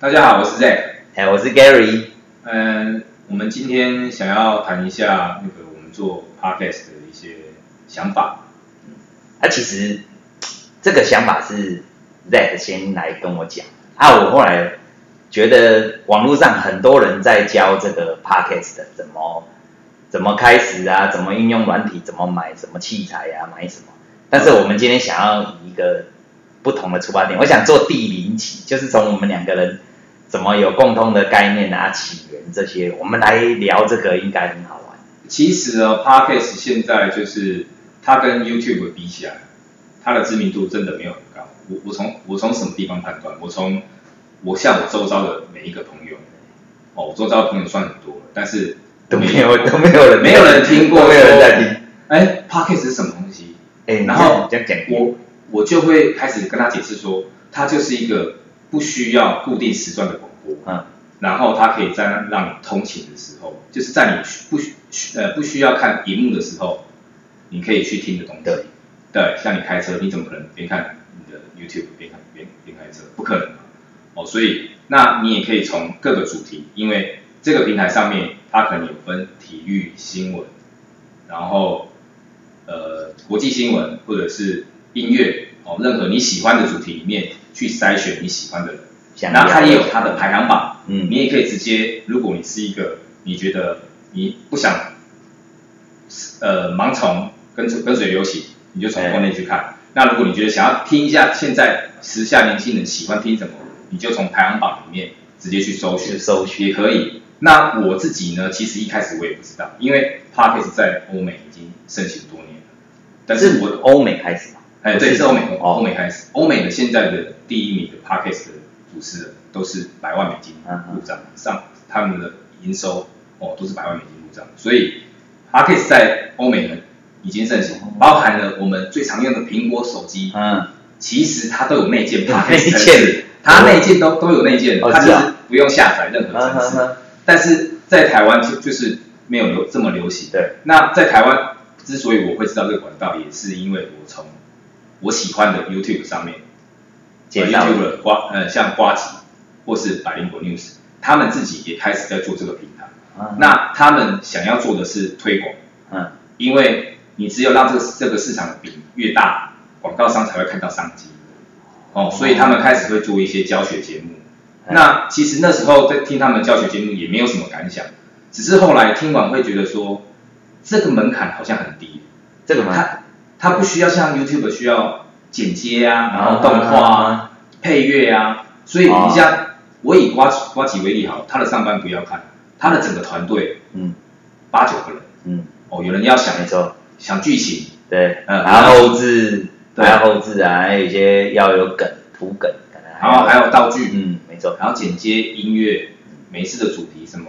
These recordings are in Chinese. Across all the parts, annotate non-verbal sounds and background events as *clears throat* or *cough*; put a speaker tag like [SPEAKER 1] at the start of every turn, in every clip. [SPEAKER 1] 大家好，我是 Zack。
[SPEAKER 2] 哎，我是 Gary。
[SPEAKER 1] 嗯，我们今天想要谈一下那个我们做 podcast 的一些想法。
[SPEAKER 2] 啊，其实这个想法是 Zack 先来跟我讲啊，我后来觉得网络上很多人在教这个 Podcast 怎么怎么开始啊，怎么应用软体，怎么买什么器材啊，买什么。但是我们今天想要以一个不同的出发点，我想做第零期，就是从我们两个人怎么有共通的概念啊、起源这些，我们来聊这个应该很好玩。
[SPEAKER 1] 其实呢，podcast 现在就是它跟 YouTube 比起来，它的知名度真的没有很高。我我从我从什么地方判断？我从我像我周遭的每一个朋友，哦，我周遭的朋友算很多，但是
[SPEAKER 2] 都没有都没有人
[SPEAKER 1] 没有人听过，
[SPEAKER 2] 都没有人在听。。
[SPEAKER 1] 哎，podcast 是什么东西？
[SPEAKER 2] 哎、
[SPEAKER 1] 然
[SPEAKER 2] 然
[SPEAKER 1] 后
[SPEAKER 2] 后这样讲，
[SPEAKER 1] 我我就会开始跟他解释说，它就是一个不需要固定时段的广播，
[SPEAKER 2] 嗯，
[SPEAKER 1] 然后它可以在让你通勤的时候，就是在你需不需呃不需要看荧幕的时候，你可以去听的东西。
[SPEAKER 2] 对，
[SPEAKER 1] 对，像你开车，你怎么可能边看你的 YouTube 边看边边开车？不可能嘛哦，所以那你也可以从各个主题，因为这个平台上面它可能有分体育新闻，然后呃国际新闻或者是音乐哦，任何你喜欢的主题里面去筛选你喜欢的人，
[SPEAKER 2] 想
[SPEAKER 1] 然后它
[SPEAKER 2] 聊
[SPEAKER 1] 也有它的排行榜，
[SPEAKER 2] 嗯
[SPEAKER 1] 你也可以直接，如果你是一个你觉得你不想呃盲从跟随跟随流行，你就从国内去
[SPEAKER 2] 哎
[SPEAKER 1] 看。那如果你觉得想要听一下现在时下年轻人喜欢听什么，你就从排行榜里面直接去搜寻
[SPEAKER 2] 去，搜寻
[SPEAKER 1] 也可以。那我自己呢，其实一开始我也不知道，因为 podcast 在欧美已经盛行多年了，但是我
[SPEAKER 2] 欧美开始嘛？
[SPEAKER 1] 哎，对，是欧美，
[SPEAKER 2] 哦
[SPEAKER 1] 欧美开始，欧美的现在的第一名的 podcast 的主持人都是百万美金
[SPEAKER 2] 嗯嗯
[SPEAKER 1] 入账，上他们的营收哦都是百万美金入账，所以 podcast 在欧美呢已经盛行，包含了我们最常用的苹果手机，
[SPEAKER 2] 哦嗯，
[SPEAKER 1] 其实它都有内建 podcast
[SPEAKER 2] 内建
[SPEAKER 1] 程式，它内建都都有内建，
[SPEAKER 2] 哦
[SPEAKER 1] 它就是
[SPEAKER 2] 啊
[SPEAKER 1] 是不用下载任何
[SPEAKER 2] 嗯
[SPEAKER 1] 程
[SPEAKER 2] 哼
[SPEAKER 1] 式，
[SPEAKER 2] 哼
[SPEAKER 1] 但是在台湾就就是没有流这么流行。
[SPEAKER 2] 对，
[SPEAKER 1] 那在台湾之所以我会知道这个管道，也是因为我从我喜欢的 YouTube 上面，
[SPEAKER 2] 介绍
[SPEAKER 1] YouTube 瓜呃像瓜吉或是百灵果 News，他们自己也开始在做这个平台。
[SPEAKER 2] 嗯
[SPEAKER 1] 那他们想要做的是推广，
[SPEAKER 2] 嗯，
[SPEAKER 1] 因为你只有让这个这个市场比越大，广告商才会看到商机。哦，所以他们开始会做一些教学节目。
[SPEAKER 2] 嗯
[SPEAKER 1] 那其实那时候在听他们教学节目也没有什么感想，只是后来听完会觉得说，这个门槛好像很低，
[SPEAKER 2] 这个嘛，
[SPEAKER 1] 它它不需要像 YouTube 需要剪接啊，然后
[SPEAKER 2] 嗯
[SPEAKER 1] 动画啊、配乐啊，所以
[SPEAKER 2] 哦
[SPEAKER 1] 你像我以瓜吉瓜吉为例好，他的上班不要看，他的整个团队
[SPEAKER 2] 嗯
[SPEAKER 1] 八九个人，
[SPEAKER 2] 嗯，
[SPEAKER 1] 哦，有人要想
[SPEAKER 2] 没错，
[SPEAKER 1] 想剧情，
[SPEAKER 2] 对，
[SPEAKER 1] 嗯
[SPEAKER 2] 还要后置，
[SPEAKER 1] 对
[SPEAKER 2] 还要后置啊，还有一些要有梗图梗，可能
[SPEAKER 1] 然后还
[SPEAKER 2] 有，
[SPEAKER 1] 有道具，
[SPEAKER 2] 嗯，没错，
[SPEAKER 1] 然后剪接音乐，每一次的主题什么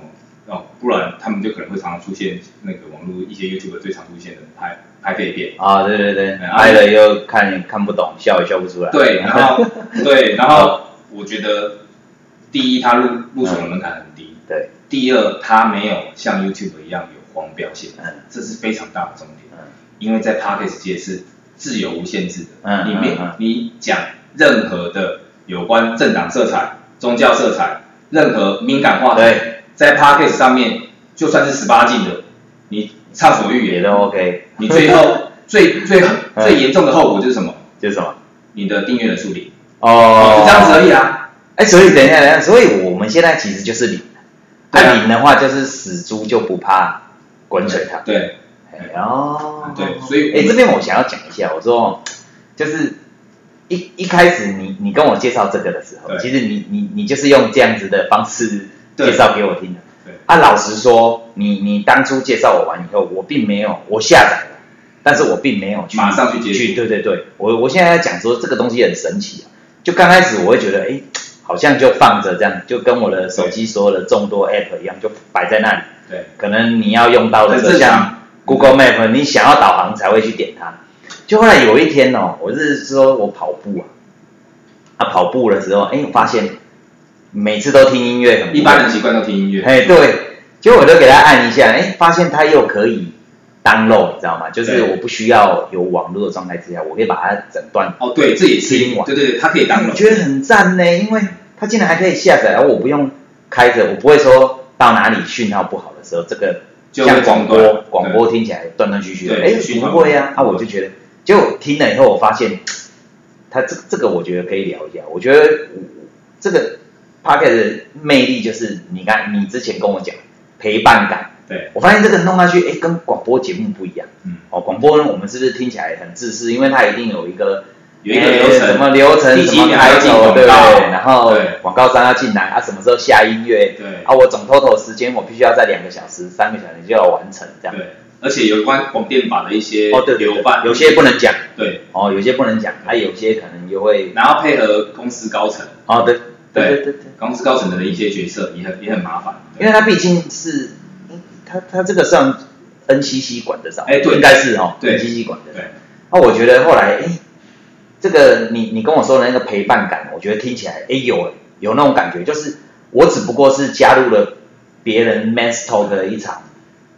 [SPEAKER 1] 哦，不然他们就可能会常常出现那个网络一些 YouTube 最常出现的拍拍废片，
[SPEAKER 2] 啊，对对对，
[SPEAKER 1] 嗯
[SPEAKER 2] 拍了又看看不懂，笑也笑不出来，
[SPEAKER 1] 对，然后对，然后我觉得第一，它入入手的门槛很低，
[SPEAKER 2] 对，
[SPEAKER 1] 第二，它没有像 YouTube 一样有黄标现象
[SPEAKER 2] 嗯，
[SPEAKER 1] 这是非常大的重点，
[SPEAKER 2] 嗯
[SPEAKER 1] 因为在 Podcast 界是自由无限制的，
[SPEAKER 2] 嗯
[SPEAKER 1] 你没
[SPEAKER 2] 嗯嗯
[SPEAKER 1] 你讲任何的有关政党色彩、宗教色彩、任何敏感话题
[SPEAKER 2] 对，
[SPEAKER 1] 在 Podcast 上面，就算是十八禁的，你畅所欲
[SPEAKER 2] 也 *laughs*
[SPEAKER 1] 言，
[SPEAKER 2] 都 OK，
[SPEAKER 1] 你最后最最
[SPEAKER 2] 嗯
[SPEAKER 1] 最严重的后果就是什么？
[SPEAKER 2] *laughs* 就是什么？
[SPEAKER 1] 你的订阅人数零，
[SPEAKER 2] 哦
[SPEAKER 1] 就这样子而已啊。
[SPEAKER 2] 哎，所以等一下，等一下，所以我们现在其实就是零，
[SPEAKER 1] 对啊
[SPEAKER 2] 那零的话就是死猪就不怕滚水烫。
[SPEAKER 1] 对，
[SPEAKER 2] 哎哦，
[SPEAKER 1] 对所以我们
[SPEAKER 2] 哎、这边我想要讲一下，我说就是一一开始你你跟我介绍这个的时候，
[SPEAKER 1] 对
[SPEAKER 2] 其实你你你就是用这样子的方式
[SPEAKER 1] 对
[SPEAKER 2] 介绍给我听的
[SPEAKER 1] 对。
[SPEAKER 2] 啊，老实说，你你当初介绍我完以后，我并没有我下载了，但是我并没有去
[SPEAKER 1] 马上去接触
[SPEAKER 2] 去对对对，我我现在在讲说这个东西很神奇啊，就刚开始我会觉得哎。诶好像就放着这样，就跟我的手机所有的众多 app 一样，就摆在那里。
[SPEAKER 1] 对，
[SPEAKER 2] 可能你要用到的时候，
[SPEAKER 1] 很正常
[SPEAKER 2] 像 Google Map，你想要导航才会去点它。就后来有一天哦，我是说我跑步啊，啊跑步的时候，哎，我发现每次都听音乐很无聊
[SPEAKER 1] 一般人习惯都听音乐，
[SPEAKER 2] 哎对，结果我就给他按一下，哎，发现它又可以 download，你知道吗？就是
[SPEAKER 1] 对
[SPEAKER 2] 我不需要有网络的状态之下，我可以把它整段
[SPEAKER 1] 哦，对，这也是
[SPEAKER 2] 听完
[SPEAKER 1] 对对对，它可以当
[SPEAKER 2] 我觉得很赞呢，因为它竟然还可以下载，然后我不用开着，我不会说到哪里讯号不好的时候，这个
[SPEAKER 1] 就会
[SPEAKER 2] 像广
[SPEAKER 1] 中
[SPEAKER 2] 播
[SPEAKER 1] 断
[SPEAKER 2] 广播听起来断断续续的，
[SPEAKER 1] 对
[SPEAKER 2] 哎
[SPEAKER 1] 讯，号
[SPEAKER 2] 不会啊，啊，我就觉得，结果听了以后，我发现，它这这个我觉得可以聊一下，我觉得这个 p o c k e t 的魅力就是，你看你之前跟我讲陪伴感，
[SPEAKER 1] 对，
[SPEAKER 2] 我发现这个弄下去，哎，跟广播节目不一样。
[SPEAKER 1] 嗯，
[SPEAKER 2] 哦，广播呢，我们是不是听起来很自私？因为它一定有一个
[SPEAKER 1] 有一个流程
[SPEAKER 2] 哎什么流程，
[SPEAKER 1] 第
[SPEAKER 2] 什
[SPEAKER 1] 几
[SPEAKER 2] 么
[SPEAKER 1] 秒
[SPEAKER 2] 开
[SPEAKER 1] 要进
[SPEAKER 2] 头，
[SPEAKER 1] 广
[SPEAKER 2] 对不
[SPEAKER 1] 告
[SPEAKER 2] 对？然后
[SPEAKER 1] 对
[SPEAKER 2] 广告商要进来，啊，什么时候下音乐？
[SPEAKER 1] 对
[SPEAKER 2] 啊，我总 total 时间我必须要在两个小时、三个小时就要完成这样。
[SPEAKER 1] 对，而且有关广电法的一些
[SPEAKER 2] 哦，对对
[SPEAKER 1] 流
[SPEAKER 2] 对
[SPEAKER 1] 办，
[SPEAKER 2] 有些不能讲，
[SPEAKER 1] 对，
[SPEAKER 2] 哦，有些不能讲，啊，有些可能又会，
[SPEAKER 1] 然后配合公司高层，
[SPEAKER 2] 哦，对，对
[SPEAKER 1] 对
[SPEAKER 2] 对对对，
[SPEAKER 1] 公司高层的一些决策也很也很麻烦，
[SPEAKER 2] 因为它毕竟是，嗯它它这个算 NCC 管得上，
[SPEAKER 1] 哎对
[SPEAKER 2] 应该是哦
[SPEAKER 1] 对
[SPEAKER 2] ，NCC 管的，
[SPEAKER 1] 对，
[SPEAKER 2] 那哦我觉得后来，哎，这个你你跟我说的那个陪伴感，我觉得听起来，哎，有有那种感觉，就是我只不过是加入了别人 mass talk 的一场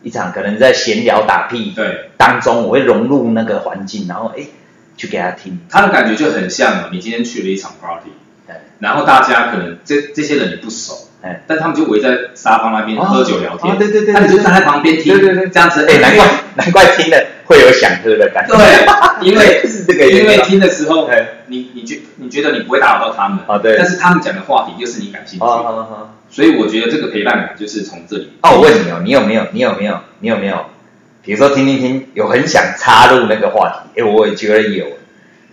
[SPEAKER 2] 一场，可能在闲聊打屁
[SPEAKER 1] 对
[SPEAKER 2] 当中，我会融入那个环境，然后哎去给他听，
[SPEAKER 1] 他的感觉就很像哦你今天去了一场 party，
[SPEAKER 2] 哎
[SPEAKER 1] 然后大家可能这这些人你不熟，
[SPEAKER 2] 哎，
[SPEAKER 1] 但他们就围在沙发那边
[SPEAKER 2] 哦
[SPEAKER 1] 喝酒聊天，
[SPEAKER 2] 哦对对对
[SPEAKER 1] 那你就
[SPEAKER 2] 对对
[SPEAKER 1] 站在旁边听，
[SPEAKER 2] 对对对
[SPEAKER 1] 这样子，
[SPEAKER 2] 哎，难怪难怪听了会有想喝的感觉，
[SPEAKER 1] 对，因
[SPEAKER 2] *laughs*
[SPEAKER 1] 为
[SPEAKER 2] 是这个原啊
[SPEAKER 1] 因为
[SPEAKER 2] 吧
[SPEAKER 1] 听的时候
[SPEAKER 2] 哎，
[SPEAKER 1] 你你觉你觉得你不会打扰到他们，
[SPEAKER 2] 啊对
[SPEAKER 1] 但是他们讲的话题又是你感兴趣
[SPEAKER 2] 哦
[SPEAKER 1] 的，
[SPEAKER 2] 好好好。
[SPEAKER 1] 所以我觉得这个陪伴感就是从这里，
[SPEAKER 2] 那我问你哦，你有没有，你有没有，你有没有，比如说听听听，有很想插入那个话题？哎，我也觉得有，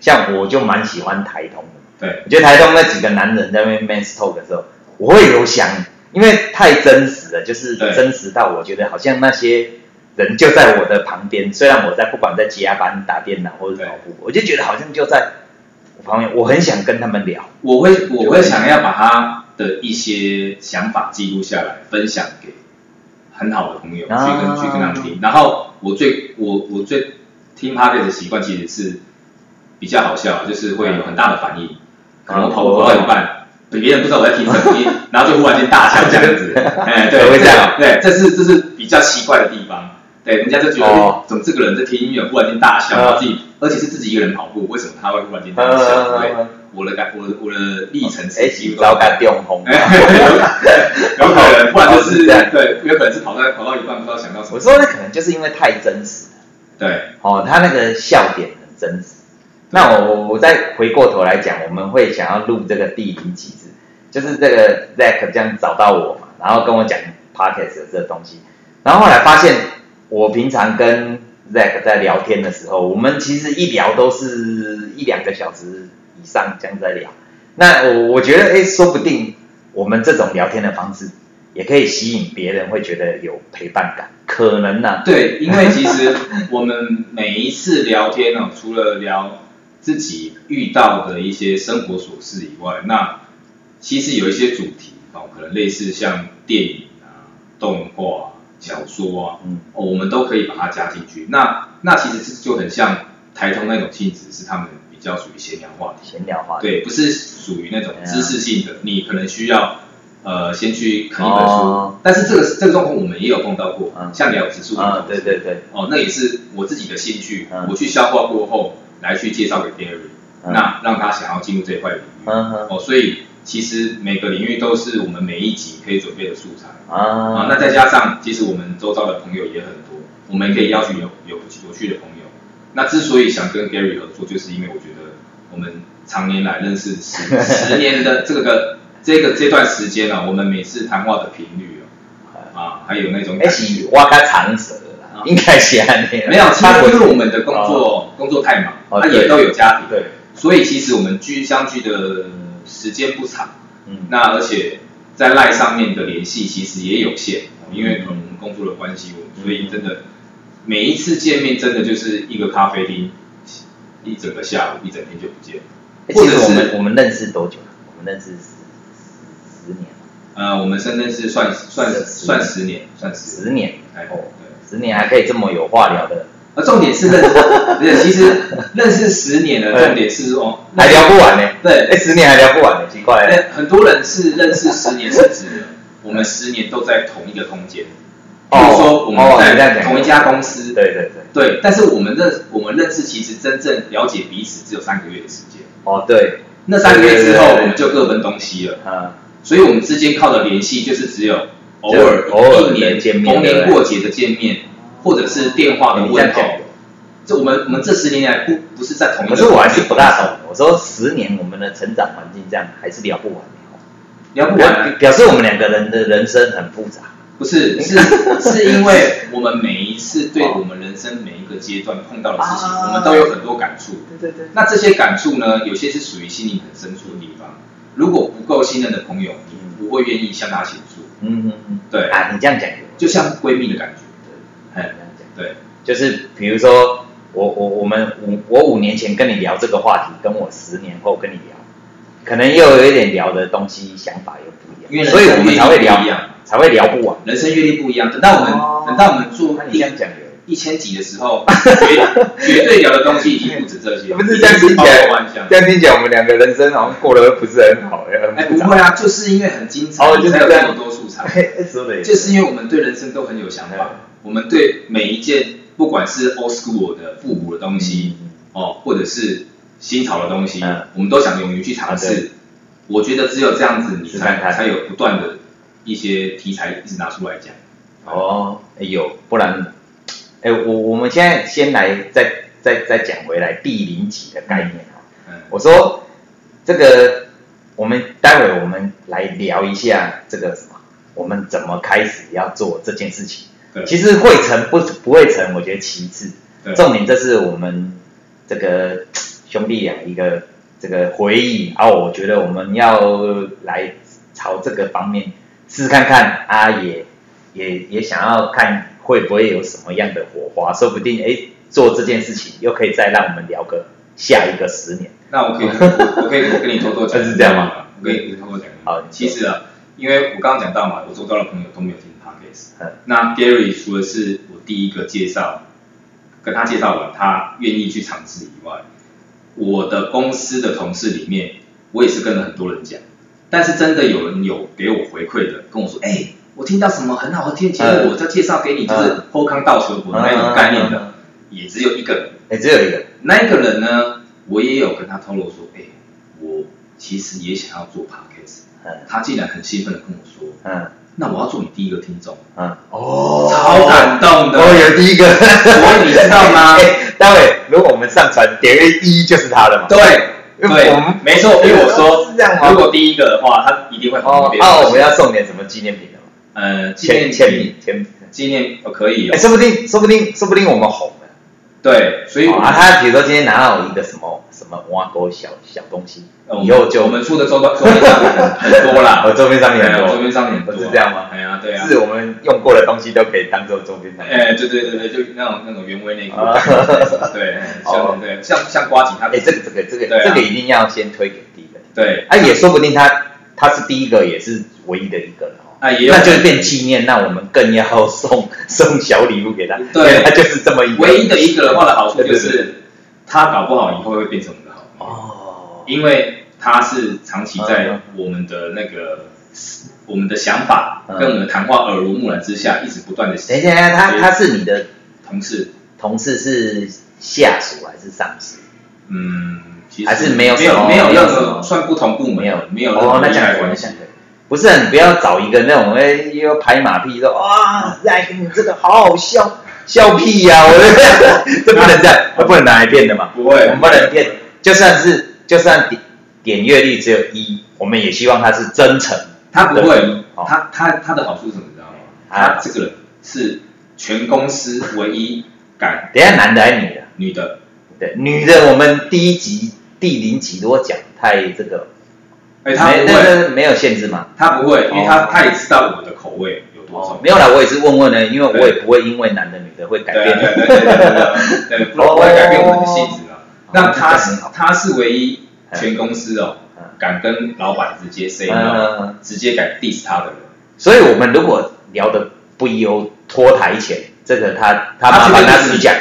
[SPEAKER 2] 像我就蛮喜欢台通的，
[SPEAKER 1] 对
[SPEAKER 2] 我觉得台通那几个男人在那边 man talk 的时候，我会有想，因为太真实了，就是
[SPEAKER 1] 对
[SPEAKER 2] 真实到我觉得好像那些人就在我的旁边，虽然我在不管在加班、打电脑或者
[SPEAKER 1] 对
[SPEAKER 2] 跑步，我就觉得好像就在我旁边，我很想跟他们聊。
[SPEAKER 1] 我会我会想要把他的一些想法记录下来，分享给很好的朋友去跟、
[SPEAKER 2] 啊
[SPEAKER 1] 去跟他们听，然后我最我我最听 p o d 的习惯其实是比较好笑，就是会有很大的反应，可
[SPEAKER 2] 啊
[SPEAKER 1] 能我跑步跑到一半。别人不知道我在听什
[SPEAKER 2] *laughs*
[SPEAKER 1] 么，然后就忽然间大笑这样子，哎，对，
[SPEAKER 2] 会这样
[SPEAKER 1] 对，这是这是比较奇怪的地方，对，人家就觉得、哎
[SPEAKER 2] 哦
[SPEAKER 1] 怎么这个人在听音乐忽然间大笑，
[SPEAKER 2] 嗯
[SPEAKER 1] 然后自己，而且是自己一个人跑步，为什么他会忽然间大
[SPEAKER 2] 嗯
[SPEAKER 1] 笑？
[SPEAKER 2] 嗯
[SPEAKER 1] 对
[SPEAKER 2] 嗯，
[SPEAKER 1] 我的感，我的我的历程
[SPEAKER 2] 哎，
[SPEAKER 1] 是几
[SPEAKER 2] 洗
[SPEAKER 1] 乎 *laughs* 都
[SPEAKER 2] 澡，敢用红。
[SPEAKER 1] 哎有可能，不然就
[SPEAKER 2] 哦是
[SPEAKER 1] 是
[SPEAKER 2] 这样
[SPEAKER 1] 对，有可能是跑到跑到一半不知道想到什
[SPEAKER 2] 我
[SPEAKER 1] 么，
[SPEAKER 2] 说那可能就是因为太真实了。
[SPEAKER 1] 对
[SPEAKER 2] 哦，他那个笑点很真实。那我我我再回过头来讲，我们会想要录这个第零集是，就是这个 Zack 这样找到我嘛，然后跟我讲 Podcast 的这个东西，然后后来发现我平常跟 Zack 在聊天的时候，我们其实一聊都是一两个小时以上这样在聊。那我我觉得，哎，说不定我们这种聊天的方式也可以吸引别人，会觉得有陪伴感，可能啊呢、
[SPEAKER 1] 对，因为其实我们每一次聊天哦，除了聊自己遇到的一些生活琐事以外，那其实有一些主题哦，可能类似像电影啊、动画啊、小说啊，
[SPEAKER 2] 嗯
[SPEAKER 1] 哦，我们都可以把它加进去。那那其实是就很像台通那种性质，是他们比较属于闲聊话题，
[SPEAKER 2] 闲聊话题。
[SPEAKER 1] 对，不是属于那种
[SPEAKER 2] 对啊
[SPEAKER 1] 知识性的，你可能需要呃先去啃一本书。
[SPEAKER 2] 哦
[SPEAKER 1] 但是这个这个状况我们也有碰到过，
[SPEAKER 2] 嗯
[SPEAKER 1] 像聊指数
[SPEAKER 2] 啊，对对对，
[SPEAKER 1] 哦，那也是我自己的兴趣，
[SPEAKER 2] 嗯
[SPEAKER 1] 我去消化过后来去介绍给别人，
[SPEAKER 2] 嗯
[SPEAKER 1] 那让他想要进入这块领域。
[SPEAKER 2] 嗯哼
[SPEAKER 1] 哦，所以其实每个领域都是我们每一集可以准备的素材。啊
[SPEAKER 2] 啊，，
[SPEAKER 1] 那再加上，其实我们周遭的朋友也很多，我们也可以邀请有有有趣的朋友。那之所以想跟 Gary 合作，就是因为我觉得我们常年来认识
[SPEAKER 2] *laughs*
[SPEAKER 1] 十十年的这个这个这段时间啊，我们每次谈话的频率哦，啊，还有那种
[SPEAKER 2] 哎
[SPEAKER 1] 感觉，
[SPEAKER 2] 是挖个长蛇啦
[SPEAKER 1] 啊，
[SPEAKER 2] 应该是安尼啦。
[SPEAKER 1] 没有，其
[SPEAKER 2] 那
[SPEAKER 1] 实因为我们的工作工作太忙，
[SPEAKER 2] 哦
[SPEAKER 1] 那
[SPEAKER 2] 对
[SPEAKER 1] 也都有家庭，
[SPEAKER 2] 对，
[SPEAKER 1] 所以其实我们聚相聚的时间不长。
[SPEAKER 2] 嗯，
[SPEAKER 1] 那而且在赖上面的联系其实也有限，哦因为可能我们工作的关系，我所以真的每一次见面真的就是一个咖啡厅，一整个下午一整天就不见。
[SPEAKER 2] 哎其实我
[SPEAKER 1] 或者
[SPEAKER 2] 们
[SPEAKER 1] 是
[SPEAKER 2] 我们认识多久了？我们认识十十年了，
[SPEAKER 1] 呃，我们深圳是算算
[SPEAKER 2] 十
[SPEAKER 1] 算十年，算十
[SPEAKER 2] 十年
[SPEAKER 1] 哎
[SPEAKER 2] 哦
[SPEAKER 1] 对，
[SPEAKER 2] 十年还可以这么有话聊的，
[SPEAKER 1] 而呃重点是认识，对，其实认识十年
[SPEAKER 2] *laughs*
[SPEAKER 1] 了，重点是哦，
[SPEAKER 2] 还聊不完呢。
[SPEAKER 1] 对哎
[SPEAKER 2] 哎，十年还聊不完呢，奇怪。
[SPEAKER 1] 那很多人是认识十年是指我们十年都在同一个空间，比如说
[SPEAKER 2] 哦
[SPEAKER 1] 我
[SPEAKER 2] 哦
[SPEAKER 1] 们
[SPEAKER 2] 你这样
[SPEAKER 1] 在
[SPEAKER 2] 讲
[SPEAKER 1] 同一家公司，
[SPEAKER 2] 对对对，
[SPEAKER 1] 对，但是我们认我们认识，其实真正了解彼此只有三个月的时间。
[SPEAKER 2] 哦对，
[SPEAKER 1] 那三个月之后，
[SPEAKER 2] 对对对对
[SPEAKER 1] 我们就各奔东西了。
[SPEAKER 2] 嗯，
[SPEAKER 1] 所以我们之间靠的联系就是只有偶
[SPEAKER 2] 就
[SPEAKER 1] 尔
[SPEAKER 2] 偶尔
[SPEAKER 1] 一年
[SPEAKER 2] 的见面
[SPEAKER 1] 逢
[SPEAKER 2] 对
[SPEAKER 1] 年
[SPEAKER 2] 不对
[SPEAKER 1] 过节的见面，或者是电话的
[SPEAKER 2] 你这样
[SPEAKER 1] 问候
[SPEAKER 2] 讲。
[SPEAKER 1] 这我们我们这十年来不不是在同一
[SPEAKER 2] 可
[SPEAKER 1] 个，
[SPEAKER 2] 是我还是不大懂。我说十年我们的成长环境这样还是聊不完，
[SPEAKER 1] 聊不完啊
[SPEAKER 2] 表表示我们两个人的人生很复杂。
[SPEAKER 1] 不是
[SPEAKER 2] *laughs*
[SPEAKER 1] 是是因为我们每一次对我们人生每一个阶段碰到的事情，
[SPEAKER 2] 啊
[SPEAKER 1] 我们都有很多感触。
[SPEAKER 2] 对对对，
[SPEAKER 1] 那这些感触呢，有些是属于心灵很深处的地方。如果不够信任的朋友，你不会愿意向他倾诉。
[SPEAKER 2] 嗯嗯嗯，
[SPEAKER 1] 对，
[SPEAKER 2] 啊，你这样讲有，
[SPEAKER 1] 就像闺蜜的感觉。
[SPEAKER 2] 这
[SPEAKER 1] 哎，
[SPEAKER 2] 样讲，
[SPEAKER 1] 对，
[SPEAKER 2] 就是比如说我我我们五我五年前跟你聊这个话题，跟我十年后跟你聊，可能又有一点聊的东西想法又不一样，
[SPEAKER 1] 因为人
[SPEAKER 2] 所以我
[SPEAKER 1] 生
[SPEAKER 2] 们
[SPEAKER 1] 阅
[SPEAKER 2] 才
[SPEAKER 1] 历
[SPEAKER 2] 会
[SPEAKER 1] 不一
[SPEAKER 2] 聊
[SPEAKER 1] 样，
[SPEAKER 2] 才会聊不完。
[SPEAKER 1] 人生阅历不一样。等到我们、
[SPEAKER 2] 哦
[SPEAKER 1] 等到我们做
[SPEAKER 2] 那你
[SPEAKER 1] 第
[SPEAKER 2] 这样讲有。
[SPEAKER 1] 一千集的时候，绝绝对聊的东西已经不止这些，
[SPEAKER 2] *laughs* 不是这样听起
[SPEAKER 1] 包
[SPEAKER 2] 来
[SPEAKER 1] 罗万象，。
[SPEAKER 2] 这样听起来我们两个人生好像过得不是很好，也很
[SPEAKER 1] 哎，
[SPEAKER 2] 复
[SPEAKER 1] 不
[SPEAKER 2] 杂。
[SPEAKER 1] 会啊，就是因为很精彩，
[SPEAKER 2] 哦就是
[SPEAKER 1] 才有
[SPEAKER 2] 这
[SPEAKER 1] 这
[SPEAKER 2] 样
[SPEAKER 1] 么多素材。
[SPEAKER 2] 哎说的也
[SPEAKER 1] 就是因为我们对人生都很有想法
[SPEAKER 2] 嗯，
[SPEAKER 1] 我们对每一件不管是 old school 的复古的东西
[SPEAKER 2] 嗯，
[SPEAKER 1] 哦，或者是新潮的东西
[SPEAKER 2] 嗯，
[SPEAKER 1] 我们都想勇于去尝
[SPEAKER 2] 啊
[SPEAKER 1] 试。我觉得只有这样子，你
[SPEAKER 2] 试看
[SPEAKER 1] 才
[SPEAKER 2] 看
[SPEAKER 1] 才有不断的一些题材一直拿出来讲。
[SPEAKER 2] 哦，哎有，不然，哎，我我们现在先来再再再讲回来第零集的概念啊。
[SPEAKER 1] 嗯，
[SPEAKER 2] 我说这个，我们待会我们来聊一下这个什么，我们怎么开始要做这件事情。
[SPEAKER 1] 对
[SPEAKER 2] 其实会成不不会成，我觉得其次，
[SPEAKER 1] 对
[SPEAKER 2] 重点这是我们这个兄弟俩一个这个回忆啊，我觉得我们要来朝这个方面试试看看啊，也也也想要看会不会有什么样的火花，说不定哎做这件事情又可以再让我们聊个下一个十年。
[SPEAKER 1] 那
[SPEAKER 2] *laughs*
[SPEAKER 1] 我可以，我我可以跟你偷偷讲，
[SPEAKER 2] 是这样吗？
[SPEAKER 1] 我可以跟你偷偷讲。
[SPEAKER 2] 好你说
[SPEAKER 1] 其实啊，因为我刚刚讲到嘛，我周遭的朋友都没有听 podcast
[SPEAKER 2] 嗯。
[SPEAKER 1] 那 Gary 除了是我第一个介绍，跟他介绍完，他愿意去尝试以外，我的公司的同事里面，我也是跟了很多人讲，但是真的有人有给我回馈的，跟我说，哎、我听到什么很好的听节目，
[SPEAKER 2] 嗯
[SPEAKER 1] 我再介绍给你，就是
[SPEAKER 2] 嗯
[SPEAKER 1] 后康到球国那一种概念的，也只有一个人。
[SPEAKER 2] 哎，只有一个，
[SPEAKER 1] 那一个人呢，我也有跟他透露说，哎、我其实也想要做 podcast。
[SPEAKER 2] 嗯
[SPEAKER 1] 他竟然很兴奋的跟我说，
[SPEAKER 2] 嗯
[SPEAKER 1] 那我要做你第一个听众，
[SPEAKER 2] 嗯，哦
[SPEAKER 1] 超感动的。
[SPEAKER 2] 哦，有第
[SPEAKER 1] *laughs*
[SPEAKER 2] 一个，
[SPEAKER 1] 所以你知道
[SPEAKER 2] *laughs*
[SPEAKER 1] 吗？
[SPEAKER 2] 哎，待会如果我们上传点阅第一就是他了嘛？
[SPEAKER 1] 对
[SPEAKER 2] 因为我们
[SPEAKER 1] 对，没错。因为我说，
[SPEAKER 2] 是这样吗
[SPEAKER 1] 如果第一个的话，他一定会很特
[SPEAKER 2] 哦，
[SPEAKER 1] 别。
[SPEAKER 2] 啊，我们要送点什么纪念品的吗？
[SPEAKER 1] 呃纪念
[SPEAKER 2] 签签名签名。
[SPEAKER 1] 纪念哦可以
[SPEAKER 2] 哎，
[SPEAKER 1] 哦。
[SPEAKER 2] 说不定，说不定，说不定我们红了。
[SPEAKER 1] 对，所以
[SPEAKER 2] 哦啊，他比如说今天拿到我一个什么什么挖沟小小东西
[SPEAKER 1] 呃我，们
[SPEAKER 2] 以后就
[SPEAKER 1] 我们出的周边周边商品很很多啦
[SPEAKER 2] *laughs* 我，周边商品很
[SPEAKER 1] 对啊
[SPEAKER 2] 多，
[SPEAKER 1] 周边商品很多
[SPEAKER 2] 不是这样吗？
[SPEAKER 1] 哎呀，对啊，
[SPEAKER 2] 是我们用过的东西都可以当做周边商品。
[SPEAKER 1] 哎，对对对对，就那种那种原味内裤
[SPEAKER 2] 啊，
[SPEAKER 1] *laughs* 对，
[SPEAKER 2] 哦
[SPEAKER 1] 像对像像瓜子，它
[SPEAKER 2] *laughs* 哎，这个这个这个
[SPEAKER 1] 对啊
[SPEAKER 2] 这个一定要先推给第一个。
[SPEAKER 1] 对，
[SPEAKER 2] 啊，也说不定他他是第一个，也是唯一的一个了哦。
[SPEAKER 1] 啊也有
[SPEAKER 2] 那就变纪念，那我们更要送送小礼物给他。
[SPEAKER 1] 对
[SPEAKER 2] 因为他就是这么一个
[SPEAKER 1] 唯一的一个的话的好处就
[SPEAKER 2] 对
[SPEAKER 1] 是，他搞不好以后会变成我们的好朋友，
[SPEAKER 2] 哦，
[SPEAKER 1] 因为他是长期
[SPEAKER 2] 嗯
[SPEAKER 1] 在我们的那个我们的想法
[SPEAKER 2] 嗯哎
[SPEAKER 1] 跟我们的谈话耳濡目染之下，一直不断的
[SPEAKER 2] 等一下，他他是你的
[SPEAKER 1] 同事，
[SPEAKER 2] 同事是下属还是上司？
[SPEAKER 1] 嗯，其实
[SPEAKER 2] 还是没有
[SPEAKER 1] 没
[SPEAKER 2] 什么
[SPEAKER 1] 有没有任
[SPEAKER 2] 没有什么
[SPEAKER 1] 何算不同部门
[SPEAKER 2] 没有
[SPEAKER 1] 没有任
[SPEAKER 2] 哦，
[SPEAKER 1] 何
[SPEAKER 2] 那
[SPEAKER 1] 利
[SPEAKER 2] 这样
[SPEAKER 1] 害
[SPEAKER 2] 可以
[SPEAKER 1] 关
[SPEAKER 2] 那
[SPEAKER 1] 系
[SPEAKER 2] 这，样可以。不是，你不要找一个那种哎又拍马屁说哇塞，你这个好好笑笑屁呀、
[SPEAKER 1] *laughs*
[SPEAKER 2] 我这不能这样，我不能拿来骗的嘛。
[SPEAKER 1] 不会
[SPEAKER 2] 我们不能骗，就算是就算点点阅率只有一，我们也希望他是真诚。
[SPEAKER 1] 他不会
[SPEAKER 2] 哦，
[SPEAKER 1] 他他他的好处是什么，你知道吗？
[SPEAKER 2] 啊
[SPEAKER 1] 他这个人是全公司唯一敢
[SPEAKER 2] 等一下男的还是女的？
[SPEAKER 1] 女的，
[SPEAKER 2] 对，女的我们第一集第零集如果讲太这个，
[SPEAKER 1] 哎，他
[SPEAKER 2] 没
[SPEAKER 1] 不
[SPEAKER 2] 那
[SPEAKER 1] 会，
[SPEAKER 2] 那没有限制吗？
[SPEAKER 1] 他不会，因为他
[SPEAKER 2] 哦
[SPEAKER 1] 他也知道我的口味有多
[SPEAKER 2] 哦
[SPEAKER 1] 重，。
[SPEAKER 2] 没有啦，我也是问问呢，因为我也不会因为男的女的会改
[SPEAKER 1] 对啊
[SPEAKER 2] 变。
[SPEAKER 1] 对对对对对对，对不不会改变我们的性质啊。
[SPEAKER 2] 哦
[SPEAKER 1] 那他
[SPEAKER 2] 这个很
[SPEAKER 1] 是
[SPEAKER 2] 好
[SPEAKER 1] 他是唯一全公司哦
[SPEAKER 2] 嗯，
[SPEAKER 1] 敢跟老板直接 say
[SPEAKER 2] 嗯
[SPEAKER 1] no，直接敢 diss 他的人，
[SPEAKER 2] 所以我们如果聊的不优拖台前，这个他他
[SPEAKER 1] 他
[SPEAKER 2] 麻
[SPEAKER 1] 绝
[SPEAKER 2] 烦
[SPEAKER 1] 对
[SPEAKER 2] 他
[SPEAKER 1] 是
[SPEAKER 2] 自己讲。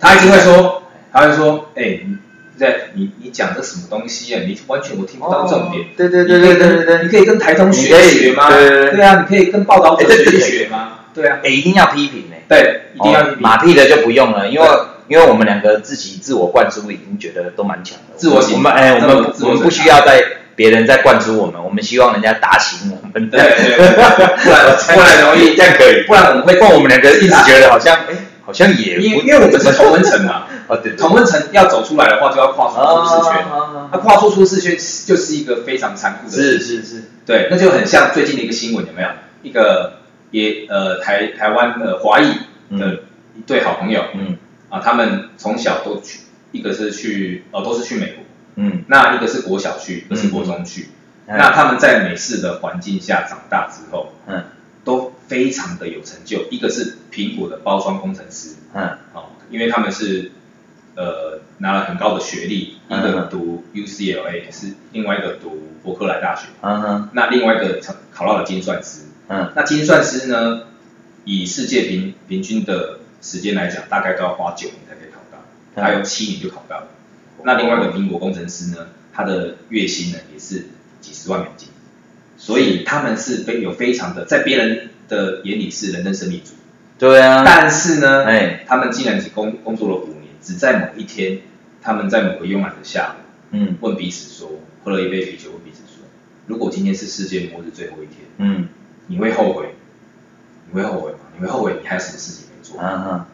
[SPEAKER 1] 他一定会说，他会说，哎，你在你你讲的什么东西啊？你完全我听不到重点
[SPEAKER 2] 哦。对对对对对对对
[SPEAKER 1] 你可以跟台中学学吗？
[SPEAKER 2] 你可以对对对
[SPEAKER 1] 对啊，你可以跟报道
[SPEAKER 2] 哎
[SPEAKER 1] 者学
[SPEAKER 2] 这这
[SPEAKER 1] 一
[SPEAKER 2] 个
[SPEAKER 1] 学吗？对啊，
[SPEAKER 2] 哎，一定要批评呢、
[SPEAKER 1] 对，一定要
[SPEAKER 2] 哦
[SPEAKER 1] 批评
[SPEAKER 2] 马屁的就不用了，因为
[SPEAKER 1] 对
[SPEAKER 2] 因为我们两个自己自我灌输已经觉得都蛮强了。
[SPEAKER 1] 自我省
[SPEAKER 2] 我们哎，我
[SPEAKER 1] 自我
[SPEAKER 2] 们
[SPEAKER 1] 自
[SPEAKER 2] 我
[SPEAKER 1] 我
[SPEAKER 2] 们不
[SPEAKER 1] 省
[SPEAKER 2] 需要再别人再灌输我们，我们希望人家打醒我们。
[SPEAKER 1] *laughs* 对对对对不然不然容易
[SPEAKER 2] 这样可以，
[SPEAKER 1] 不然我们会啊
[SPEAKER 2] 不然我们两个一直觉得好像哎，好像也
[SPEAKER 1] 因为
[SPEAKER 2] 不
[SPEAKER 1] 因为我们是同温层
[SPEAKER 2] *laughs*
[SPEAKER 1] 啊，
[SPEAKER 2] 哦对，
[SPEAKER 1] 同温层要走出来的话，就要跨出舒适圈。
[SPEAKER 2] 啊
[SPEAKER 1] 那跨出舒适圈就是一个非常残酷的事
[SPEAKER 2] 是
[SPEAKER 1] 情。
[SPEAKER 2] 是是，
[SPEAKER 1] 对，那就很像最近的一个新闻，有没有？一个也呃台台湾的华裔的一对好朋友、
[SPEAKER 2] 嗯
[SPEAKER 1] 啊，他们从小都去，一个是去哦、都是去美国，
[SPEAKER 2] 嗯，
[SPEAKER 1] 那一个是国小去，一个是国中去。那他们在美式的环境下长大之后，
[SPEAKER 2] 嗯
[SPEAKER 1] 都非常的有成就。一个是苹果的包装工程师，
[SPEAKER 2] 嗯
[SPEAKER 1] 哦，因为他们是呃拿了很高的学历，一
[SPEAKER 2] 嗯
[SPEAKER 1] 个读 UCLA 是，另外一个读伯克莱大学，
[SPEAKER 2] 嗯哼
[SPEAKER 1] 那另外一个考考到了精算师。
[SPEAKER 2] 嗯
[SPEAKER 1] 那精算师呢，以世界平平均的时间来讲，大概都要花九年才可以考到，
[SPEAKER 2] 嗯
[SPEAKER 1] 还有七年就考到了。那另外一个苹果工程师呢，他的月薪呢也是几十万美金，所以他们是非有非常的，在别人的眼里是人生胜利组，
[SPEAKER 2] 对啊，
[SPEAKER 1] 但是呢，
[SPEAKER 2] 哎
[SPEAKER 1] 他们竟然只工工作了五年，只在某一天，他们在某个慵懒的下午，
[SPEAKER 2] 嗯
[SPEAKER 1] 问彼此说，喝了一杯啤酒，问彼此说，如果今天是世界末日最后一天，
[SPEAKER 2] 嗯
[SPEAKER 1] 你会后悔？你会后悔吗？你会后悔你还有什么事情没做？
[SPEAKER 2] 嗯嗯，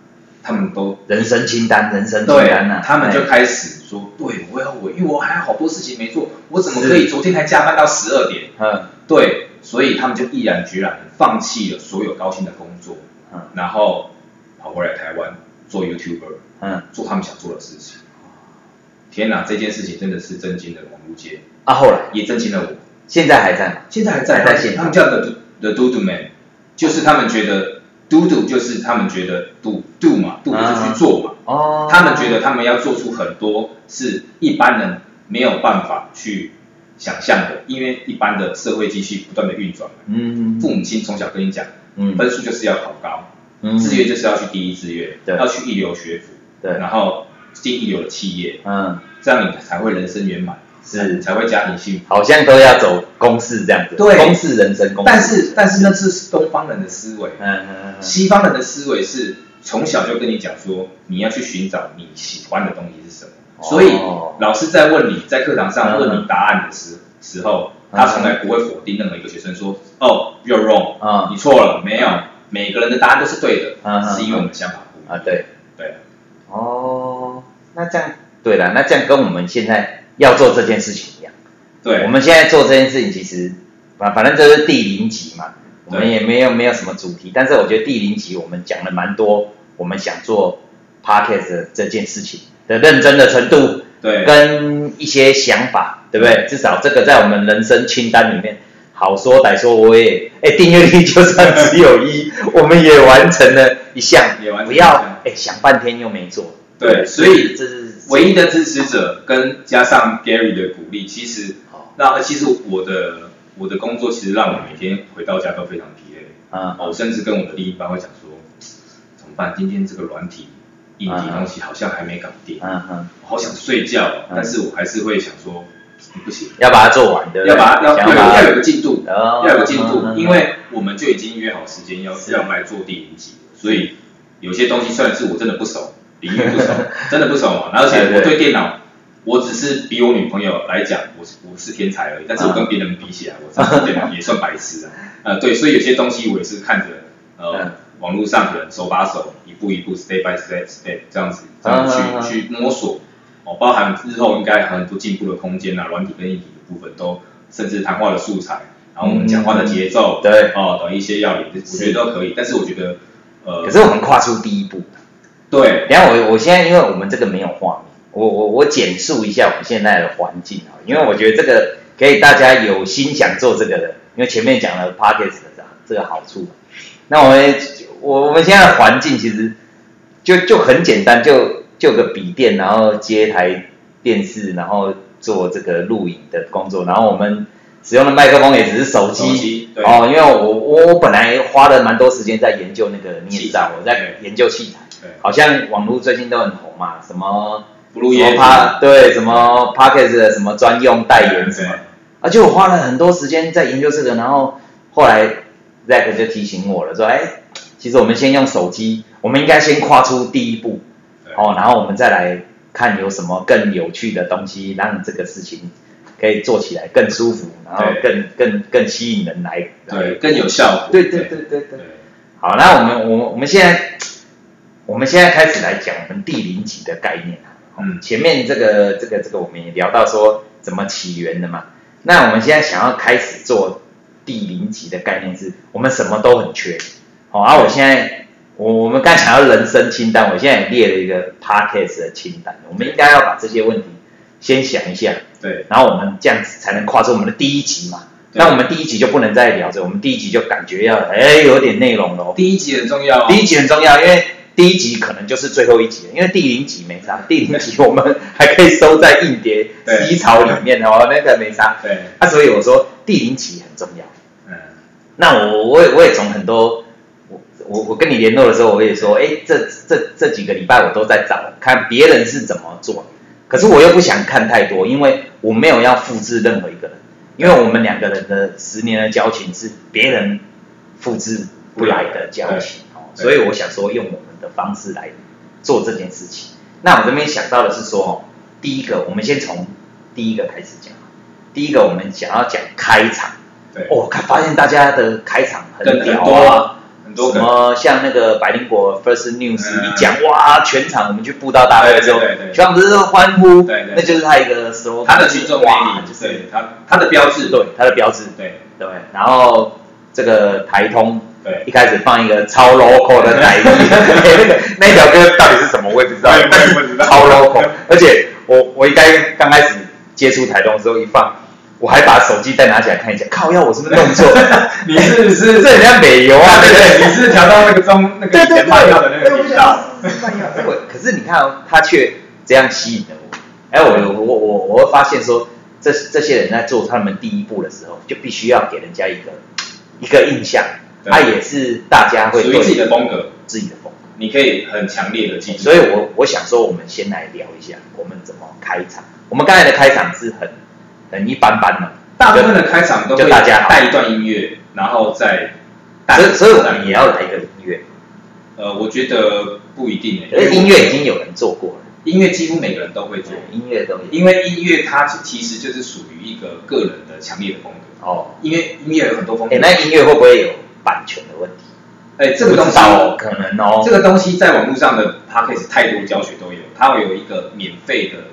[SPEAKER 1] 他们都
[SPEAKER 2] 人生清单人生清
[SPEAKER 1] 对
[SPEAKER 2] 单呐，
[SPEAKER 1] 他们就
[SPEAKER 2] 哎
[SPEAKER 1] 开始说，对我会后悔，因为我还有好多事情没做，我怎么可以昨天还加班到十二点？
[SPEAKER 2] 嗯
[SPEAKER 1] 对，所以他们就毅然决然地放弃了所有高薪的工作，
[SPEAKER 2] 嗯
[SPEAKER 1] 然后跑回来台湾做 YouTuber，
[SPEAKER 2] 嗯
[SPEAKER 1] 做他们想做的事情。天哪，这件事情真的是震惊了网络界，
[SPEAKER 2] 啊后来
[SPEAKER 1] 也震惊了我。
[SPEAKER 2] 现在还在吗？
[SPEAKER 1] 现在还在，
[SPEAKER 2] 还在现
[SPEAKER 1] 他
[SPEAKER 2] 场
[SPEAKER 1] 们叫 the the do do man，就是他们觉得 do do 就是他们觉得 do do 嘛，do 就是去做嘛。
[SPEAKER 2] 哦，
[SPEAKER 1] 他们觉得他们要做出很多是一般人没有办法去想象的，因为一般的社会机器不断的运转嘛。
[SPEAKER 2] 嗯
[SPEAKER 1] 父母亲从小跟你讲，
[SPEAKER 2] 嗯
[SPEAKER 1] 分数就是要考高，
[SPEAKER 2] 嗯
[SPEAKER 1] 志愿就是要去第一志愿，
[SPEAKER 2] 对
[SPEAKER 1] 要去一流学府，
[SPEAKER 2] 对
[SPEAKER 1] 然后进一流的企业，
[SPEAKER 2] 嗯
[SPEAKER 1] 这样你才会人生圆满，你
[SPEAKER 2] 是，
[SPEAKER 1] 才会家庭幸福。
[SPEAKER 2] 好像都要走公式这样子，
[SPEAKER 1] 对
[SPEAKER 2] 公式人生公式，
[SPEAKER 1] 但是但是那是东方人的思维，
[SPEAKER 2] 嗯嗯嗯
[SPEAKER 1] 西方人的思维是从小就跟你讲说，你要去寻找你喜欢的东西是什么。
[SPEAKER 2] 哦
[SPEAKER 1] 所以老师在问你在课堂上问你答案的时时候，
[SPEAKER 2] 嗯
[SPEAKER 1] 他从来不会否定任何一个学生说，哦，you're wrong，
[SPEAKER 2] 嗯
[SPEAKER 1] 你错了，没有，每个人的答案都是对
[SPEAKER 2] 嗯
[SPEAKER 1] 的，是因为我们想法不一样。
[SPEAKER 2] 啊对
[SPEAKER 1] 对，
[SPEAKER 2] 哦，那这样对了，那这样跟我们现在要做这件事情一样，我
[SPEAKER 1] 对，
[SPEAKER 2] 们现在做这件事情其实反反正这是第零集嘛，我们也没有没有什么主题，但是我觉得第零集我们讲了蛮多，我们想做 podcast 的这件事情的认真的程度，
[SPEAKER 1] 对，
[SPEAKER 2] 跟一些想法，对不对？至少这个在我们人生清单里面，好说歹说，我也哎订阅率就算只有一，我们也完成了一项，
[SPEAKER 1] 也完成
[SPEAKER 2] 不
[SPEAKER 1] 了一项
[SPEAKER 2] 要哎想半天又没做，
[SPEAKER 1] 对所以
[SPEAKER 2] 这是
[SPEAKER 1] 唯一的支持者跟加上 Gary 的鼓励，其实
[SPEAKER 2] 好
[SPEAKER 1] 那其实我的我的工作其实让我每天回到家都非常疲累。
[SPEAKER 2] 啊
[SPEAKER 1] 我哦甚至跟我的另一半会讲说，怎么办？今天这个软体、硬体东西好像还没搞定，
[SPEAKER 2] 嗯嗯，
[SPEAKER 1] 我好想睡觉哦，
[SPEAKER 2] 嗯
[SPEAKER 1] 但是我还是会想说，嗯不行，
[SPEAKER 2] 要把它做完，对不对？
[SPEAKER 1] 要把它要
[SPEAKER 2] 想
[SPEAKER 1] 对要有
[SPEAKER 2] 把
[SPEAKER 1] 个进度，
[SPEAKER 2] 哦
[SPEAKER 1] 要有个进度，
[SPEAKER 2] 嗯
[SPEAKER 1] 因为我们就已经约好时间要
[SPEAKER 2] 是
[SPEAKER 1] 要来做第零集，所以有些东西虽然是我真的不熟，领域不
[SPEAKER 2] *laughs*
[SPEAKER 1] 熟，真的不熟嘛，而且我
[SPEAKER 2] 对
[SPEAKER 1] 对电脑。我只是比我女朋友来讲，我是我是天才而已，但是
[SPEAKER 2] 嗯
[SPEAKER 1] 我跟别人比起来，我真的对 *laughs* 也算白痴啊。呃，对，所以有些东西我也是看着呃、
[SPEAKER 2] 嗯
[SPEAKER 1] 网络上的人手把手，一步一步 step by step step 这样子这样子去、
[SPEAKER 2] 嗯嗯嗯
[SPEAKER 1] 去摸索，哦，包含日后应该还有很多进步的空间啊，软体跟硬体的部分都，甚至谈话的素材，然后我们讲话的节奏，
[SPEAKER 2] 嗯对
[SPEAKER 1] 哦等一些要领，我觉得都可以，但是我觉得呃
[SPEAKER 2] 可，是我们跨出第一步，
[SPEAKER 1] 对
[SPEAKER 2] 等一下我我现在因为我们这个没有画面，我我我简述一下我们现在的环境啊，因为我觉得这个给大家有心想做这个的，因为前面讲了 p o c k e t 的这个好处嘛，那我们我我们现在的环境其实就就很简单，就就有个笔电，然后接台电视，然后做这个录影的工作，然后我们使用的麦克风也只是手机，
[SPEAKER 1] 手机对
[SPEAKER 2] 哦，因为我我我本来花了蛮多时间在研究那个，你也知道
[SPEAKER 1] 器材
[SPEAKER 2] 我在
[SPEAKER 1] 对
[SPEAKER 2] 研究器材。
[SPEAKER 1] 对，
[SPEAKER 2] 好像网络最近都很红嘛，什么
[SPEAKER 1] 不录
[SPEAKER 2] 什么
[SPEAKER 1] 音，
[SPEAKER 2] 趴对什么 p a c k a g e 的什么专用代言什么，而且我花了很多时间在研究这个，然后后来 Zack 就提醒我了，说哎，其实我们先用手机，我们应该先跨出第一步，
[SPEAKER 1] 对
[SPEAKER 2] 哦，然后我们再来看有什么更有趣的东西，让这个事情可以做起来更舒服，然后更更更吸引人来。
[SPEAKER 1] 对，更有效果。
[SPEAKER 2] 对对对对对。好，那我们我们我们现在我们现在开始来讲我们第零级的概念啊。
[SPEAKER 1] 嗯
[SPEAKER 2] 前面这个这个这个我们也聊到说怎么起源的嘛。那我们现在想要开始做第零级的概念是，我们什么都很缺。好、啊，我现在我我们刚才讲到人生清单，我现在也列了一个 podcast 的清单，我们应该要把这些问题先想一下，
[SPEAKER 1] 对
[SPEAKER 2] 然后我们这样子才能跨出我们的第一集嘛。
[SPEAKER 1] 对
[SPEAKER 2] 那我们第一集就不能再聊着，我们第一集就感觉要哎有点内容喽。
[SPEAKER 1] 第一集很重要哦。
[SPEAKER 2] 第一集很重要，因为第一集可能就是最后一集，因为第零集没啥，第零集我们还可以收在硬碟
[SPEAKER 1] 对
[SPEAKER 2] 低槽里面哦，那个没啥。
[SPEAKER 1] 对，
[SPEAKER 2] 啊，所以我说第零集很重要。
[SPEAKER 1] 嗯，
[SPEAKER 2] 那我我也我也从很多我我我跟你联络的时候，我也说，哎，这这这几个礼拜我都在找看别人是怎么做，可是我又不想看太多，因为我没有要复制任何一个人，因为我们两个人的十年的交情是别人复制不来的交情哦，
[SPEAKER 1] 对
[SPEAKER 2] 所以我想说用我们的方式来做这件事情。那我这边想到的是说，哦，第一个我们先从第一个开始讲，第一个我们想要讲开场。
[SPEAKER 1] 对，
[SPEAKER 2] 我哦看发现大家的开场很
[SPEAKER 1] 梗很
[SPEAKER 2] 屌
[SPEAKER 1] 多
[SPEAKER 2] 啊，
[SPEAKER 1] 啊，很多
[SPEAKER 2] 什
[SPEAKER 1] 梗，
[SPEAKER 2] 么像那个百灵果 First News
[SPEAKER 1] 嗯
[SPEAKER 2] 一讲哇，全场我们去布道大会的时候
[SPEAKER 1] 对对对，对
[SPEAKER 2] 全场不是欢呼，
[SPEAKER 1] 对对
[SPEAKER 2] 那就是他一个 slogan，
[SPEAKER 1] 他的群众魅
[SPEAKER 2] 哇，
[SPEAKER 1] 力，
[SPEAKER 2] 就是
[SPEAKER 1] 对他他的标志，
[SPEAKER 2] 对他的标志，
[SPEAKER 1] 对
[SPEAKER 2] 对，然后这个台通
[SPEAKER 1] 对
[SPEAKER 2] 一开始放一个超 local
[SPEAKER 1] *laughs*
[SPEAKER 2] 的台语，哎那个那条歌到底是什么我也不知道
[SPEAKER 1] 我也，
[SPEAKER 2] 但是
[SPEAKER 1] 我也不知道
[SPEAKER 2] 超 local，而且我我应该刚开始接触台东的时候一放，我还把手机再拿起来看一下，靠，要我是不是弄错？
[SPEAKER 1] *laughs* 你是不
[SPEAKER 2] *laughs* 这
[SPEAKER 1] 是？
[SPEAKER 2] 这很像北邮啊，对不对？
[SPEAKER 1] 对，你是调到那个中那个
[SPEAKER 2] 对
[SPEAKER 1] 以
[SPEAKER 2] 对
[SPEAKER 1] 前
[SPEAKER 2] 对，
[SPEAKER 1] 卖药的那个频道， *laughs*
[SPEAKER 2] 对我可是你看、哦，他却这样吸引了我。哎，我我我我会发现说，这这些人在做他们第一步的时候，就必须要给人家一个一个印象，
[SPEAKER 1] 对
[SPEAKER 2] 他、也是大家会
[SPEAKER 1] 属于自己的风格，
[SPEAKER 2] 自己的风格。
[SPEAKER 1] 你可以很强烈的记住。
[SPEAKER 2] 所以我我想说，我们先来聊一下我们怎么开场。我们刚才的开场是很很一般般的，
[SPEAKER 1] 大部分的开场都
[SPEAKER 2] 就
[SPEAKER 1] 会
[SPEAKER 2] 大家好
[SPEAKER 1] 带一段音乐，然后再带
[SPEAKER 2] 所以所以我们也要来一个音乐，
[SPEAKER 1] 呃，我觉得不一定欸
[SPEAKER 2] 可
[SPEAKER 1] 诶、
[SPEAKER 2] 是音乐已经有人做过了，
[SPEAKER 1] 音乐几乎每个人都会做，
[SPEAKER 2] 音乐都有
[SPEAKER 1] 因为音乐它其实就是属于一个个人的强烈的风格，
[SPEAKER 2] 哦。
[SPEAKER 1] 因为音乐有很多风格
[SPEAKER 2] 哎、。那音乐会不会有版权的问题？
[SPEAKER 1] 哎、这个东
[SPEAKER 2] 不
[SPEAKER 1] 西
[SPEAKER 2] 知道哦，可能哦。
[SPEAKER 1] 这个东西在网络上的 p a c k a g e 太多教学都有，它会有一个免费的，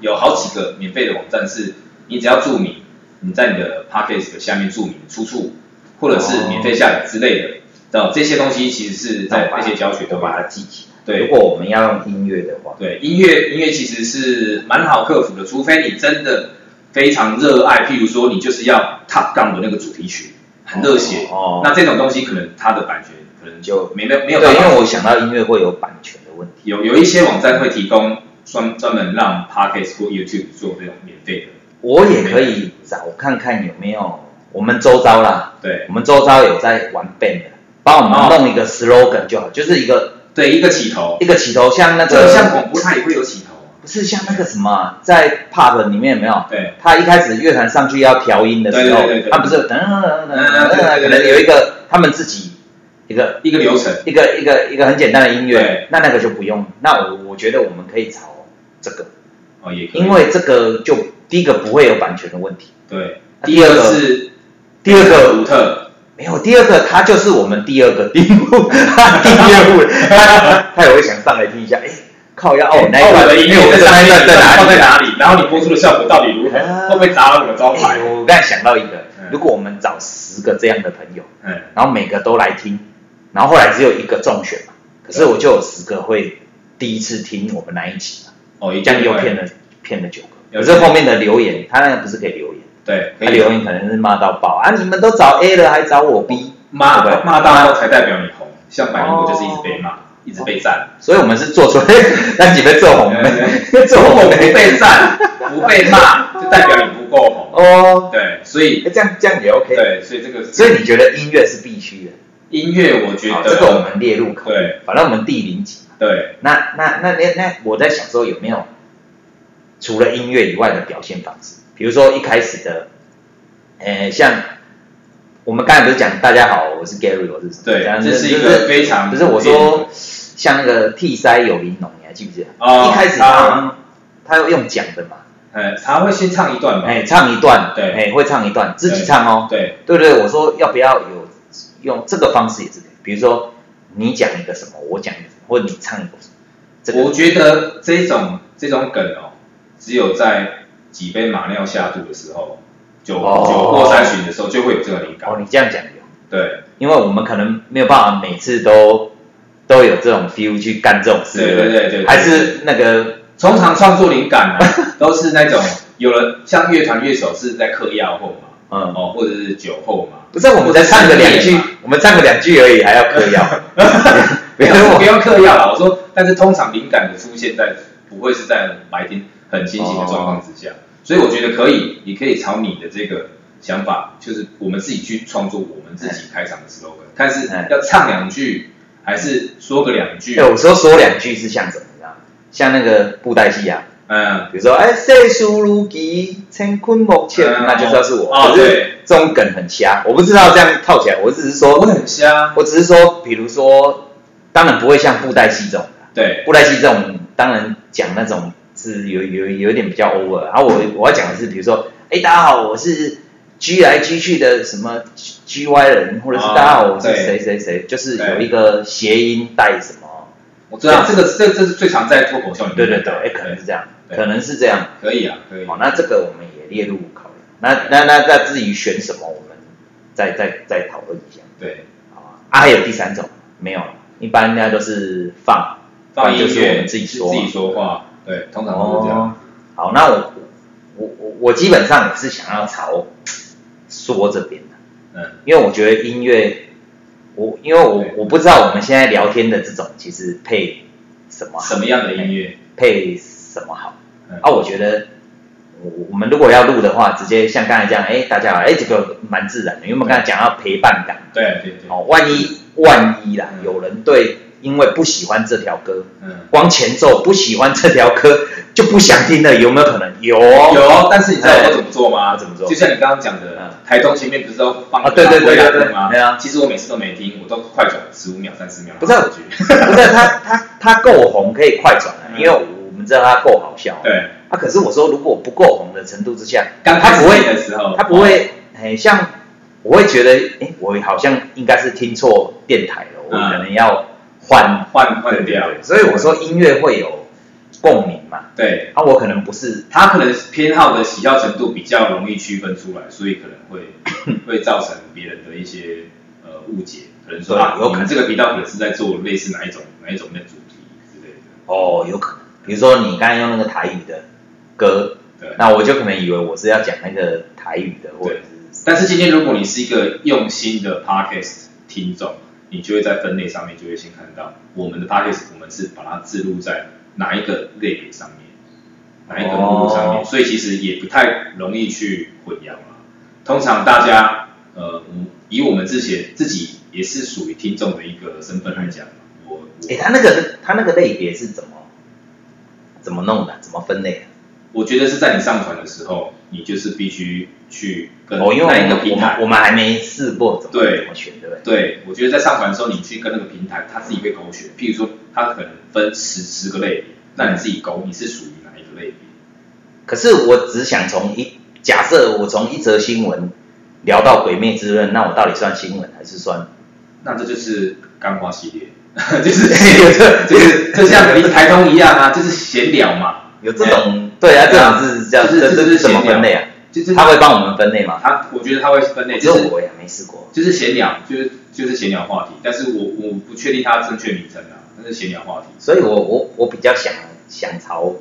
[SPEAKER 1] 有好几个免费的网站是，你只要注明你在你的 p a c k a g e 的下面注明出处，或者是免费下载之类的，那、这些东西其实是在那些教学都
[SPEAKER 2] 都
[SPEAKER 1] 有
[SPEAKER 2] 把它记起来。
[SPEAKER 1] 对
[SPEAKER 2] 如果我们要用音乐的话，
[SPEAKER 1] 对，音乐音乐其实是蛮好克服的，除非你真的非常热爱，譬如说你就是要 Top Gun 的那个主题曲，很热血，
[SPEAKER 2] 哦
[SPEAKER 1] 那这种东西可能它的版权可能就没没没有办
[SPEAKER 2] 对，因
[SPEAKER 1] 法。
[SPEAKER 2] 为我想到音乐会有版权的问题。
[SPEAKER 1] 有有一些网站会提供专专门让 Podcast 或 YouTube 做这种免费的，
[SPEAKER 2] 我也可以找看看有没有我们周遭啦，
[SPEAKER 1] 对
[SPEAKER 2] 我们周遭有在玩 band 的，帮我们
[SPEAKER 1] 哦
[SPEAKER 2] 弄一个 slogan 就好，就是一个
[SPEAKER 1] 对一个起头，
[SPEAKER 2] 一个起头，像那
[SPEAKER 1] 这个
[SPEAKER 2] 个
[SPEAKER 1] 像广播它也会有起头啊，
[SPEAKER 2] 不是像那个什么啊，在 pub 里面有没有？
[SPEAKER 1] 对
[SPEAKER 2] 他一开始乐团上去要调音的时候
[SPEAKER 1] 对对对，对啊
[SPEAKER 2] 他不是等等等等等等，可能有一个他们自己一个
[SPEAKER 1] 一个流程，
[SPEAKER 2] 一个一个一个很简单的音乐
[SPEAKER 1] 对，
[SPEAKER 2] 那那个就不用。那我我觉得我们可以朝这个，
[SPEAKER 1] 哦也可以，
[SPEAKER 2] 因为这个就第一个不会有版权的问题，
[SPEAKER 1] 对，
[SPEAKER 2] 那
[SPEAKER 1] 第二个是
[SPEAKER 2] 第二
[SPEAKER 1] 独
[SPEAKER 2] 个
[SPEAKER 1] 特，
[SPEAKER 2] 没有，第二个它就是我们第二个第
[SPEAKER 1] *laughs*
[SPEAKER 2] 一幕，它第二幕，他他也会想上来听一下，哎，靠呀，哦，那一
[SPEAKER 1] 哦
[SPEAKER 2] 段
[SPEAKER 1] 我的音
[SPEAKER 2] 没有
[SPEAKER 1] 乐
[SPEAKER 2] 我
[SPEAKER 1] 在
[SPEAKER 2] 的那
[SPEAKER 1] 上
[SPEAKER 2] 一
[SPEAKER 1] 面
[SPEAKER 2] 段在
[SPEAKER 1] 放在
[SPEAKER 2] 哪里？
[SPEAKER 1] 哪里，然后你播出的效果到底如何，
[SPEAKER 2] 啊
[SPEAKER 1] 会不会砸到我的招牌
[SPEAKER 2] 哎？我刚才想到一个，
[SPEAKER 1] 嗯
[SPEAKER 2] 如果我们找十个这样的朋友，
[SPEAKER 1] 嗯，
[SPEAKER 2] 然后每个都来听，然后后来只有一个中选嘛，可是我就有十个会第一次听我们那一集嘛，
[SPEAKER 1] 哦，一
[SPEAKER 2] 这样
[SPEAKER 1] 定
[SPEAKER 2] 又
[SPEAKER 1] 会
[SPEAKER 2] 骗了骗了九个。可
[SPEAKER 1] 有
[SPEAKER 2] 是后面的留言，他那个不是可以留言，
[SPEAKER 1] 对，可
[SPEAKER 2] 他
[SPEAKER 1] 以
[SPEAKER 2] 留言可能是骂到爆啊！你们都找 A 了，还找我 B，
[SPEAKER 1] 骂
[SPEAKER 2] 对不对哦
[SPEAKER 1] 骂到后才代表你红，像百灵果就是一直被骂，一直被赞，
[SPEAKER 2] 所以我们是做出 *laughs* 来，让几位做红
[SPEAKER 1] 对
[SPEAKER 2] 梅，
[SPEAKER 1] 如
[SPEAKER 2] 做
[SPEAKER 1] 果
[SPEAKER 2] 红
[SPEAKER 1] 不
[SPEAKER 2] 梅
[SPEAKER 1] 被赞，不被骂，就代表你不够红。
[SPEAKER 2] 哦，
[SPEAKER 1] 对，所以
[SPEAKER 2] 哎这样这样也 OK。
[SPEAKER 1] 对，所以这个
[SPEAKER 2] 所以你觉得音乐是必须的？
[SPEAKER 1] 音乐，我觉
[SPEAKER 2] 好，
[SPEAKER 1] 得
[SPEAKER 2] 这个我们列入考虑
[SPEAKER 1] 对。
[SPEAKER 2] 反正我们第零集，
[SPEAKER 1] 对
[SPEAKER 2] 那那那那那，我在想说有没有除了音乐以外的表现方式？比如说一开始的，呃，像我们刚才不是讲大家好，我是 Gary，我是什么？
[SPEAKER 1] 对
[SPEAKER 2] 样
[SPEAKER 1] 这是一个
[SPEAKER 2] 就是
[SPEAKER 1] 非常
[SPEAKER 2] 就是我说像那个替塞有玲珑，你还记不记得？
[SPEAKER 1] 哦
[SPEAKER 2] 一开始他好像他要用讲的嘛，
[SPEAKER 1] 呃，他会先唱一段吧？
[SPEAKER 2] 哎，唱一段，
[SPEAKER 1] 嗯对
[SPEAKER 2] 哎，会唱一段，自己唱哦。
[SPEAKER 1] 对，
[SPEAKER 2] 对对，我说要不要有用这个方式也是可以，比如说你讲一个什么，我讲一个什么，或者你唱一个什么，这
[SPEAKER 1] 我
[SPEAKER 2] 个
[SPEAKER 1] 觉得这种这种梗哦，只有在几杯马尿下肚的时候，酒
[SPEAKER 2] 哦
[SPEAKER 1] 酒过三巡的时候，就会有这个灵
[SPEAKER 2] 哦，
[SPEAKER 1] 感。
[SPEAKER 2] 你这样讲有，
[SPEAKER 1] 对
[SPEAKER 2] 因为我们可能没有办法每次都都有这种 feel 去干这种事，
[SPEAKER 1] 对对对对，
[SPEAKER 2] 还是那个
[SPEAKER 1] 通常创作灵感呢、 *laughs* 都是那种有了像乐团乐手是在嗑药后嘛，
[SPEAKER 2] 嗯，
[SPEAKER 1] 哦，或者是酒后嘛，
[SPEAKER 2] 不是我们再唱个两
[SPEAKER 1] 或
[SPEAKER 2] 句
[SPEAKER 1] 者是夜嘛，
[SPEAKER 2] 我们唱个两句而已，还要嗑
[SPEAKER 1] *laughs*
[SPEAKER 2] 药， *laughs* 不
[SPEAKER 1] 没
[SPEAKER 2] 要
[SPEAKER 1] 有不
[SPEAKER 2] 我
[SPEAKER 1] 用嗑药了。我说，但是通常灵感的出现在不会是在白天很清醒的状况之
[SPEAKER 2] 哦
[SPEAKER 1] 下，所以我觉得可以，你可以朝你的这个想法，就是我们自己去创作我们自己开场的 slogan，但是
[SPEAKER 2] 哎
[SPEAKER 1] 要唱两句，还是说个两句
[SPEAKER 2] 对，，有时候说两句是像什么，你知道吗？像那个布袋戏啊，
[SPEAKER 1] 嗯，
[SPEAKER 2] 比如说哎，世俗如棋，乾坤莫测，
[SPEAKER 1] 嗯
[SPEAKER 2] 那就知道是我。
[SPEAKER 1] 哦
[SPEAKER 2] 可是
[SPEAKER 1] 对
[SPEAKER 2] 这种梗很瞎，我不知道这样套起来，我只是
[SPEAKER 1] 我
[SPEAKER 2] 说，
[SPEAKER 1] 很瞎，
[SPEAKER 2] 我只是说，比如说，当然不会像布袋戏这种，
[SPEAKER 1] 对，
[SPEAKER 2] 布袋戏这种当然讲那种是有有有一点比较 over，然后我我要讲的是，比如说，哎，大家好，我是 G 来 G 去的什么 G Y 人，或者是
[SPEAKER 1] 哦
[SPEAKER 2] 大家好，我是
[SPEAKER 1] 对
[SPEAKER 2] 谁谁谁，就是有
[SPEAKER 1] 对
[SPEAKER 2] 一个谐音带什么，
[SPEAKER 1] 我知道这个这这是最常在脱口秀里面，
[SPEAKER 2] 对对对，哎，可能是这样，
[SPEAKER 1] 嗯对
[SPEAKER 2] 可能是这样。
[SPEAKER 1] 可以啊，可以
[SPEAKER 2] 好，，那这个我们也列入考量。那那那那至于选什么，我们再再再讨论一下。
[SPEAKER 1] 对，
[SPEAKER 2] 好啊，啊还有第三种没有了，一般应该都是放
[SPEAKER 1] 放
[SPEAKER 2] 就
[SPEAKER 1] 音
[SPEAKER 2] 是我
[SPEAKER 1] 乐
[SPEAKER 2] 们自己说啊哦
[SPEAKER 1] 自
[SPEAKER 2] 嘛
[SPEAKER 1] 己说话，对，通常都是这样，。
[SPEAKER 2] 好，那我我我我基本上也是想要朝说这边的，
[SPEAKER 1] 嗯，
[SPEAKER 2] 因为我觉得音乐，我因为我
[SPEAKER 1] 对
[SPEAKER 2] 我不知道我们现在聊天的这种其实配什么好
[SPEAKER 1] 什么样的音乐？
[SPEAKER 2] 配什么好
[SPEAKER 1] 嗯？
[SPEAKER 2] 啊，我觉得我我们如果要录的话，直接像刚才这样，哎，大家好，哎，这个蛮自然的，因为我们刚才讲到陪伴感，
[SPEAKER 1] 对对对，
[SPEAKER 2] 哦，万一万一啦，
[SPEAKER 1] 嗯
[SPEAKER 2] 有人对因为不喜欢这条歌，
[SPEAKER 1] 嗯，
[SPEAKER 2] 光前奏不喜欢这条歌 *laughs* 就不想听了，有没有可能？有哦，
[SPEAKER 1] 有，但是你知道我怎么做吗？
[SPEAKER 2] 哎怎么做
[SPEAKER 1] 就像你刚刚讲
[SPEAKER 2] 嗯
[SPEAKER 1] 的，台中前面不是都放
[SPEAKER 2] 啊对对对
[SPEAKER 1] 拉布拉
[SPEAKER 2] 对对
[SPEAKER 1] 布吗？
[SPEAKER 2] 对啊
[SPEAKER 1] 其实我每次都没听，我都快转十五秒、三十秒。
[SPEAKER 2] 不是啊
[SPEAKER 1] 然后我就
[SPEAKER 2] *laughs* 不是他他他够红可以快转了，
[SPEAKER 1] 嗯
[SPEAKER 2] 因为我们知道他够好笑。
[SPEAKER 1] *laughs* 对，
[SPEAKER 2] 啊，可是我说如果不够红的程度之下，
[SPEAKER 1] 刚
[SPEAKER 2] 他
[SPEAKER 1] 开
[SPEAKER 2] 不
[SPEAKER 1] 始
[SPEAKER 2] 会
[SPEAKER 1] 听的时候，
[SPEAKER 2] 他不会，哎、像我会觉得，哎、我好像应该是听错电台了，我
[SPEAKER 1] 嗯
[SPEAKER 2] 可能要换
[SPEAKER 1] 换换掉。
[SPEAKER 2] 所以我说音乐会有共鸣嘛，
[SPEAKER 1] 对，
[SPEAKER 2] 啊，我可能不是，
[SPEAKER 1] 他可能偏好的喜好程度比较容易区分出来，所以可能
[SPEAKER 2] *laughs*
[SPEAKER 1] 会会造成别人的一些呃误解，可能说
[SPEAKER 2] 对
[SPEAKER 1] 啊，
[SPEAKER 2] 有
[SPEAKER 1] 我
[SPEAKER 2] 可能
[SPEAKER 1] 们这个频道可能是在做类似哪一种哪一种的主题之类的。
[SPEAKER 2] 哦，有可能，比如说你刚才用那个台语的歌，
[SPEAKER 1] 对，
[SPEAKER 2] 那我就可能以为我是要讲那个台语的，或者是，
[SPEAKER 1] 但是今天如果你是一个用心的 podcast 听众，你就会在分类上面就会先看到我们的 podcast，我们是把它置入在哪一个类别上面，哪一个目录上面，
[SPEAKER 2] 哦
[SPEAKER 1] 所以其实也不太容易去混淆啦。通常大家呃，嗯以我们之前自己也是属于听众的一个身份来讲，我
[SPEAKER 2] 哎、
[SPEAKER 1] 我
[SPEAKER 2] 他那个他那个类别是怎么怎么弄的，怎么分类的？
[SPEAKER 1] 我觉得是在你上传的时候，你就是必须去跟
[SPEAKER 2] 哦，因为我
[SPEAKER 1] 哪一个
[SPEAKER 2] 们我
[SPEAKER 1] 平
[SPEAKER 2] 们
[SPEAKER 1] 台
[SPEAKER 2] 我们还没试过怎么
[SPEAKER 1] 对
[SPEAKER 2] 怎么选，对不对？
[SPEAKER 1] 对，我觉得在上传的时候，你去跟那个平台，它自己会勾选。譬如说，它可能分十十个类别，那你自己勾，你是属于哪一个类别？
[SPEAKER 2] 可是我只想从一假设我从一则新闻聊到《鬼灭之刃》，那我到底算新闻还是算？
[SPEAKER 1] 那这就是干花系列， *laughs* 就是就是就像离台通一样啊，就是闲聊嘛，
[SPEAKER 2] 有这种、对啊，这种是这样，
[SPEAKER 1] 就是
[SPEAKER 2] 这
[SPEAKER 1] 就
[SPEAKER 2] 这
[SPEAKER 1] 是
[SPEAKER 2] 怎么
[SPEAKER 1] 闲聊
[SPEAKER 2] 分类啊？
[SPEAKER 1] 就是
[SPEAKER 2] 他会帮我们分类吗？
[SPEAKER 1] 它，我觉得它会分类，
[SPEAKER 2] 这
[SPEAKER 1] 就是
[SPEAKER 2] 我也没试过。
[SPEAKER 1] 就是闲聊，就是就是闲聊话题，但是我我不确定它的正确名称啊，但是闲聊话题。
[SPEAKER 2] 所以我我我比较想想朝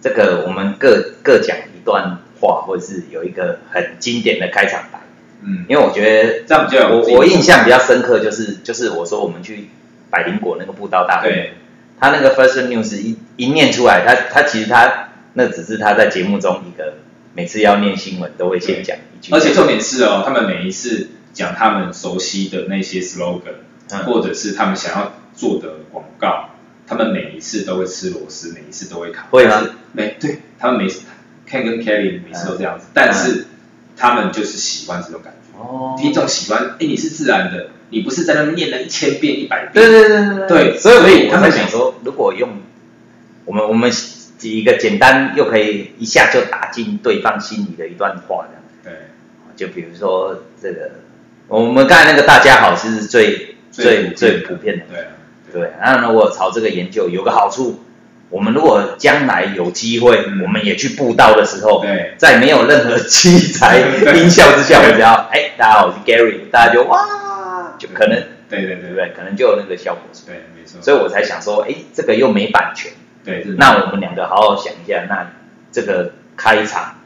[SPEAKER 2] 这个我们各各讲一段话，或者是有一个很经典的开场白，
[SPEAKER 1] 嗯，
[SPEAKER 2] 因为我觉得
[SPEAKER 1] 这样比较有
[SPEAKER 2] 我
[SPEAKER 1] 自己
[SPEAKER 2] 我印象比较深刻就是就是我说我们去百灵果那个步道大会，
[SPEAKER 1] 对
[SPEAKER 2] 他那个 first news 一一念出来，他他其实他那只是他在节目中一个每次要念新闻都会先讲一句，
[SPEAKER 1] 而且重点是哦，他们每一次讲他们熟悉的那些 slogan，、
[SPEAKER 2] 嗯
[SPEAKER 1] 或者是他们想要做的广告，他们每一次都会吃螺丝，每一次都会卡。
[SPEAKER 2] 会啊吗
[SPEAKER 1] 但是？每对
[SPEAKER 2] 嗯
[SPEAKER 1] 他们每次 Ken 跟 Kelly 每次都这样子，但是他们就是喜欢这种感觉，
[SPEAKER 2] 哦
[SPEAKER 1] 听众喜欢，哎，你是自然的，你不是在那边念了一千遍、一百遍。
[SPEAKER 2] 对对对对
[SPEAKER 1] 对
[SPEAKER 2] 所以
[SPEAKER 1] 所以
[SPEAKER 2] 我
[SPEAKER 1] 他
[SPEAKER 2] 在
[SPEAKER 1] 们
[SPEAKER 2] 想说，如果用我们我们一个简单又可以一下就打进对方心里的一段话呢，
[SPEAKER 1] 对，
[SPEAKER 2] 就比如说这个，我们刚才那个大家好是最最最普遍的，
[SPEAKER 1] 对啊，
[SPEAKER 2] 对。那如果朝这个研究有个好处，我们如果将来有机会，
[SPEAKER 1] 嗯
[SPEAKER 2] 我们也去布道的时候，
[SPEAKER 1] 对
[SPEAKER 2] 在没有任何器 *laughs* 材音效之下，我只要哎，大家好，我是 Gary，大家就哇，就可能
[SPEAKER 1] 对对
[SPEAKER 2] 对
[SPEAKER 1] 对
[SPEAKER 2] 不
[SPEAKER 1] 对
[SPEAKER 2] 对？可能就有那个效果出来。
[SPEAKER 1] 对，没错。
[SPEAKER 2] 所以我才想说，哎，这个又没版权，
[SPEAKER 1] 对，这是
[SPEAKER 2] 那我们两个好好想一下，那这个开场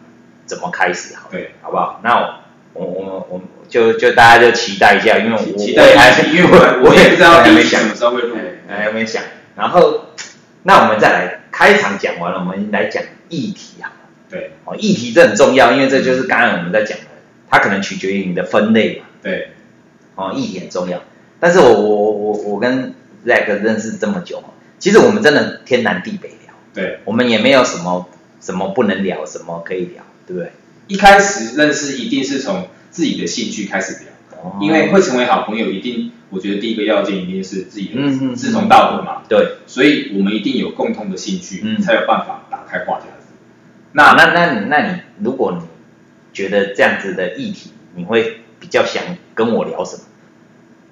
[SPEAKER 2] 怎么开始好？
[SPEAKER 1] 对，
[SPEAKER 2] 好不好？那我我我我们就就大家就期待一下，因为我
[SPEAKER 1] 期期
[SPEAKER 2] 我
[SPEAKER 1] 待
[SPEAKER 2] 也还
[SPEAKER 1] 一集因为 *laughs* 我我也不知道
[SPEAKER 2] 还
[SPEAKER 1] 第一
[SPEAKER 2] 没
[SPEAKER 1] 集
[SPEAKER 2] 想
[SPEAKER 1] 什么时候会录。
[SPEAKER 2] 哎还没想。然后，那我们再来开场讲完了，我们来讲议题啊。
[SPEAKER 1] 对
[SPEAKER 2] 哦，议题这很重要，因为这就是刚刚我们在讲的，它可能取决于你的分类嘛。
[SPEAKER 1] 对
[SPEAKER 2] 哦，意义很重要。但是我我我我跟 Zack 认识这么久，其实我们真的天南地北聊，
[SPEAKER 1] 对，
[SPEAKER 2] 我们也没有什么什么不能聊，什么可以聊，对不对？
[SPEAKER 1] 一开始认识一定是从自己的兴趣开始聊，
[SPEAKER 2] 哦
[SPEAKER 1] 因为会成为好朋友，一定我觉得第一个要件一定是自己
[SPEAKER 2] 嗯嗯
[SPEAKER 1] 的志同道合嘛，
[SPEAKER 2] 对，
[SPEAKER 1] 所以我们一定有共同的兴趣，
[SPEAKER 2] 嗯
[SPEAKER 1] 才有办法打开话匣子。
[SPEAKER 2] 那
[SPEAKER 1] 那
[SPEAKER 2] 那那你那你如果你觉得这样子的议题，你会比较想跟我聊什么，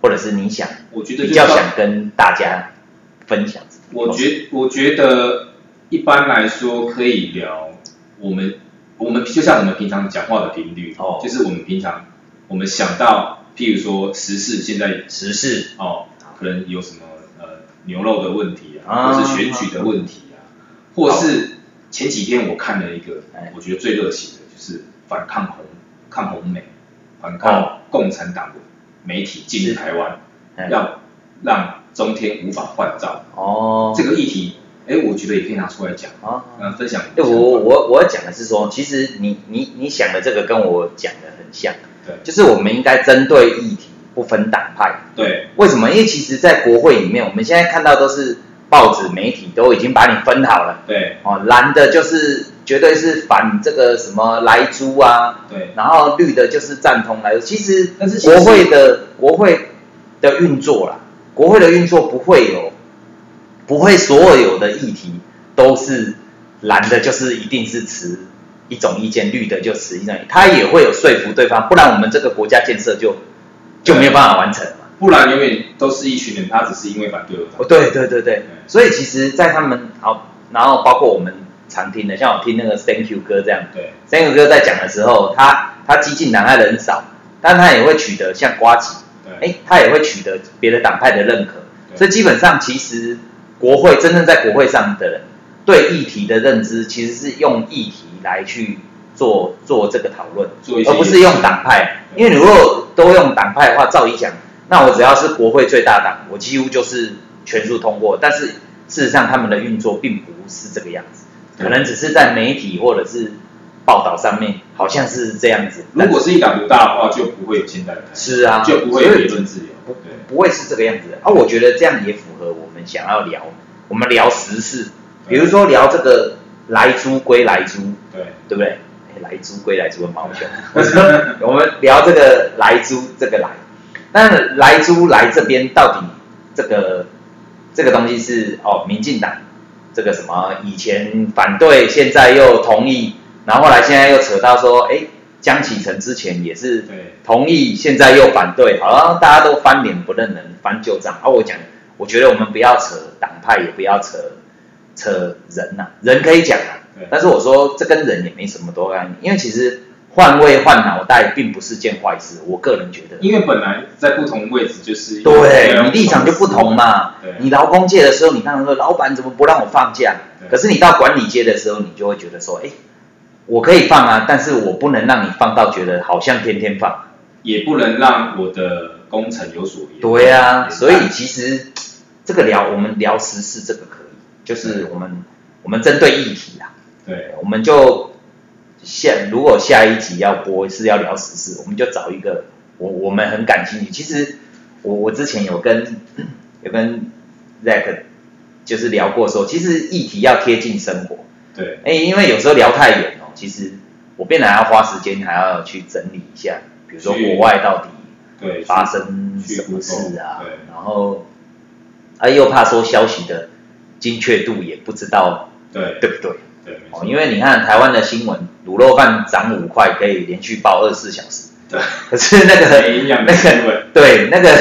[SPEAKER 2] 或者是你想
[SPEAKER 1] 我觉得
[SPEAKER 2] 比
[SPEAKER 1] 就
[SPEAKER 2] 较
[SPEAKER 1] 是
[SPEAKER 2] 想跟大家分享什么？
[SPEAKER 1] 我觉我觉得一般来说可以聊我们我们就像我们平常讲话的频率，
[SPEAKER 2] 哦
[SPEAKER 1] 就是我们平常我们想到，譬如说时事现在
[SPEAKER 2] 时事
[SPEAKER 1] 哦，可能有什么呃牛肉的问题
[SPEAKER 2] 啊
[SPEAKER 1] 啊，或是选举的问题啊，或是前几天我看了一个
[SPEAKER 2] 哎，
[SPEAKER 1] 我觉得最热血的就是反抗红抗红美，反
[SPEAKER 2] 哦
[SPEAKER 1] 抗共产党的媒体进入台湾，
[SPEAKER 2] 嗯
[SPEAKER 1] 要让中天无法换照。
[SPEAKER 2] 哦，
[SPEAKER 1] 这个议题，哎，我觉得也可以拿出来讲，
[SPEAKER 2] 哦
[SPEAKER 1] 嗯，分享一
[SPEAKER 2] 对
[SPEAKER 1] 下。
[SPEAKER 2] 我我我要讲的是说，其实你你你想的这个跟我讲的很像，
[SPEAKER 1] 对
[SPEAKER 2] 就是我们应该针对议题不分党派。
[SPEAKER 1] 对
[SPEAKER 2] 为什么？因为其实，在国会里面，我们现在看到都是报纸媒体都已经把你分好了
[SPEAKER 1] 对
[SPEAKER 2] 哦，蓝的就是绝对是反这个什么莱猪啊，
[SPEAKER 1] 对
[SPEAKER 2] 然后绿的就是赞同莱猪。其实，
[SPEAKER 1] 但是其实
[SPEAKER 2] 国会的国会的运作啦，国会的运作不会有，不会所有的议题都是蓝的，就是一定是持一种意见，绿的就持一种意见，他也会有说服对方，不然我们这个国家建设就就没有办法完成嘛。
[SPEAKER 1] 不然永远都是一群人，他只是因为反对而反
[SPEAKER 2] 哦，
[SPEAKER 1] 对。
[SPEAKER 2] 对对对对
[SPEAKER 1] 嗯，
[SPEAKER 2] 所以其实，在他们好，然后包括我们常听的，像我听那个 Thank You 歌这样，
[SPEAKER 1] 对
[SPEAKER 2] Thank You 哥在讲的时候，他他激进党派人少，但他也会取得像瓜吉，
[SPEAKER 1] 对
[SPEAKER 2] 哎，他也会取得别的党派的认可。
[SPEAKER 1] 对
[SPEAKER 2] 所以基本上，其实国会真正在国会上的人对议题的认知，其实是用议题来去做做这个讨论，
[SPEAKER 1] 做一些
[SPEAKER 2] 而不是用党派。因为你如果都用党派的话，照理讲，那我只要是国会最大党，我几乎就是全数通过。但是事实上，他们的运作并不是这个样子，
[SPEAKER 1] 对
[SPEAKER 2] 可能只是在媒体或者是报道上面好像是这样子。
[SPEAKER 1] 如果是一党独大的话，就不会有现在的台湾，
[SPEAKER 2] 是啊，
[SPEAKER 1] 就不会
[SPEAKER 2] 所
[SPEAKER 1] 有
[SPEAKER 2] 以
[SPEAKER 1] 言论自由。
[SPEAKER 2] 不
[SPEAKER 1] 对
[SPEAKER 2] 不会是这个样子的。啊，我觉得这样也符合我们想要聊，我们聊时事，比如说聊这个来猪归来猪，
[SPEAKER 1] 对
[SPEAKER 2] 对不对？哎，来猪归来猪很毛
[SPEAKER 1] *laughs*
[SPEAKER 2] 球，我说我们聊这个来猪这个来，那来猪来这边到底这个这个东西是哦，民进党这个什么以前反对，现在又同意，然后后来现在又扯到说，哎，江启臣之前也是
[SPEAKER 1] 对
[SPEAKER 2] 同意，现在又反对，好像大家都翻脸不认人，翻旧账。啊，我讲，我觉得我们不要扯党派，也不要扯扯人呐、人可以讲啊
[SPEAKER 1] 对，
[SPEAKER 2] 但是我说这跟人也没什么多关系，因为其实换位换脑袋并不是件坏事，我个人觉得。
[SPEAKER 1] 因为本来在不同位置就是
[SPEAKER 2] 对你立场就不同，嘛
[SPEAKER 1] 对，
[SPEAKER 2] 你劳工界的时候，你看说老板怎么不让我放假？
[SPEAKER 1] 对
[SPEAKER 2] 可是你到管理界的时候，你就会觉得说，哎，我可以放啊，但是我不能让你放到觉得好像天天放。
[SPEAKER 1] 也不能让我的工程有所延。
[SPEAKER 2] 对呀、
[SPEAKER 1] 延宕
[SPEAKER 2] 所以其实这个聊我们聊时事这个可以，就是我们我们针对议题啊，
[SPEAKER 1] 对
[SPEAKER 2] 我们就下如果下一集要播是要聊时事，我们就找一个我我们很感兴趣。其实我我之前有跟 *clears throat* 有跟 Zack 就是聊过说，其实议题要贴近生活，
[SPEAKER 1] 对
[SPEAKER 2] 哎，因为有时候聊太远哦，其实我变得还要花时间，还要去整理一下比如说国外到底
[SPEAKER 1] 对，
[SPEAKER 2] 发生
[SPEAKER 1] 去
[SPEAKER 2] 什么事啊
[SPEAKER 1] Google，对，
[SPEAKER 2] 然后啊又怕说消息的精确度也不知道
[SPEAKER 1] 对
[SPEAKER 2] 对不对
[SPEAKER 1] 对，没
[SPEAKER 2] 哦，
[SPEAKER 1] 错，
[SPEAKER 2] 因为你看台湾的新闻，卤肉饭涨五块可以连续报二十四小时，
[SPEAKER 1] 对，
[SPEAKER 2] *laughs* 可是那个
[SPEAKER 1] 没营养的新闻，
[SPEAKER 2] 对那个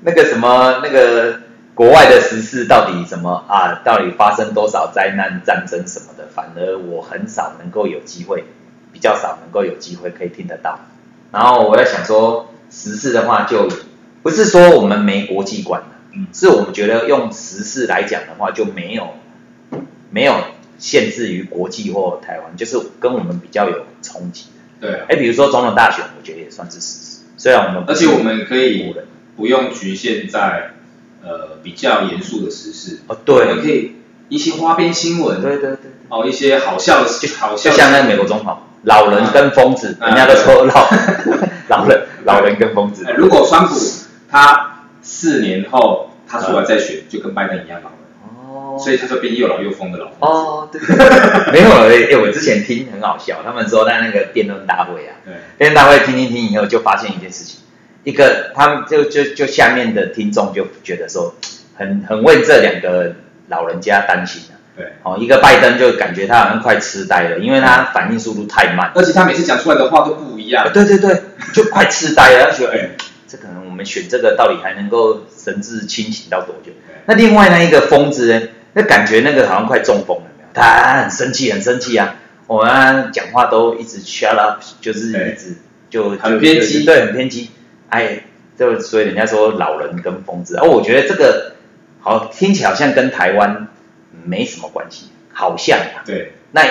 [SPEAKER 2] 那个什么那个国外的时事到底什么啊，到底发生多少灾难、战争什么的，反而我很少能够有机会，比较少能够有机会可以听得到。然后我在想说，时事的话就不是说我们没国际观了
[SPEAKER 1] 嗯
[SPEAKER 2] 是我们觉得用时事来讲的话就没有没有限制于国际或台湾，就是跟我们比较有冲击。
[SPEAKER 1] 对啊，
[SPEAKER 2] 哎，比如说总统大选，我觉得也算是时事，虽然我们不
[SPEAKER 1] 而且我们可
[SPEAKER 2] 是
[SPEAKER 1] 以
[SPEAKER 2] 国人
[SPEAKER 1] 不用局限在呃比较严肃的时事，我
[SPEAKER 2] 哦，对
[SPEAKER 1] 们可以一些花边新
[SPEAKER 2] 对
[SPEAKER 1] 闻，
[SPEAKER 2] 对对对，
[SPEAKER 1] 哦，一些好笑的事，好笑的
[SPEAKER 2] 就像那个美国总统，老人跟疯子，
[SPEAKER 1] 嗯
[SPEAKER 2] 人家都说老 *laughs* 老人老人跟疯子
[SPEAKER 1] 哎，，如果川普他四年后他出来再选，就跟拜登一样老了，
[SPEAKER 2] 哦
[SPEAKER 1] 所以他就变又老又疯的老头。
[SPEAKER 2] 哦，
[SPEAKER 1] *laughs*
[SPEAKER 2] 对对对，没有，哎，我之前听很好笑，他们说在那个辩论大会啊，
[SPEAKER 1] 对
[SPEAKER 2] 辩论大会听一听以后，就发现一件事情，一个他们就就就下面的听众就觉得说，很很为这两个老人家担心啊。
[SPEAKER 1] 对，
[SPEAKER 2] 哦，一个拜登就感觉他好像快痴呆了，因为他反应速度太慢。
[SPEAKER 1] 而且他每次讲出来的话都不一
[SPEAKER 2] 啊
[SPEAKER 1] 样。
[SPEAKER 2] 对对对，就快痴呆了，他觉得哎
[SPEAKER 1] 对，
[SPEAKER 2] 这可能我们选这个到底还能够神志清醒到多久
[SPEAKER 1] 对？
[SPEAKER 2] 那另外那一个疯子呢？那感觉那个好像快中风了，有没有？他很生气，很生气啊！我们讲话都一直 shut up，就是
[SPEAKER 1] 对
[SPEAKER 2] 一直哎就
[SPEAKER 1] 很
[SPEAKER 2] 就
[SPEAKER 1] 偏激
[SPEAKER 2] 就是对，很偏激。哎，就所以人家说老人跟疯子，哦，我觉得这个好听起来好像跟台湾没什么关系，好像啊。
[SPEAKER 1] 对
[SPEAKER 2] 那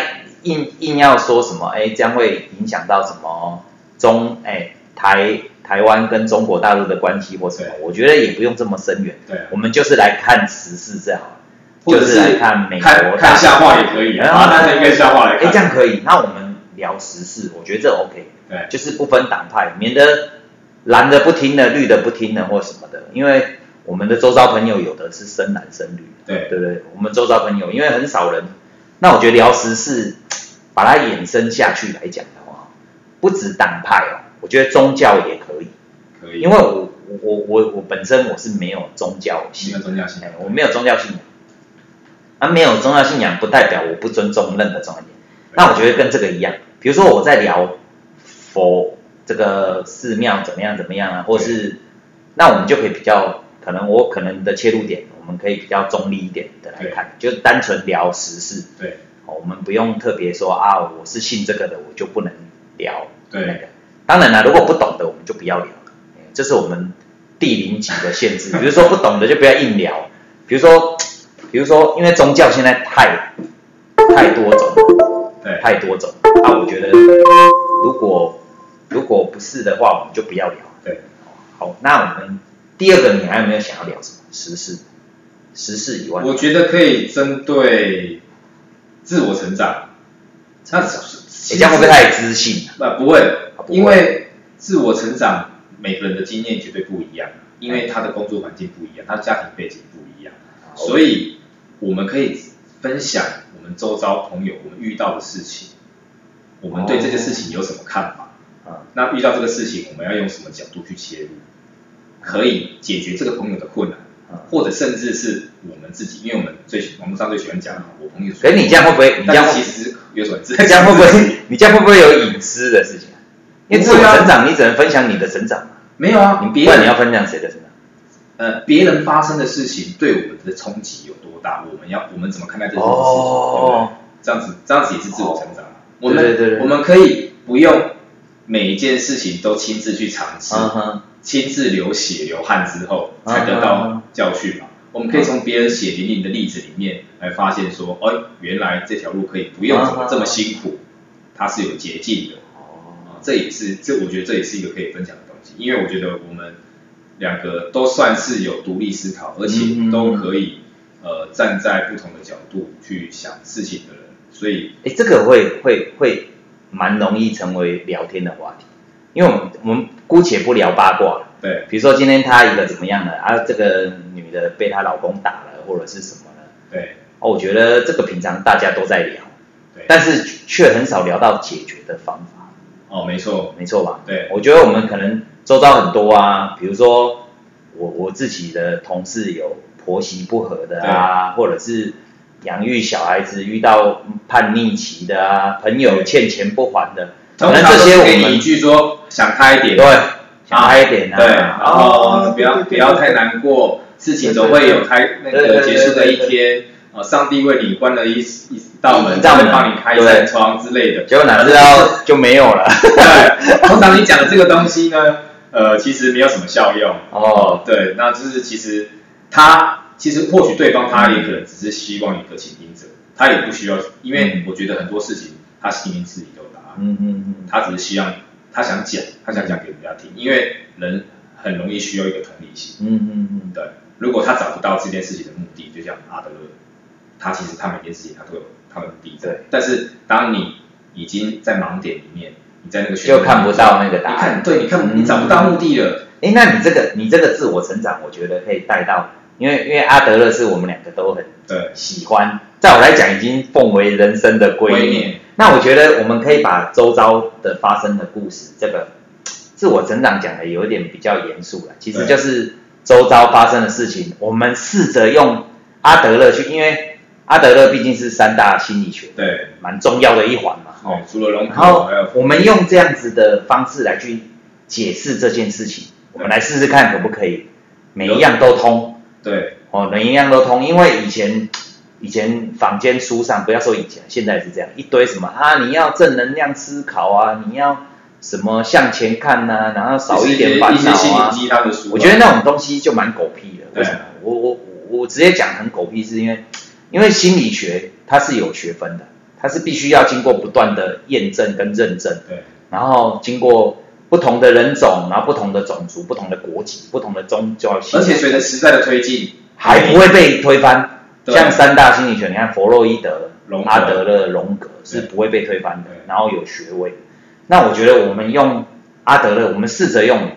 [SPEAKER 2] 硬硬要说什么，哎，这样会影响到什么中哎台台湾跟中国大陆的关系或什么？我觉得也不用这么深远，
[SPEAKER 1] 对啊，
[SPEAKER 2] 我们就是来看时事这好了，
[SPEAKER 1] 或者
[SPEAKER 2] 就是来看美国
[SPEAKER 1] 看看笑话也可以啊，
[SPEAKER 2] 然后
[SPEAKER 1] 把它当成一个笑话来
[SPEAKER 2] 哎，这
[SPEAKER 1] 看。
[SPEAKER 2] 样可以。那我们聊时事，我觉得这 OK，
[SPEAKER 1] 对
[SPEAKER 2] 就是不分党派，免得蓝的不听的，绿的不听的或什么的，因为我们的周遭朋友有的是深蓝深绿的。
[SPEAKER 1] 对
[SPEAKER 2] 对不对？我们周遭朋友，因为很少人，那我觉得聊时事，把它衍生下去来讲的话，不止党派哦，我觉得宗教也可以，
[SPEAKER 1] 可以
[SPEAKER 2] 因。为我我我我本身我是没有宗教
[SPEAKER 1] 没
[SPEAKER 2] 信
[SPEAKER 1] 有
[SPEAKER 2] 仰，
[SPEAKER 1] 宗教信仰
[SPEAKER 2] 哎，我没有宗教信仰，啊，没有宗教信仰不代表我不尊重任何宗教信仰。那我觉得跟这个一样，比如说我在聊佛这个寺庙怎么样怎么样啊，或是那我们就可以比较，可能我可能的切入点，我们可以比较中立一点的来看，就是单纯聊时事，
[SPEAKER 1] 对
[SPEAKER 2] 哦我们不用特别说啊，我是信这个的，我就不能聊那
[SPEAKER 1] 对
[SPEAKER 2] 个。当然了，如果不懂的，我们就不要聊，哎这是我们地零级的
[SPEAKER 1] *laughs*
[SPEAKER 2] 限制。比如说不懂的就不要硬聊，比如说，比如说，因为宗教现在太太多种了。
[SPEAKER 1] 对
[SPEAKER 2] 太多种。啊，我觉得如果如果不是的话，我们就不要聊。
[SPEAKER 1] 对，
[SPEAKER 2] 好，那我们第二个，你还有没有想要聊什么时事？时事以外，哎
[SPEAKER 1] 我觉得可以针对自我成长。那
[SPEAKER 2] 诶
[SPEAKER 1] 其
[SPEAKER 2] 哎这样会不会太知性了、
[SPEAKER 1] 那不会
[SPEAKER 2] 啊不，会
[SPEAKER 1] 因为自我成长，每个人的经验绝对不一样，因为他的工作环境不一样，他的家庭背景不一样，所
[SPEAKER 2] 以
[SPEAKER 1] 以我们可以分享我们周遭朋友我们遇到的事情，我们对这件事情有什么看法？
[SPEAKER 2] 啊，
[SPEAKER 1] 那遇到这个事情，我们要用什么角度去切入，可以解决这个朋友的困难
[SPEAKER 2] 嗯，
[SPEAKER 1] 或者甚至是我们自己，因为我们最喜网络上最喜欢讲我朋友说，
[SPEAKER 2] 可是你这样会不会？你这样
[SPEAKER 1] 但
[SPEAKER 2] 会
[SPEAKER 1] 是其实有什么
[SPEAKER 2] *laughs*
[SPEAKER 1] 自
[SPEAKER 2] 你这样会不会？你这样会不会有隐私的事情啊？因为自我成长，你只能分享你的成长嘛，
[SPEAKER 1] 没有啊，
[SPEAKER 2] 你
[SPEAKER 1] 别
[SPEAKER 2] 不然
[SPEAKER 1] 人
[SPEAKER 2] 你要分享谁的成长？
[SPEAKER 1] 呃，别人发生的事情对我们的冲击有多大，我们要我们怎么看待这件事情？
[SPEAKER 2] 哦
[SPEAKER 1] 对不对这样子，这样子也是自我成长。我们
[SPEAKER 2] 对对对
[SPEAKER 1] 我们可以不用每一件事情都亲自去尝试，
[SPEAKER 2] 嗯哼，
[SPEAKER 1] 亲自流血流汗之后
[SPEAKER 2] 嗯
[SPEAKER 1] 才得
[SPEAKER 2] 嗯
[SPEAKER 1] 到教训嘛。我们可以从别人血淋淋的例子里面来发现说，哦，原来这条路可以不用怎么
[SPEAKER 2] 嗯
[SPEAKER 1] 这么辛苦，它是有捷径的。
[SPEAKER 2] 哦，
[SPEAKER 1] 这也是这，我觉得这也是一个可以分享的东西，因为我觉得我们两个都算是有独立思考，而
[SPEAKER 2] 嗯
[SPEAKER 1] 且都可以呃站在不同的角度去想事情的人，所以
[SPEAKER 2] 哎，这个会会会蛮容易成为聊天的话题，因为我们我们姑且不聊八卦，
[SPEAKER 1] 对
[SPEAKER 2] 比如说今天她一个怎么样了啊，这个女的被她老公打了或者是什么了，
[SPEAKER 1] 对
[SPEAKER 2] 哦，我觉得这个平常大家都在聊，
[SPEAKER 1] 对
[SPEAKER 2] 但是却很少聊到解决的方法，
[SPEAKER 1] 哦，没错，
[SPEAKER 2] 没错吧？
[SPEAKER 1] 对，
[SPEAKER 2] 我觉得我们可能周遭很多啊，比如说我我自己的同事有婆媳不和的啊，或者是养育小孩子遇到叛逆期的啊，朋友欠钱不还的，可
[SPEAKER 1] 通
[SPEAKER 2] 能
[SPEAKER 1] 常
[SPEAKER 2] 这
[SPEAKER 1] 都
[SPEAKER 2] 些
[SPEAKER 1] 是
[SPEAKER 2] 我
[SPEAKER 1] 给你一
[SPEAKER 2] 们
[SPEAKER 1] 句说想开一点，
[SPEAKER 2] 对想开一点啊，
[SPEAKER 1] 对，然后
[SPEAKER 2] 啊哦
[SPEAKER 1] 不要不要太难过，事情总会有开那
[SPEAKER 2] 对对
[SPEAKER 1] 个
[SPEAKER 2] 对
[SPEAKER 1] 结束的一天。哦，上帝为你关了一一道门，
[SPEAKER 2] 一道门
[SPEAKER 1] 再帮你开一扇窗之类的。
[SPEAKER 2] 结果哪知道就没有了
[SPEAKER 1] 对， *laughs* 通常你讲的这个东西呢，呃，其实没有什么效用。
[SPEAKER 2] *laughs* 哦，
[SPEAKER 1] 对，那就是其实他其实或许对方他也可能只是希望有一个倾听者，他也不需要，因为我觉得很多事情他心里自己都有答案，
[SPEAKER 2] 嗯嗯嗯，
[SPEAKER 1] 他只是希望他想讲，他想讲给人家听，因为人很容易需要一个同理心。
[SPEAKER 2] 嗯嗯嗯，
[SPEAKER 1] 对，如果他找不到这件事情的目的，就像阿德勒，他其实他每件事情他都有他的目的。
[SPEAKER 2] 对。
[SPEAKER 1] 但是当你已经在盲点里面，你在那个选择
[SPEAKER 2] 就看不到那个答
[SPEAKER 1] 你
[SPEAKER 2] 案嗯
[SPEAKER 1] 看，。对，你看你找不到目的了。
[SPEAKER 2] 哎，那你这个你这个自我成长，我觉得可以带到，因为因为阿德勒是我们两个都很
[SPEAKER 1] 对，
[SPEAKER 2] 喜欢，在我来讲已经奉为人生的
[SPEAKER 1] 观
[SPEAKER 2] 圭臬。
[SPEAKER 1] 念，
[SPEAKER 2] 那我觉得我们可以把周遭的发生的故事，这个自我成长讲的有一点比较严肃了，其实
[SPEAKER 1] 对
[SPEAKER 2] 就是周遭发生的事情，我们试着用阿德勒去，因为阿德勒毕竟是三大心理学
[SPEAKER 1] 对，
[SPEAKER 2] 蛮重要的一环嘛。
[SPEAKER 1] 哦，除了龙
[SPEAKER 2] 然
[SPEAKER 1] 口，
[SPEAKER 2] 后
[SPEAKER 1] 还有
[SPEAKER 2] 我们用这样子的方式来去解释这件事情，我们来试试看可不可以每一样都通
[SPEAKER 1] 对，
[SPEAKER 2] 哦，每一样都通，因为以前以前坊间书上不要说以前，现在也是这样一堆什么啊，你要正能量思考啊，你要什么向前看呐、然后少
[SPEAKER 1] 就是
[SPEAKER 2] 一
[SPEAKER 1] 一些
[SPEAKER 2] 点烦
[SPEAKER 1] 一些
[SPEAKER 2] 恼
[SPEAKER 1] 心灵
[SPEAKER 2] 啊，
[SPEAKER 1] 鸡汤的书啊。
[SPEAKER 2] 我觉得那种东西就蛮狗屁的。
[SPEAKER 1] 对
[SPEAKER 2] 为什么？我我我我直接讲很狗屁，是因为因为心理学它是有学分的，它是必须要经过不断的验证跟认证。
[SPEAKER 1] 对，
[SPEAKER 2] 然后经过不同的人种，然后不同的种族、不同的国籍、不同的宗教信
[SPEAKER 1] 而
[SPEAKER 2] 仰，
[SPEAKER 1] 且随着时代的推进，
[SPEAKER 2] 还不会被推翻。
[SPEAKER 1] 对
[SPEAKER 2] 像三大心理学，你看弗洛伊德
[SPEAKER 1] 荣、格
[SPEAKER 2] 阿德勒、荣格是不会被推翻的
[SPEAKER 1] 对，
[SPEAKER 2] 然后有学位。那我觉得我们用阿德勒，我们试着用我们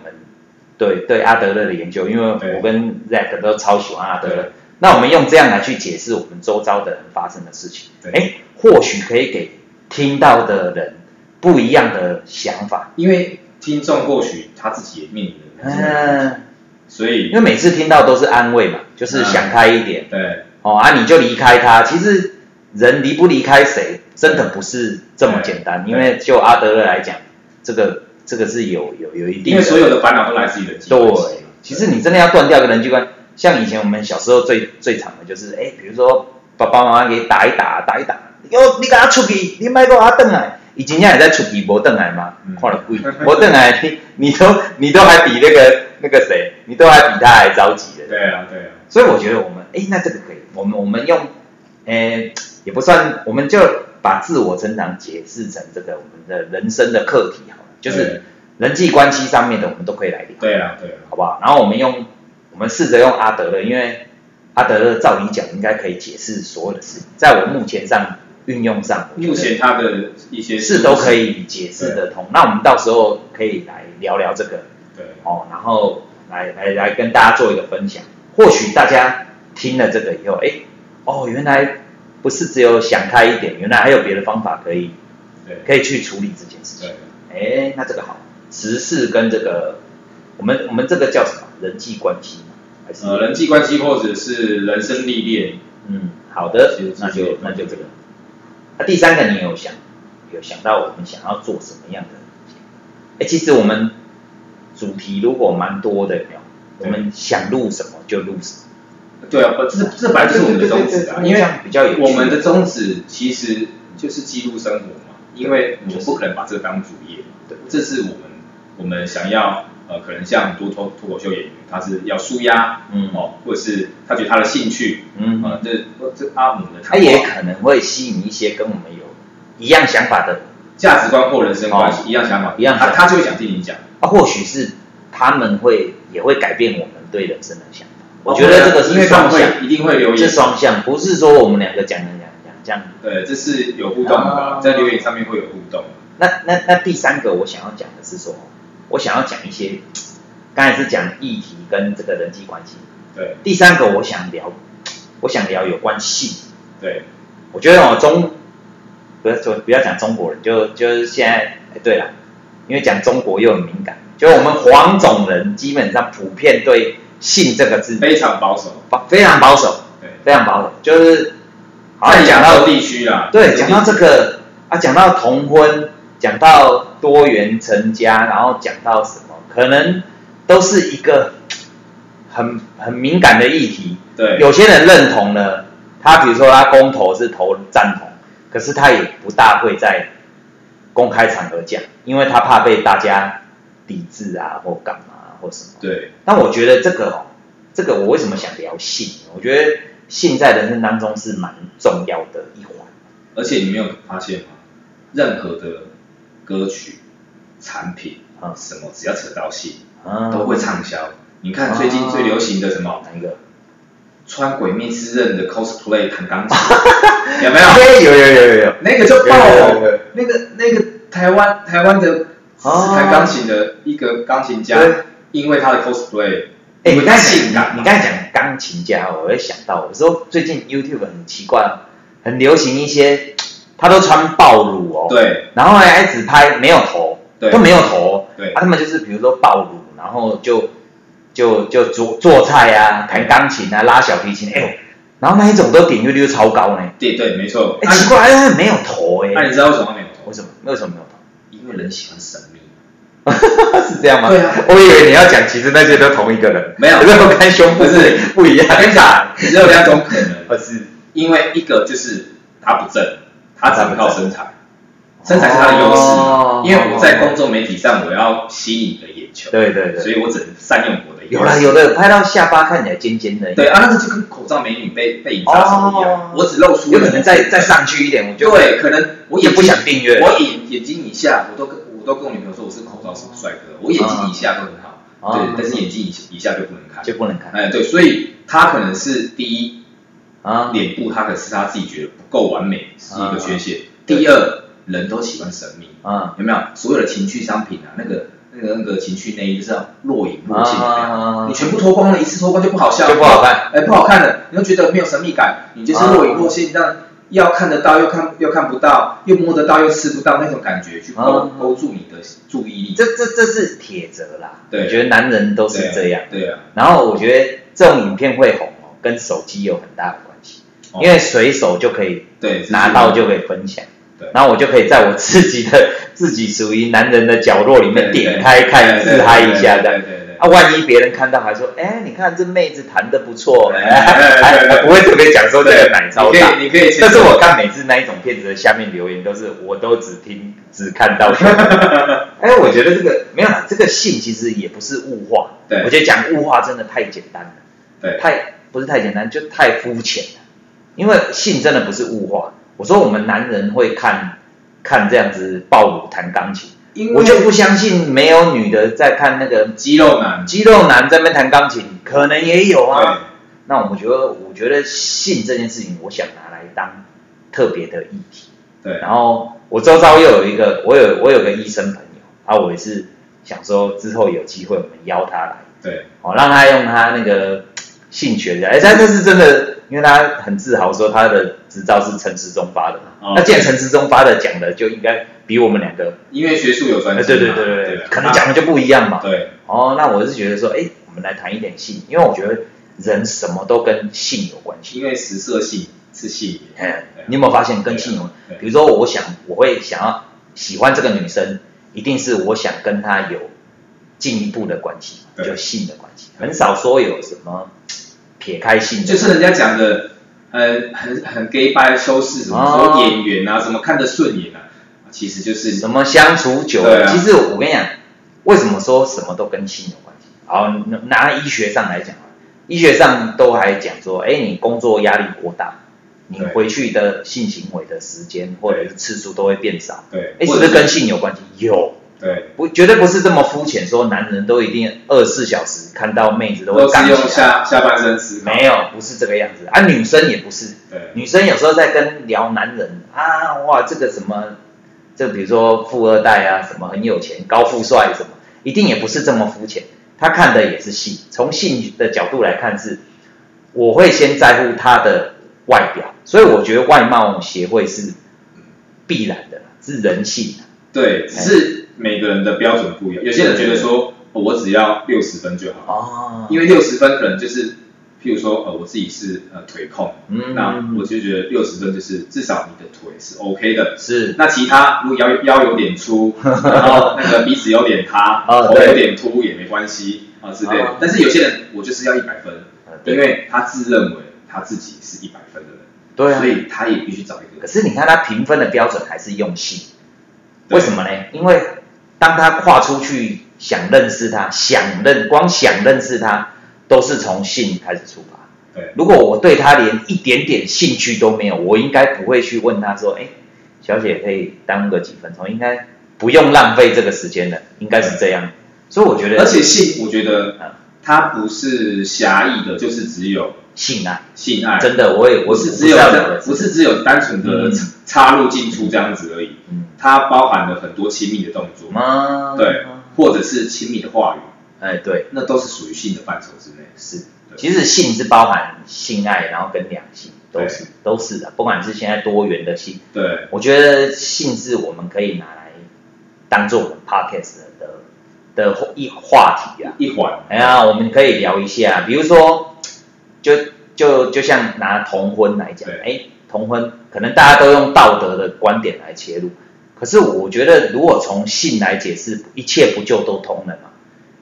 [SPEAKER 2] 对对阿德勒的研究，因为
[SPEAKER 1] 对
[SPEAKER 2] 我跟 Zack 都超喜欢阿德勒
[SPEAKER 1] 对，
[SPEAKER 2] 那我们用这样来去解释我们周遭的人发生的事情，
[SPEAKER 1] 对
[SPEAKER 2] 哎，或许可以给听到的人不一样的想法。
[SPEAKER 1] 因为听众或许他自己也面临了这个问题，
[SPEAKER 2] 嗯，
[SPEAKER 1] 所以
[SPEAKER 2] 因为每次听到都是安慰嘛，
[SPEAKER 1] 嗯
[SPEAKER 2] 就是想开一点、
[SPEAKER 1] 对
[SPEAKER 2] 哦啊，你就离开他。其实人离不离开谁，真的不是这么简单。
[SPEAKER 1] 对
[SPEAKER 2] 因为就阿德勒来讲，这个这个是有有有一定
[SPEAKER 1] 因
[SPEAKER 2] 的
[SPEAKER 1] 为所有的烦恼都来自于人际关系
[SPEAKER 2] 对。其实你真的要断掉个人际关，像以前我们小时候最最常的就是，哎，比如说爸爸妈妈给打一打，打一打，哟，你给他出去，你卖给我等来。以前人也在出去，没等来嘛，
[SPEAKER 1] 嗯
[SPEAKER 2] 看了
[SPEAKER 1] *laughs*
[SPEAKER 2] 贵，没等来，你你都你都还比那个那个谁，你都还比他还着急的。
[SPEAKER 1] 对啊，对啊，
[SPEAKER 2] 所以我觉得我们，哎，那这个可以，我们我们用，哎，也不算，我们就把自我成长解释成这个我们的人生的课题好了，就是人际关系上面的，我们都可以来聊。
[SPEAKER 1] 对啊，对啊，
[SPEAKER 2] 好不好？然后我们用，我们试着用阿德勒，因为阿德勒照理讲应该可以解释所有的事情，在我目前上运用上，我觉得
[SPEAKER 1] 目前他的一些
[SPEAKER 2] 是都可，以解释得通。那我们到时候可以来聊聊这个
[SPEAKER 1] 对，
[SPEAKER 2] 哦，然后来来来跟大家做一个分享。或许大家听了这个以后，哎，哦，原来不是只有想开一点，原来还有别的方法可以
[SPEAKER 1] 对，
[SPEAKER 2] 可以去处理这件事情。
[SPEAKER 1] 对，
[SPEAKER 2] 哎，那这个好，时事跟这个，我们我们这个叫什么？人际关系吗？还是、
[SPEAKER 1] 呃，人际关系或者是人生历练，
[SPEAKER 2] 嗯，好的
[SPEAKER 1] 是是，
[SPEAKER 2] 那就是那就这个。那、第三个，你有想有想到我们想要做什么样的？哎，其实我们主题如果蛮多的，有没有？我
[SPEAKER 1] 对
[SPEAKER 2] 们想录什么就录什么，
[SPEAKER 1] 对啊，不这这本来就是我们的宗旨啊，
[SPEAKER 2] 对对对对
[SPEAKER 1] 因
[SPEAKER 2] 对这
[SPEAKER 1] 为
[SPEAKER 2] 样比较有趣
[SPEAKER 1] 我们的宗旨其实就是记录生活嘛，因为我们不可能把这当主业嘛，
[SPEAKER 2] 对
[SPEAKER 1] 这是我们我们想要呃，可能像多脱脱口秀演员，他是要舒压，
[SPEAKER 2] 嗯
[SPEAKER 1] 哦，或者是他觉得他的兴趣，
[SPEAKER 2] 嗯
[SPEAKER 1] 啊，这这阿姆的
[SPEAKER 2] 它
[SPEAKER 1] 谈话
[SPEAKER 2] 也可能会吸引一些跟我们有一样想法的人，
[SPEAKER 1] 价值观或人生观一样想法，
[SPEAKER 2] 哦一样想
[SPEAKER 1] 他
[SPEAKER 2] 法
[SPEAKER 1] 他就会想听你讲。
[SPEAKER 2] 啊，或许是他们会也会改变我们对人生的想法。我觉得这个是
[SPEAKER 1] 哦啊因为他
[SPEAKER 2] 双
[SPEAKER 1] 们
[SPEAKER 2] 向。
[SPEAKER 1] 会一定会留
[SPEAKER 2] 是
[SPEAKER 1] 言，
[SPEAKER 2] 双向，不是说我们两个讲讲讲讲这样。
[SPEAKER 1] 对，这是有互动的
[SPEAKER 2] 啊
[SPEAKER 1] 啦，在留言上面会有互动。
[SPEAKER 2] 那那那第三个我想要讲的是说，我想要讲一些，刚才是讲议题跟这个人际关系。
[SPEAKER 1] 对
[SPEAKER 2] 第三个我想聊，我想聊有关性。
[SPEAKER 1] 对
[SPEAKER 2] 我觉得哦中，不要说不要讲中国人，就就是现在，哎对了，因为讲中国又很敏感，就是我们黄种人基本上普遍对性这个字
[SPEAKER 1] 非常保守。
[SPEAKER 2] 保非常保守，
[SPEAKER 1] 对，
[SPEAKER 2] 非常保守，就是好
[SPEAKER 1] 在
[SPEAKER 2] 像讲
[SPEAKER 1] 亚
[SPEAKER 2] 到
[SPEAKER 1] 洲地区啦，
[SPEAKER 2] 对，讲到这个啊，讲到同婚，讲到多元成家，然后讲到什么，可能都是一个很很敏感的议题。
[SPEAKER 1] 对，
[SPEAKER 2] 有些人认同了，他比如说他公投是投赞同，可是他也不大会在公开场合讲，因为他怕被大家抵制啊，或干嘛或什么。
[SPEAKER 1] 对
[SPEAKER 2] 但我觉得这个哦，这个我为什么想聊性？我觉得性在人生当中是蛮重要的一环。
[SPEAKER 1] 而且你没有发现吗？任何的歌曲、产品啊
[SPEAKER 2] 嗯
[SPEAKER 1] 什么，只要扯到性，
[SPEAKER 2] 啊
[SPEAKER 1] 都会畅销。你看最近最流行的什么，
[SPEAKER 2] 哪一个？
[SPEAKER 1] 穿《鬼灭之刃》的 cosplay 弹钢
[SPEAKER 2] *laughs*
[SPEAKER 1] 琴，有哎没有？
[SPEAKER 2] 对，有有有有有，
[SPEAKER 1] 那个就爆
[SPEAKER 2] 有有有
[SPEAKER 1] 了。那个那个台湾台湾的
[SPEAKER 2] 哦
[SPEAKER 1] 弹钢琴的一个钢琴家
[SPEAKER 2] 对，
[SPEAKER 1] 因为他的 cosplay，
[SPEAKER 2] 哎、你刚才
[SPEAKER 1] 性
[SPEAKER 2] 讲，
[SPEAKER 1] 感
[SPEAKER 2] 你
[SPEAKER 1] 嘛，
[SPEAKER 2] 刚才讲钢琴家哦，我会想到，我说最近 YouTube 很奇怪哦，很流行一些，他都穿暴乳哦，，
[SPEAKER 1] 对
[SPEAKER 2] 然后还只拍没有头，
[SPEAKER 1] 对
[SPEAKER 2] 都没有头，
[SPEAKER 1] 对
[SPEAKER 2] 啊，他们就是比如说暴乳，然后就就就做做菜啊，弹钢琴啊，拉小提琴，哎、呦，然后那一种都点阅率超高呢，
[SPEAKER 1] 对对，没错。
[SPEAKER 2] 哎、
[SPEAKER 1] 那
[SPEAKER 2] 奇怪，哎、没有头哎、
[SPEAKER 1] 那你知道为什么他没有头
[SPEAKER 2] 为？什么为什么没有
[SPEAKER 1] *laughs*
[SPEAKER 2] 头？
[SPEAKER 1] 因为人喜欢神秘。
[SPEAKER 2] 是这样吗？
[SPEAKER 1] 对啊，
[SPEAKER 2] 我以为你要讲，其实那些都同一个人， *laughs*
[SPEAKER 1] 没有
[SPEAKER 2] 可是我看胸部
[SPEAKER 1] 不是
[SPEAKER 2] 不一样。
[SPEAKER 1] 我跟你讲，只有两种可能，
[SPEAKER 2] 而是
[SPEAKER 1] 因为一个就是他不正，他只能靠身材，身材是他的优势
[SPEAKER 2] 哦
[SPEAKER 1] 嘛。因为我在公众媒体上，我要吸引你的眼球，
[SPEAKER 2] 对对
[SPEAKER 1] 所
[SPEAKER 2] 对，
[SPEAKER 1] 以我只能善用我的优
[SPEAKER 2] 有了
[SPEAKER 1] 势。
[SPEAKER 2] 有了，拍到下巴看起来尖尖的，
[SPEAKER 1] 对啊，那个就跟口罩美女被被影杀手一
[SPEAKER 2] 哦
[SPEAKER 1] 样，我只露出
[SPEAKER 2] 有
[SPEAKER 1] 了
[SPEAKER 2] 可能再再上去一点，我就
[SPEAKER 1] 对，可能我
[SPEAKER 2] 也
[SPEAKER 1] 眼
[SPEAKER 2] 不
[SPEAKER 1] 睛
[SPEAKER 2] 想订阅。
[SPEAKER 1] 我眼眼睛以下，我都跟我都跟我女朋友说我是口罩手帅哥，我眼睛以下都很好，
[SPEAKER 2] 啊
[SPEAKER 1] 对，但是眼睛以以下就不能看。
[SPEAKER 2] 就不能看
[SPEAKER 1] 哎，对，所以他可能是第一，
[SPEAKER 2] 啊，
[SPEAKER 1] 脸部它可能是他自己觉得不够完美，是一个缺陷。
[SPEAKER 2] 对
[SPEAKER 1] 第二，人都喜欢神秘，
[SPEAKER 2] 啊
[SPEAKER 1] 有没有？所有的情趣商品啊，那个那个那个情趣内衣就是要若隐若现，有没有
[SPEAKER 2] 啊
[SPEAKER 1] 你全部脱光了，一次脱光就不好笑，
[SPEAKER 2] 就不好看，
[SPEAKER 1] 哎，不好看了，你又觉得没有神秘感，你就是若隐若现，让要看得到又看又看不到，又摸得到又吃不到那种感觉，去勾
[SPEAKER 2] 啊
[SPEAKER 1] 勾住你的注意力。
[SPEAKER 2] 这这这是铁则啦。
[SPEAKER 1] 对
[SPEAKER 2] 我觉得男人都
[SPEAKER 1] 对
[SPEAKER 2] 是
[SPEAKER 1] 啊
[SPEAKER 2] 这样。
[SPEAKER 1] 对啊，
[SPEAKER 2] 然后我觉得这种影片会红哦，跟手机有很大的关系，
[SPEAKER 1] 哦
[SPEAKER 2] 因为随手就可以
[SPEAKER 1] 对，这是
[SPEAKER 2] 拿到就可以分享。
[SPEAKER 1] 对
[SPEAKER 2] 然后我就可以在我自己的自己属于男人的角落里
[SPEAKER 1] 对
[SPEAKER 2] 面
[SPEAKER 1] 对
[SPEAKER 2] 点开看，
[SPEAKER 1] 对对
[SPEAKER 2] 自嗨一下
[SPEAKER 1] 对
[SPEAKER 2] 这样。
[SPEAKER 1] 对对对。
[SPEAKER 2] 啊，万一别人看到还说，哎，你看这妹子弹的不错，
[SPEAKER 1] 哎
[SPEAKER 2] 还
[SPEAKER 1] 哎哎
[SPEAKER 2] 还不会特别讲说这
[SPEAKER 1] 对
[SPEAKER 2] 个奶超
[SPEAKER 1] 你可
[SPEAKER 2] 大。
[SPEAKER 1] 以，你可以先说。
[SPEAKER 2] 但是我看每次那一种片子的下面留言都是，我都只听只
[SPEAKER 1] *laughs*
[SPEAKER 2] 看到。哎，我觉得这个没有啦，这个性其实也不是物化。
[SPEAKER 1] 对
[SPEAKER 2] 我觉得讲物化真的太简单了。
[SPEAKER 1] 对
[SPEAKER 2] 太不是太简单，就太肤浅了。因为性真的不是物化。我说我们男人会看看这样子暴乳弹钢琴，
[SPEAKER 1] 因为
[SPEAKER 2] 我就不相信没有女的在看那个
[SPEAKER 1] 肌肉男，
[SPEAKER 2] 肌肉男在那边弹钢琴，可能也有啊。
[SPEAKER 1] 对
[SPEAKER 2] 那我觉得，我觉得性这件事情，我想拿来当特别的议题。
[SPEAKER 1] 对
[SPEAKER 2] 然后我周遭又有一个，我有我有个医生朋友啊，我也是想说之后有机会我们邀他来，
[SPEAKER 1] 对
[SPEAKER 2] 哦，让他用他那个性学的，哎，但这是真的，因为他很自豪说他的执照是陈时中发的嘛。
[SPEAKER 1] 哦
[SPEAKER 2] 那既然陈时中发的讲的，就应该比我们两个，
[SPEAKER 1] 因为学术有专
[SPEAKER 2] 哎，
[SPEAKER 1] 精嘛，
[SPEAKER 2] 对对对
[SPEAKER 1] 对
[SPEAKER 2] 对
[SPEAKER 1] 吧啊
[SPEAKER 2] 对，可能讲的就不一样嘛。
[SPEAKER 1] 对
[SPEAKER 2] 哦，那我是觉得说，哎，我们来谈一点性，因为我觉得人什么都跟性有关系。
[SPEAKER 1] 因为食色性是性也，
[SPEAKER 2] 哎
[SPEAKER 1] 对啊，
[SPEAKER 2] 你有没有发现跟性有
[SPEAKER 1] 对啊对？
[SPEAKER 2] 比如说，我想我会想要喜欢这个女生，一定是我想跟她有进一步的关系，
[SPEAKER 1] 对
[SPEAKER 2] 就性的关系，
[SPEAKER 1] 对
[SPEAKER 2] 很少说有什么撇开性的，
[SPEAKER 1] 就是人家讲的，呃，很很 gay 拜修饰什么，
[SPEAKER 2] 哦
[SPEAKER 1] 说演员啊，什么看得顺眼啊，其实就是
[SPEAKER 2] 什么相处久
[SPEAKER 1] 对
[SPEAKER 2] 了。
[SPEAKER 1] 啊
[SPEAKER 2] 其实我跟你讲，为什么说什么都跟性有关系？好，拿医学上来讲啊，医学上都还讲说，哎，你工作压力过大，你
[SPEAKER 1] 对
[SPEAKER 2] 回去的性行为的时间或者是次数都会变少。
[SPEAKER 1] 对，
[SPEAKER 2] 哎，是
[SPEAKER 1] 或
[SPEAKER 2] 不
[SPEAKER 1] 者
[SPEAKER 2] 是跟性有关系？有，
[SPEAKER 1] 对，
[SPEAKER 2] 不绝对不是这么肤浅，说男人都一定二十四小时看到妹子都会
[SPEAKER 1] 都
[SPEAKER 2] 干
[SPEAKER 1] 是
[SPEAKER 2] 起
[SPEAKER 1] 用
[SPEAKER 2] 来。
[SPEAKER 1] 下下半身思考，
[SPEAKER 2] 没有，不是这个样子啊，女生也不是，
[SPEAKER 1] 对
[SPEAKER 2] 女生有时候在跟聊男人啊，哇，这个什么，这比如说富二代啊，什么很有钱、高富帅什么，一定也不是这么肤浅。他看的也是性，从性的角度来看是，我会先在乎他的外表，所以我觉得外貌协会是必然的，是人性。
[SPEAKER 1] 对，只是每个人的标准不一样，有些人觉得说、哦我只要六十分就好，
[SPEAKER 2] 哦，
[SPEAKER 1] 因为六十分可能就是，譬如说呃我自己是呃腿控，
[SPEAKER 2] 嗯
[SPEAKER 1] 那我就觉得六十分就是至少你的腿是 OK 的，
[SPEAKER 2] 是
[SPEAKER 1] 那其他如果腰腰有点
[SPEAKER 2] *laughs*
[SPEAKER 1] 粗，然后那个鼻子有点塌，
[SPEAKER 2] 哦
[SPEAKER 1] 头
[SPEAKER 2] 对
[SPEAKER 1] 有点凸也没关系啊之类的
[SPEAKER 2] 哦。
[SPEAKER 1] 但是有些人我就是要一百分，
[SPEAKER 2] 呃对
[SPEAKER 1] 因为他自认为他自己是一百分的人，
[SPEAKER 2] 对啊
[SPEAKER 1] 所以他也必须找一
[SPEAKER 2] 可
[SPEAKER 1] 个
[SPEAKER 2] 是你看他评分的标准还是用心，
[SPEAKER 1] 对
[SPEAKER 2] 为什么呢？因为当他跨出去想认识他，想认光想认识他，都是从性开始出发。
[SPEAKER 1] 对
[SPEAKER 2] 如果我对他连一点点兴趣都没有，我应该不会去问他说：“哎，小姐可以耽误个几分钟？”应该不用浪费这个时间的，应该是这样。所以我觉得，
[SPEAKER 1] 而且性，我觉得
[SPEAKER 2] 嗯
[SPEAKER 1] 它不是狭义的，就是只有
[SPEAKER 2] 性啊，
[SPEAKER 1] 性爱，
[SPEAKER 2] 真的，我也
[SPEAKER 1] 不
[SPEAKER 2] 我
[SPEAKER 1] 是
[SPEAKER 2] 我
[SPEAKER 1] 只有
[SPEAKER 2] 知道有人
[SPEAKER 1] 不是只有单纯的
[SPEAKER 2] 嗯
[SPEAKER 1] 插插入进出这样子而已，
[SPEAKER 2] 嗯，
[SPEAKER 1] 它包含了很多亲密的动作，
[SPEAKER 2] 吗？
[SPEAKER 1] 对，或者是亲密的话语，
[SPEAKER 2] 哎，对，
[SPEAKER 1] 那都是属于性的范畴之内。
[SPEAKER 2] 是，
[SPEAKER 1] 对
[SPEAKER 2] 其实性是包含性爱，然后跟两性都
[SPEAKER 1] 对
[SPEAKER 2] 是都是的，不管是现在多元的性，
[SPEAKER 1] 对，
[SPEAKER 2] 我觉得性是我们可以拿来当做我们 podcast 的的的一话题啊。
[SPEAKER 1] 一环，
[SPEAKER 2] 哎呀，我们可以聊一下，比如说，就就就像拿同婚来讲，
[SPEAKER 1] 对
[SPEAKER 2] 哎，同婚可能大家都用道德的观点来切入，可是我觉得如果从性来解释，一切不就都通了嘛？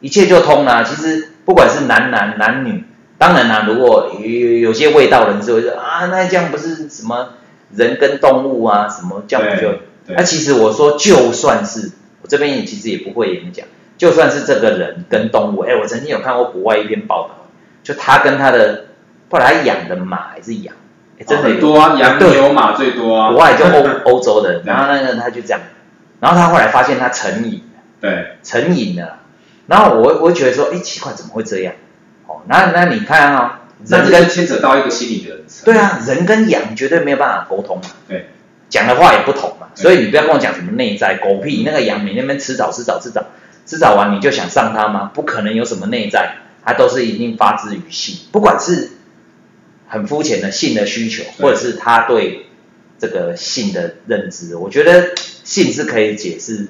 [SPEAKER 2] 一切就通了、其实不管是男男男女，当然啦、如果有有有些味道人士会说啊，那这样不是什么人跟动物啊，什么这样不就
[SPEAKER 1] 对？对
[SPEAKER 2] 那、其实我说，就算是我这边也其实也不会演讲，就算是这个人跟动物，哎，我曾经有看过国外一篇报道，就他跟他的，后来他养的马还是羊，哎，真的
[SPEAKER 1] 很
[SPEAKER 2] 有、
[SPEAKER 1] 多啊，羊
[SPEAKER 2] 对
[SPEAKER 1] 牛马最多啊，
[SPEAKER 2] 国外就欧欧洲的，
[SPEAKER 1] 对
[SPEAKER 2] 然后那个他就这样，然后他后来发现他成瘾了，
[SPEAKER 1] *laughs*
[SPEAKER 2] *laughs*
[SPEAKER 1] 对
[SPEAKER 2] 成瘾了，然后我我觉得说，哎，奇怪，怎么会这样？哦，那那你看啊、
[SPEAKER 1] 那
[SPEAKER 2] 人
[SPEAKER 1] 这
[SPEAKER 2] 跟
[SPEAKER 1] 个牵扯到一个心理的层
[SPEAKER 2] 对，啊，人跟羊绝对没有办法沟通嘛。
[SPEAKER 1] 对，
[SPEAKER 2] 讲的话也不同嘛，
[SPEAKER 1] 对
[SPEAKER 2] 所以你不要跟我讲什么内在狗屁，那个羊每天在那边吃草吃草吃草，吃草完你就想上它吗？不可能有什么内在，它都是一定发自于性，不管是很肤浅的性的需求，
[SPEAKER 1] 对
[SPEAKER 2] 或者是他对这个性的认知，我觉得性是可以解释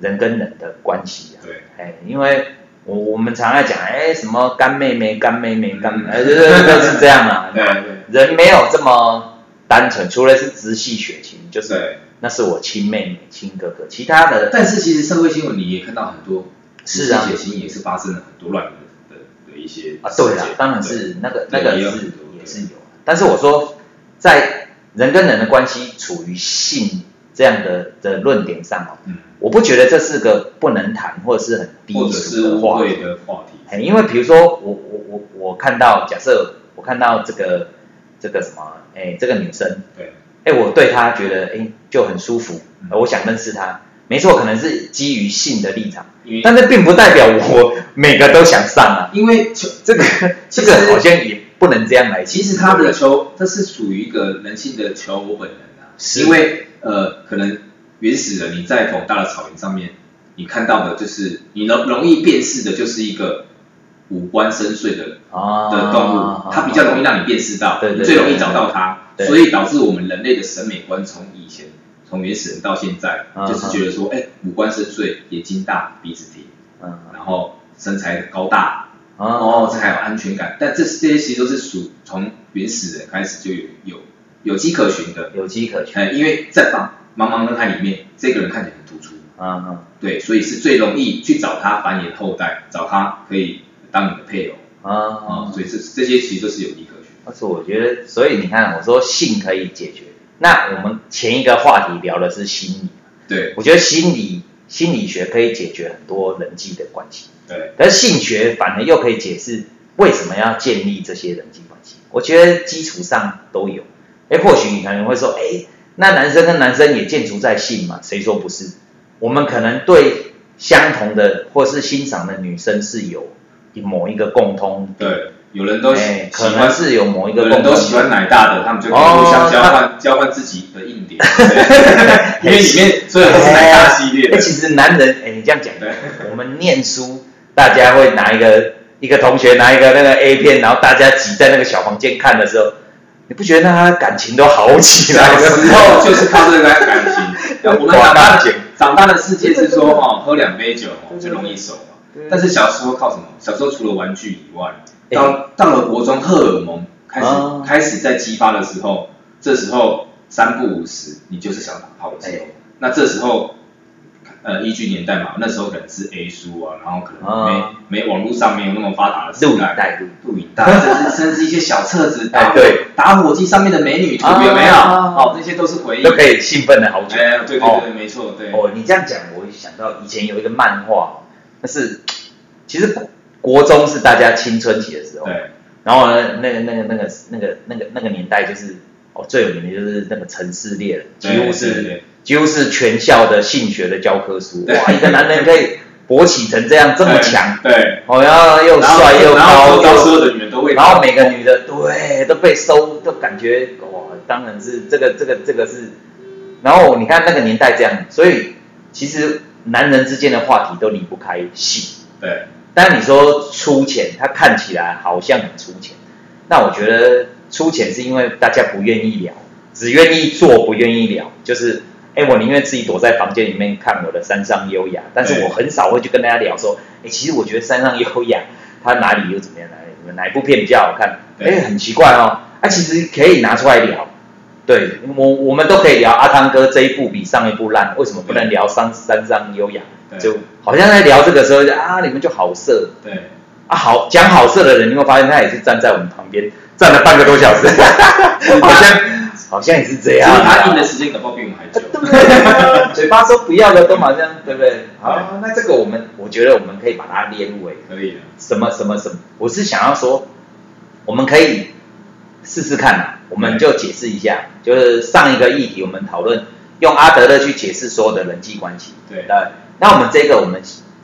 [SPEAKER 2] 人跟人的关系啊。
[SPEAKER 1] 对，
[SPEAKER 2] 哎，因为我我们常爱讲，哎，什么干妹妹干妹妹干妹
[SPEAKER 1] 嗯，
[SPEAKER 2] 哎，对对对，是这样啊。
[SPEAKER 1] *laughs* 对对
[SPEAKER 2] 人没有这么单纯，除了是直系血亲，就是
[SPEAKER 1] 对。
[SPEAKER 2] 那是我亲妹妹、亲哥哥，其他的
[SPEAKER 1] 但是其实社会新闻你也看到很多，
[SPEAKER 2] 是啊
[SPEAKER 1] 血型也是发生了很多乱的的的一些
[SPEAKER 2] 啊，对
[SPEAKER 1] 事
[SPEAKER 2] 啦
[SPEAKER 1] 件，
[SPEAKER 2] 当然是那个那
[SPEAKER 1] 对
[SPEAKER 2] 个
[SPEAKER 1] 也有
[SPEAKER 2] 是
[SPEAKER 1] 很多
[SPEAKER 2] 也是有，啊但是我说在人跟人的关系处于性这样的的论点上哦，
[SPEAKER 1] 嗯，
[SPEAKER 2] 我不觉得这是个不能谈或者是很低
[SPEAKER 1] 或者是
[SPEAKER 2] 俗的
[SPEAKER 1] 污
[SPEAKER 2] 话题
[SPEAKER 1] 秽，的话题，
[SPEAKER 2] 哎，因为比如说我我我我看到，假设我看到这个这个什么，哎，这个女生，
[SPEAKER 1] 对
[SPEAKER 2] 哎，我对他觉得哎就很舒服，
[SPEAKER 1] 嗯
[SPEAKER 2] 呃我想认识他。没错，可能是基于性的立场，
[SPEAKER 1] 因为
[SPEAKER 2] 但这并不代表我每个都想上啊。
[SPEAKER 1] 因为求
[SPEAKER 2] 这个
[SPEAKER 1] *laughs* 其
[SPEAKER 2] 这
[SPEAKER 1] 实
[SPEAKER 2] 个好像也不能这样来
[SPEAKER 1] 其
[SPEAKER 2] 解
[SPEAKER 1] 实
[SPEAKER 2] 释。
[SPEAKER 1] 他
[SPEAKER 2] 对
[SPEAKER 1] 的
[SPEAKER 2] 不对
[SPEAKER 1] 求，这是属于一个人性的求我本能啊，
[SPEAKER 2] 是
[SPEAKER 1] 因为呃，可能原始人你在广大的草原上面，你看到的就是你容容易辨识的，就是一个五官深邃的
[SPEAKER 2] 啊
[SPEAKER 1] 的动物，它比较容易让你辨识到，
[SPEAKER 2] 对对
[SPEAKER 1] 你最容易找到它，
[SPEAKER 2] 对
[SPEAKER 1] 所以导致我们人类的审美观从以前从原始人到现在，
[SPEAKER 2] 嗯
[SPEAKER 1] 就是觉得说，哎，五官深邃，眼睛大，鼻子挺，
[SPEAKER 2] 嗯
[SPEAKER 1] 然后身材高大，
[SPEAKER 2] 哦
[SPEAKER 1] 哦，这还有安全感，但这这些其实都是属从原始人开始就有有有迹可循的，
[SPEAKER 2] 有迹可循。
[SPEAKER 1] 哎，因为在茫茫茫人海里面，这个人看起来很突出，
[SPEAKER 2] 嗯嗯
[SPEAKER 1] 对，所以是最容易去找他繁衍后代，找他可以当你的配偶啊、
[SPEAKER 2] 啊
[SPEAKER 1] 所以这这些其实都是有迹可循。
[SPEAKER 2] 但是我觉得，所以你看，我说性可以解决。那我们前一个话题聊的是心理，
[SPEAKER 1] 对
[SPEAKER 2] 我觉得心理心理学可以解决很多人际的关系，
[SPEAKER 1] 对
[SPEAKER 2] 可是性学反而又可以解释为什么要建立这些人际关系。我觉得基础上都有。哎，或许你可能会说，哎，那男生跟男生也建筑在性嘛？谁说不是？我们可能对相同的或是欣赏的女生是有某一个共通，
[SPEAKER 1] 对，有人都喜
[SPEAKER 2] 哎，
[SPEAKER 1] 喜
[SPEAKER 2] 可能
[SPEAKER 1] 欢，
[SPEAKER 2] 是有某一
[SPEAKER 1] 有
[SPEAKER 2] 个
[SPEAKER 1] 人
[SPEAKER 2] 共
[SPEAKER 1] 都
[SPEAKER 2] 通
[SPEAKER 1] 喜欢奶大的，他们就可以
[SPEAKER 2] 哦
[SPEAKER 1] 互相交换交换自己的
[SPEAKER 2] *laughs*
[SPEAKER 1] 硬碟，对因为里面所有都是奶大系列
[SPEAKER 2] 哎
[SPEAKER 1] 的
[SPEAKER 2] 哎。其实男人，哎，你这样讲
[SPEAKER 1] 对，
[SPEAKER 2] 我们念书，大家会拿一个一个同学拿一个那个 A 片，然后大家挤在那个小房间看的时候，你不觉得他感情都好起
[SPEAKER 1] 小 *laughs*
[SPEAKER 2] 来了？
[SPEAKER 1] 时候就是靠这个来感情，我们长大
[SPEAKER 2] 大姐
[SPEAKER 1] 长大的世界是说哦，喝两杯酒哦就容易熟嘛。
[SPEAKER 3] 对
[SPEAKER 1] 但是小时候靠什么？小时候除了玩具以外，
[SPEAKER 2] 哎
[SPEAKER 1] 到到了国中荷尔蒙开始
[SPEAKER 2] 哦
[SPEAKER 1] 开始在激发的时候，这时候三不五时你就是想打炮的时候
[SPEAKER 2] 哎。
[SPEAKER 1] 那这时候呃依据年代嘛，那时候可能是 A 书啊，然后可能没、
[SPEAKER 2] 哦
[SPEAKER 1] 没网络上没有那么发达的时
[SPEAKER 2] 录影
[SPEAKER 1] 代。
[SPEAKER 2] 带录，
[SPEAKER 1] 录影
[SPEAKER 2] *laughs*
[SPEAKER 1] 带，甚至甚至一些小册子，打
[SPEAKER 2] 哎对
[SPEAKER 1] 打火机上面的美女图
[SPEAKER 2] 啊
[SPEAKER 1] 有没有？
[SPEAKER 2] 啊
[SPEAKER 1] 哦，这些都是回忆。
[SPEAKER 2] 都可以兴奋了好久。
[SPEAKER 1] 哎，对对
[SPEAKER 2] 哦
[SPEAKER 1] 对，没错，对。
[SPEAKER 2] 哦，你这样讲，我就想到以前有一个漫画，那是其实国国中是大家青春期的时候，
[SPEAKER 1] 对，
[SPEAKER 2] 然后呢，那个那个那个那个那个那个年代就是哦，最有名的就是那个《城市猎人》，
[SPEAKER 1] 对
[SPEAKER 2] 几乎
[SPEAKER 1] 对对
[SPEAKER 2] 是
[SPEAKER 1] 对
[SPEAKER 2] 几乎是全校的性学的教科书。
[SPEAKER 1] 对
[SPEAKER 2] 哇，一个男人可以勃起成这样，这么强，
[SPEAKER 1] 对，
[SPEAKER 2] 哦，然后又
[SPEAKER 1] 然后
[SPEAKER 2] 帅又
[SPEAKER 1] 然后
[SPEAKER 2] 高
[SPEAKER 1] 周遭所
[SPEAKER 2] 又，
[SPEAKER 1] 有的女人都会，
[SPEAKER 2] 然后每个女的对都被收，都感觉哇，当然是这个这个这个是，然后你看那个年代这样，所以其实男人之间的话题都离不开性。
[SPEAKER 1] 对
[SPEAKER 2] 但你说粗浅，它看起来好像很粗浅，那我觉得粗浅是因为大家不愿意聊，只愿意做，不愿意聊。就是，哎，我宁愿自己躲在房间里面看我的山上优雅，但是
[SPEAKER 1] 对
[SPEAKER 2] 我很少会去跟大家聊说，哎，其实我觉得山上优雅，它哪里又怎么样，哪里怎么样哪一部片比较好看？
[SPEAKER 1] 对
[SPEAKER 2] 哎，很奇怪哦。啊，其实可以拿出来聊。对我，我们都可以聊阿汤哥这一部比上一部烂，为什么不能聊山山上优雅？
[SPEAKER 1] 对
[SPEAKER 2] 就好像在聊这个时候就啊，你们就好色
[SPEAKER 1] 对，
[SPEAKER 2] 啊，好讲好色的人，你会发现他也是站在我们旁边站了半个
[SPEAKER 1] *laughs*
[SPEAKER 2] 多小时，好像好像也是这
[SPEAKER 1] 只是啊
[SPEAKER 2] 样、
[SPEAKER 1] 他硬的时间搞不好比我们还久。
[SPEAKER 2] 对不对？ *laughs* 嘴巴说不要的都好像对不对？好，那这个我们我觉得我们可以把它列入为
[SPEAKER 1] 可以的，
[SPEAKER 2] 什么什么什么，我是想要说，我们可以试试看啊，我们就解释一下，就是上一个议题我们讨论用阿德勒去解释所有的人际关系，
[SPEAKER 1] 对
[SPEAKER 2] 那那我们这个我们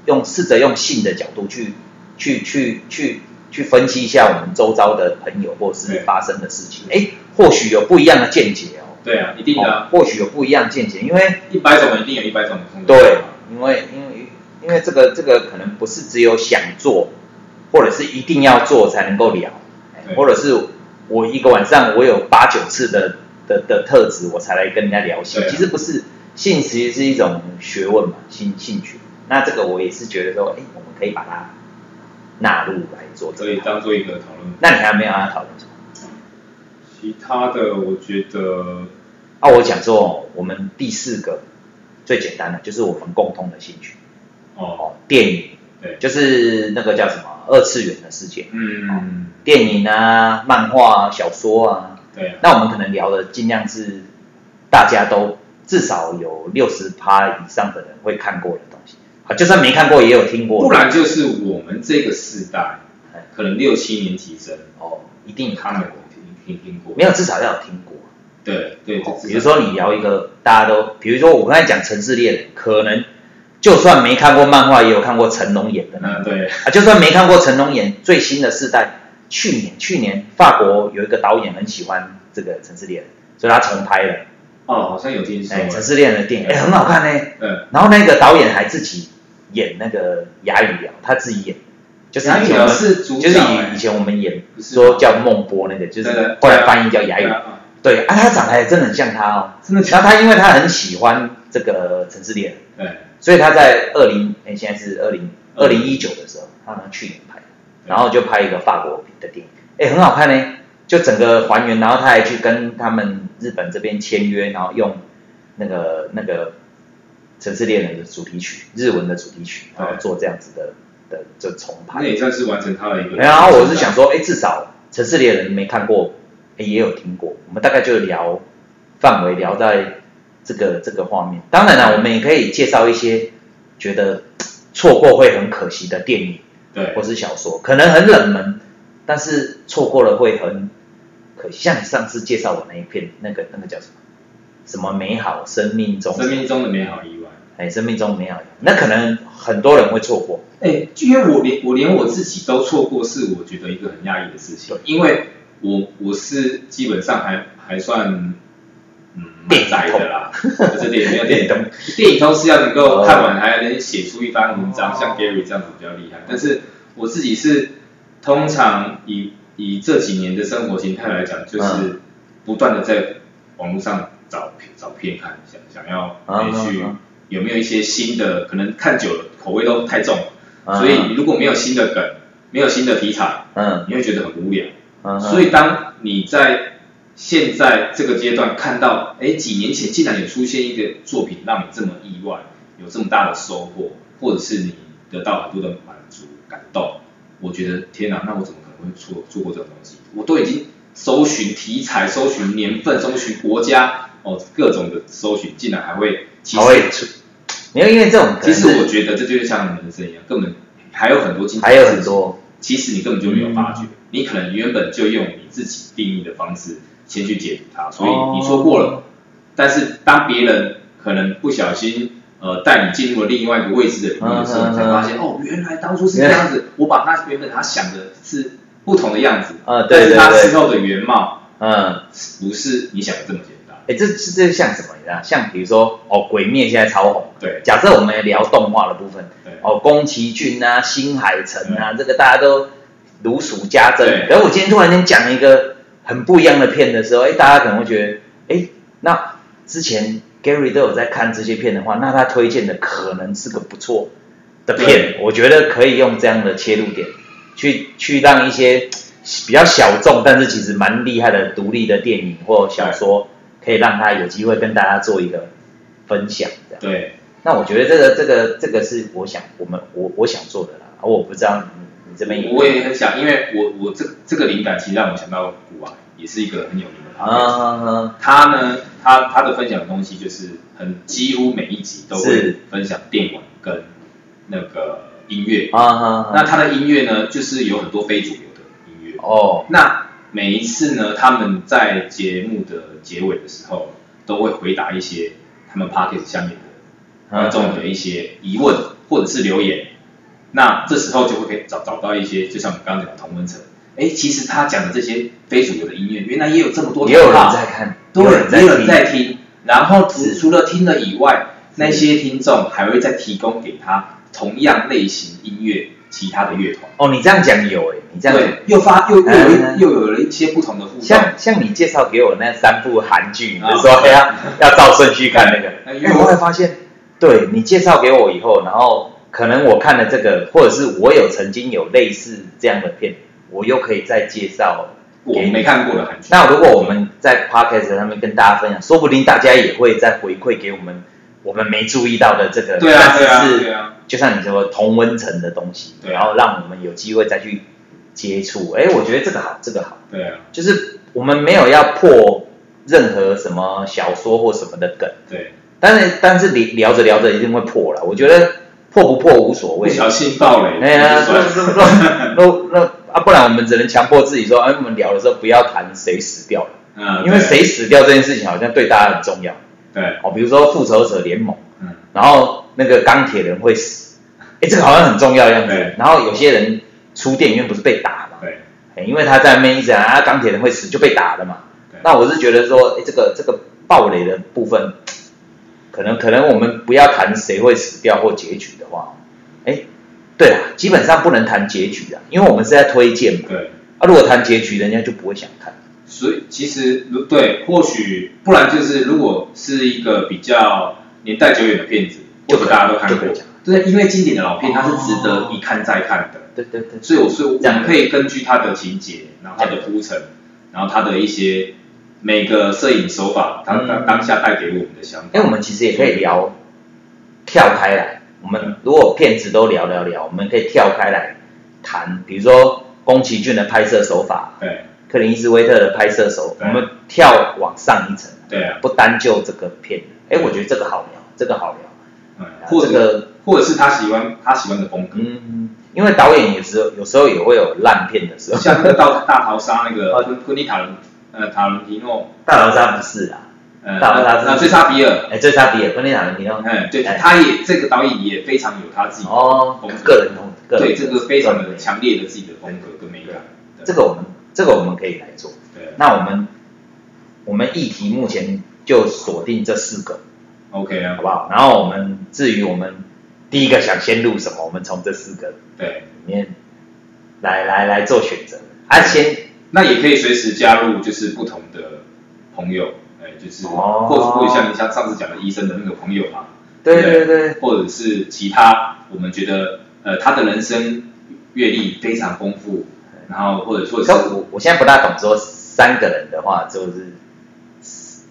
[SPEAKER 2] 用试着用性的角度去去去去去分析一下我们周遭的朋友或是
[SPEAKER 1] 对
[SPEAKER 2] 发生的事情，哎，或许有不一样的见解哦，
[SPEAKER 1] 对啊，一定的啊，
[SPEAKER 2] 哦或许有不一样的见解，因为
[SPEAKER 1] 一百种人一定有一百种不同的
[SPEAKER 2] 对
[SPEAKER 1] 方法，
[SPEAKER 2] 因为因为因为这个这个可能不是只有想做，或者是一定要做才能够聊，
[SPEAKER 1] 对
[SPEAKER 2] 或者是我一个晚上我有八九次的的的特质，我才来跟人家聊性。
[SPEAKER 1] 对啊
[SPEAKER 2] 其实不是性，其实是一种学问嘛，兴兴趣。那这个我也是觉得说，哎，我们可以把它纳入来做这
[SPEAKER 1] 可以
[SPEAKER 2] 个。
[SPEAKER 1] 当做一个讨论。
[SPEAKER 2] 那你还没有要讨论什么？
[SPEAKER 1] 其他的，我觉得
[SPEAKER 2] 啊，我讲说哦我们第四个最简单的就是我们共通的兴趣
[SPEAKER 1] 哦，
[SPEAKER 2] 哦，电影。
[SPEAKER 1] 对，
[SPEAKER 2] 就是那个叫什么二次元的世界，
[SPEAKER 1] 嗯，
[SPEAKER 2] 电影啊、漫画啊、小说啊。
[SPEAKER 1] 对啊，
[SPEAKER 2] 那我们可能聊的尽量是大家都至少有六十趴以上的人会看过的东西，啊，就算没看过也有听过。
[SPEAKER 1] 不然就是我们这个世代
[SPEAKER 2] 哎，
[SPEAKER 1] 可能六七年级生，
[SPEAKER 2] 哦，一定有
[SPEAKER 1] 他
[SPEAKER 2] 看
[SPEAKER 1] 们
[SPEAKER 2] 过，
[SPEAKER 1] 听听听过
[SPEAKER 2] 没，有至少要有听过。
[SPEAKER 1] 对对，
[SPEAKER 2] 哦
[SPEAKER 1] 这
[SPEAKER 2] 比如说你聊一个大家都，比如说我刚才讲《城市猎人》，可能就算没看过漫画，也有看过成龙演的那个
[SPEAKER 1] 嗯，对，
[SPEAKER 2] 啊，就算没看过成龙演最新的世代，去年去年法国有一个导演很喜欢这个《城市猎人》，所以他重拍了，
[SPEAKER 1] 哦，好像有听说
[SPEAKER 2] 哎，，《城市猎人》的电影，哎，很好看呢、
[SPEAKER 1] 嗯，
[SPEAKER 2] 然后那个导演还自己演那个哑语聊，他自己演，就是
[SPEAKER 1] 哑
[SPEAKER 2] 以
[SPEAKER 1] 语
[SPEAKER 2] 前
[SPEAKER 1] 聊
[SPEAKER 2] 我们
[SPEAKER 1] 是主角
[SPEAKER 2] 就是
[SPEAKER 1] 哎
[SPEAKER 2] 以以前我们演
[SPEAKER 1] 不是
[SPEAKER 2] 说叫孟波那个，就
[SPEAKER 1] 对对
[SPEAKER 2] 是后来翻译叫哑
[SPEAKER 1] 对
[SPEAKER 2] 语
[SPEAKER 1] 啊，啊
[SPEAKER 2] 对啊，他长得还真的很像他哦，
[SPEAKER 1] 真的假
[SPEAKER 2] 然后他因为他很喜欢这个《城市猎人》，
[SPEAKER 1] 的？对，
[SPEAKER 2] 所以他在二零哎现在是二零二零一九的时候，他好像去年拍的，然后就拍一个法国的电影，哎很好看呢、就整个还原，然后他还去跟他们日本这边签约，然后用那个那个《城市猎人》的主题曲，日文的主题曲，
[SPEAKER 1] 对
[SPEAKER 2] 然后做这样子的的就重
[SPEAKER 1] 那
[SPEAKER 2] 拍。
[SPEAKER 1] 也算是完成他的一个。
[SPEAKER 2] 然后我是想，说，哎至少《城市猎人》没看过，哎也有听过，我们大概就聊范围聊在这个这个画面。当然了，我们也可以介绍一些觉得错过会很可惜的电影
[SPEAKER 1] 对
[SPEAKER 2] 或是小说，可能很冷门，但是错过了会很可惜。像你上次介绍我那一片，那个那个叫什么？什么美好生命中？
[SPEAKER 1] 生命中的美好意外。
[SPEAKER 2] 哎，生命中美好，那可能很多人会错过。
[SPEAKER 1] 哎，因为我连我连我自己都错过，是我觉得一个很讶异的事情。因为我我是基本上还还算嗯蛮宅的啦，不是电影没有电影通，哦电影通是要能够看完，还能写出一番文章，像 Gary 这样子比较厉害。但是我自己是通常以以这几年的生活形态来讲，就是不断的在网络上找找片看，想想要
[SPEAKER 2] 啊
[SPEAKER 1] 连续
[SPEAKER 2] 啊啊
[SPEAKER 1] 有没有一些新的，可能看久了口味都太重了，
[SPEAKER 2] 嗯
[SPEAKER 1] 所以如果没有新的梗，没有新的题材，
[SPEAKER 2] 嗯
[SPEAKER 1] 你会觉得很无聊。
[SPEAKER 2] 嗯，
[SPEAKER 1] 所以当你在现在这个阶段看到，哎，几年前竟然有出现一个作品让你这么意外，有这么大的收获，或者是你得到很多的满足、感动，我觉得天哪，那我怎么可能会错错过这种东西？我都已经搜寻题材、搜寻年份、搜寻国家，哦，各种的搜寻，竟然还会，其
[SPEAKER 2] 还会
[SPEAKER 1] 实
[SPEAKER 2] 没有，因为这种可
[SPEAKER 1] 其
[SPEAKER 2] 能
[SPEAKER 1] 实我
[SPEAKER 2] 是
[SPEAKER 1] 觉得这就是像你们人生一样，啊根本还有很多精彩
[SPEAKER 2] 还
[SPEAKER 1] 的
[SPEAKER 2] 有
[SPEAKER 1] 事情，
[SPEAKER 2] 很多，嗯
[SPEAKER 1] 其实你根本就没有发觉，你可能原本就用你自己定义的方式先去解读它，所以你错过了。
[SPEAKER 2] 哦
[SPEAKER 1] 但是当别人可能不小心呃带你进入了另外一个未知的领域的时候，
[SPEAKER 2] 嗯嗯嗯
[SPEAKER 1] 你才发现哦，原来当初是这样
[SPEAKER 2] *laughs*
[SPEAKER 1] 子，我把他原本他想的是不同的样子，
[SPEAKER 2] 呃，
[SPEAKER 1] 但
[SPEAKER 2] 对
[SPEAKER 1] 是
[SPEAKER 2] 对
[SPEAKER 1] 他
[SPEAKER 2] 对
[SPEAKER 1] 之，后的原貌
[SPEAKER 2] 嗯，
[SPEAKER 1] 不是你想的这么简单。
[SPEAKER 2] 哎，这这这像什么？你知道，像比如说哦，《鬼灭》现在超红。
[SPEAKER 1] 对
[SPEAKER 2] 假设我们聊动画的部分，
[SPEAKER 1] 对
[SPEAKER 2] 哦，宫崎骏啊、新海诚啊，这个大家都如数家珍。
[SPEAKER 1] 对
[SPEAKER 2] 可是我今天突然间讲一个很不一样的片的时候，哎，大家可能会觉得，哎，那之前 Gary 都有在看这些片的话，那他推荐的可能是个不错的片。我觉得可以用这样的切入点，去去让一些比较小众，但是其实蛮厉害的独立的电影或小说，可以让他有机会跟大家做一个分享，这样。
[SPEAKER 1] 对，
[SPEAKER 2] 那我觉得这个这个这个是我想我们我我想做的啦，啊我不知道你你这边有
[SPEAKER 1] 我也很想，因为我我这这个灵感其实让我想到古玩，也是一个很有名的 podcast
[SPEAKER 2] 啊啊
[SPEAKER 1] 他呢，他他的分享的东西就是很几乎每一集都会
[SPEAKER 2] 是
[SPEAKER 1] 分享电玩跟那个音乐。
[SPEAKER 2] 啊啊
[SPEAKER 1] 那他的音乐呢，就是有很多非主流的音乐。
[SPEAKER 2] 哦
[SPEAKER 1] 那每一次呢，他们在节目的结尾的时候，都会回答一些他们 p o c k e t 下面
[SPEAKER 2] 嗯
[SPEAKER 1] 的观众的一些疑问或者是留言。那这时候就会可以找找到一些，就像我们刚刚讲的同温层。哎，其实他讲的这些非主流的音乐，原来也有这么多
[SPEAKER 2] 也有
[SPEAKER 1] 同好
[SPEAKER 2] 人在看，
[SPEAKER 1] 对，
[SPEAKER 2] 有人在
[SPEAKER 1] 也有人
[SPEAKER 2] 听，
[SPEAKER 1] 在听。然后除
[SPEAKER 2] 是
[SPEAKER 1] 除了听了以外，那些听众还会再提供给他同样类型音乐其他的乐团，
[SPEAKER 2] 哦你这样讲有哎、你这样讲
[SPEAKER 1] 对，又发又又有
[SPEAKER 2] 嗯
[SPEAKER 1] 一又有了一些不同的互动。
[SPEAKER 2] 像像你介绍给我那三部韩剧，你
[SPEAKER 1] 啊
[SPEAKER 2] 就说哎呀要照顺序看那个，
[SPEAKER 1] 那因
[SPEAKER 2] 哎
[SPEAKER 1] 为
[SPEAKER 2] 我后来
[SPEAKER 1] 我
[SPEAKER 2] 发现，对你介绍给我以后，然后可能我看了这个，或者是我有曾经有类似这样的片，我又可以再介绍
[SPEAKER 1] 我没看过的韩剧，
[SPEAKER 2] 那如果我们在 podcast 上面跟大家分享，说不定大家也会再回馈给我们我们没注意到的这个，
[SPEAKER 1] 对啊对
[SPEAKER 2] 但
[SPEAKER 1] 啊
[SPEAKER 2] 是
[SPEAKER 1] 对
[SPEAKER 2] 是、
[SPEAKER 1] 啊，
[SPEAKER 2] 就像你说同温层的东西，
[SPEAKER 1] 对啊
[SPEAKER 2] 然后让我们有机会再去接触。哎，我觉得这个好，这个好，
[SPEAKER 1] 对啊
[SPEAKER 2] 就是我们没有要破任何什么小说或什么的梗，
[SPEAKER 1] 对，
[SPEAKER 2] 但是但是你聊着聊着一定会破了。我觉得破不破无所
[SPEAKER 1] 不
[SPEAKER 2] 谓，
[SPEAKER 1] 小心爆雷，
[SPEAKER 2] 哎
[SPEAKER 1] *laughs*
[SPEAKER 2] 呀，
[SPEAKER 1] 就
[SPEAKER 2] 那
[SPEAKER 1] 算
[SPEAKER 2] 那那那啊，不然我们只能强迫自己说，哎，我们聊的时候不要谈谁死掉了。
[SPEAKER 1] 嗯，
[SPEAKER 2] 因为
[SPEAKER 1] 对
[SPEAKER 2] 谁死掉这件事情好像对大家很重要
[SPEAKER 1] 对，
[SPEAKER 2] 哦，比如说复仇者联盟，
[SPEAKER 1] 嗯，
[SPEAKER 2] 然后那个钢铁人会死，哎，这个好像很重要的样子
[SPEAKER 1] 对。
[SPEAKER 2] 然后有些人出电影院不是被打嘛，
[SPEAKER 1] 对
[SPEAKER 2] 哎因为他在那边一直喊啊钢铁人会死就被打了嘛
[SPEAKER 1] 对。
[SPEAKER 2] 那我是觉得说，哎，这个这个暴雷的部分，可能可能我们不要谈谁会死掉或结局的话，哎，对啊，基本上不能谈结局啊，因为我们是在推荐嘛。
[SPEAKER 1] 对，
[SPEAKER 2] 啊，如果谈结局，人家就不会想看。
[SPEAKER 1] 所以其实如对，或许不然就是如果是一个比较年代久远的片子，或
[SPEAKER 2] 就
[SPEAKER 1] 者
[SPEAKER 2] 可以
[SPEAKER 1] 大家都看
[SPEAKER 2] 就可以
[SPEAKER 1] 过
[SPEAKER 2] 讲，哦
[SPEAKER 1] 对，因为经典的老片它是值得一看再看的，
[SPEAKER 2] 对对对
[SPEAKER 1] 所以我所以我
[SPEAKER 2] 这样
[SPEAKER 1] 们可以根据它的情节，然后它的铺陈，然后它的一些每个摄影手法，它当
[SPEAKER 2] 嗯
[SPEAKER 1] 当下带给我们的想法，
[SPEAKER 2] 哎，我们其实也可以聊跳开来，我们如果片子都聊聊聊，我们可以跳开来谈，比如说宫崎骏的拍摄手法，
[SPEAKER 1] 对
[SPEAKER 2] 克林伊斯威特的拍摄手，我
[SPEAKER 1] 对
[SPEAKER 2] 们跳往上一层，
[SPEAKER 1] 对啊，
[SPEAKER 2] 不单就这个片。哎，我觉得这个好聊，这个好聊，
[SPEAKER 1] 嗯，
[SPEAKER 2] 啊
[SPEAKER 1] 或
[SPEAKER 2] 这
[SPEAKER 1] 者
[SPEAKER 2] 个
[SPEAKER 1] 或者是他喜欢他喜欢的风格，
[SPEAKER 2] 嗯，因为导演有时候有时候也会有烂片的时候，
[SPEAKER 1] 像那个到大逃杀那个
[SPEAKER 2] 哦
[SPEAKER 1] 昆昆汀塔伦呃塔伦提诺，
[SPEAKER 2] 大逃杀不是啊啦，
[SPEAKER 1] 呃
[SPEAKER 2] 大逃杀
[SPEAKER 1] 那
[SPEAKER 2] 是
[SPEAKER 1] 那追杀比尔。
[SPEAKER 2] 哎，这是他比尔昆汀塔伦提诺，
[SPEAKER 1] 嗯，对，
[SPEAKER 2] 哎
[SPEAKER 1] 他也这个导演也非常有他自己的
[SPEAKER 2] 哦
[SPEAKER 1] 风，格，
[SPEAKER 2] 个人同个人
[SPEAKER 1] 对这个非常的
[SPEAKER 2] 对
[SPEAKER 1] 强烈的自己的风格跟美感。对
[SPEAKER 2] 这个我们这个我们可以来做。
[SPEAKER 1] 对
[SPEAKER 2] 那我们我们议题目前就锁定这四个，
[SPEAKER 1] ，OK 啊
[SPEAKER 2] 好，不好？然后我们至于我们第一个想先录什么，我们从这四个里
[SPEAKER 1] 对，
[SPEAKER 2] 面来来来做选择。啊，先
[SPEAKER 1] 那也可以随时加入就是不同的朋友，哎，就是
[SPEAKER 2] 哦
[SPEAKER 1] 或或者像你像上次讲的医生的那个朋友嘛，
[SPEAKER 2] 对
[SPEAKER 1] 对
[SPEAKER 2] 对
[SPEAKER 1] 不
[SPEAKER 2] 对，
[SPEAKER 1] 或者是其他我们觉得呃他的人生阅历非常丰富，然后或者说是
[SPEAKER 2] 可我我现在不大懂说三个人的话就是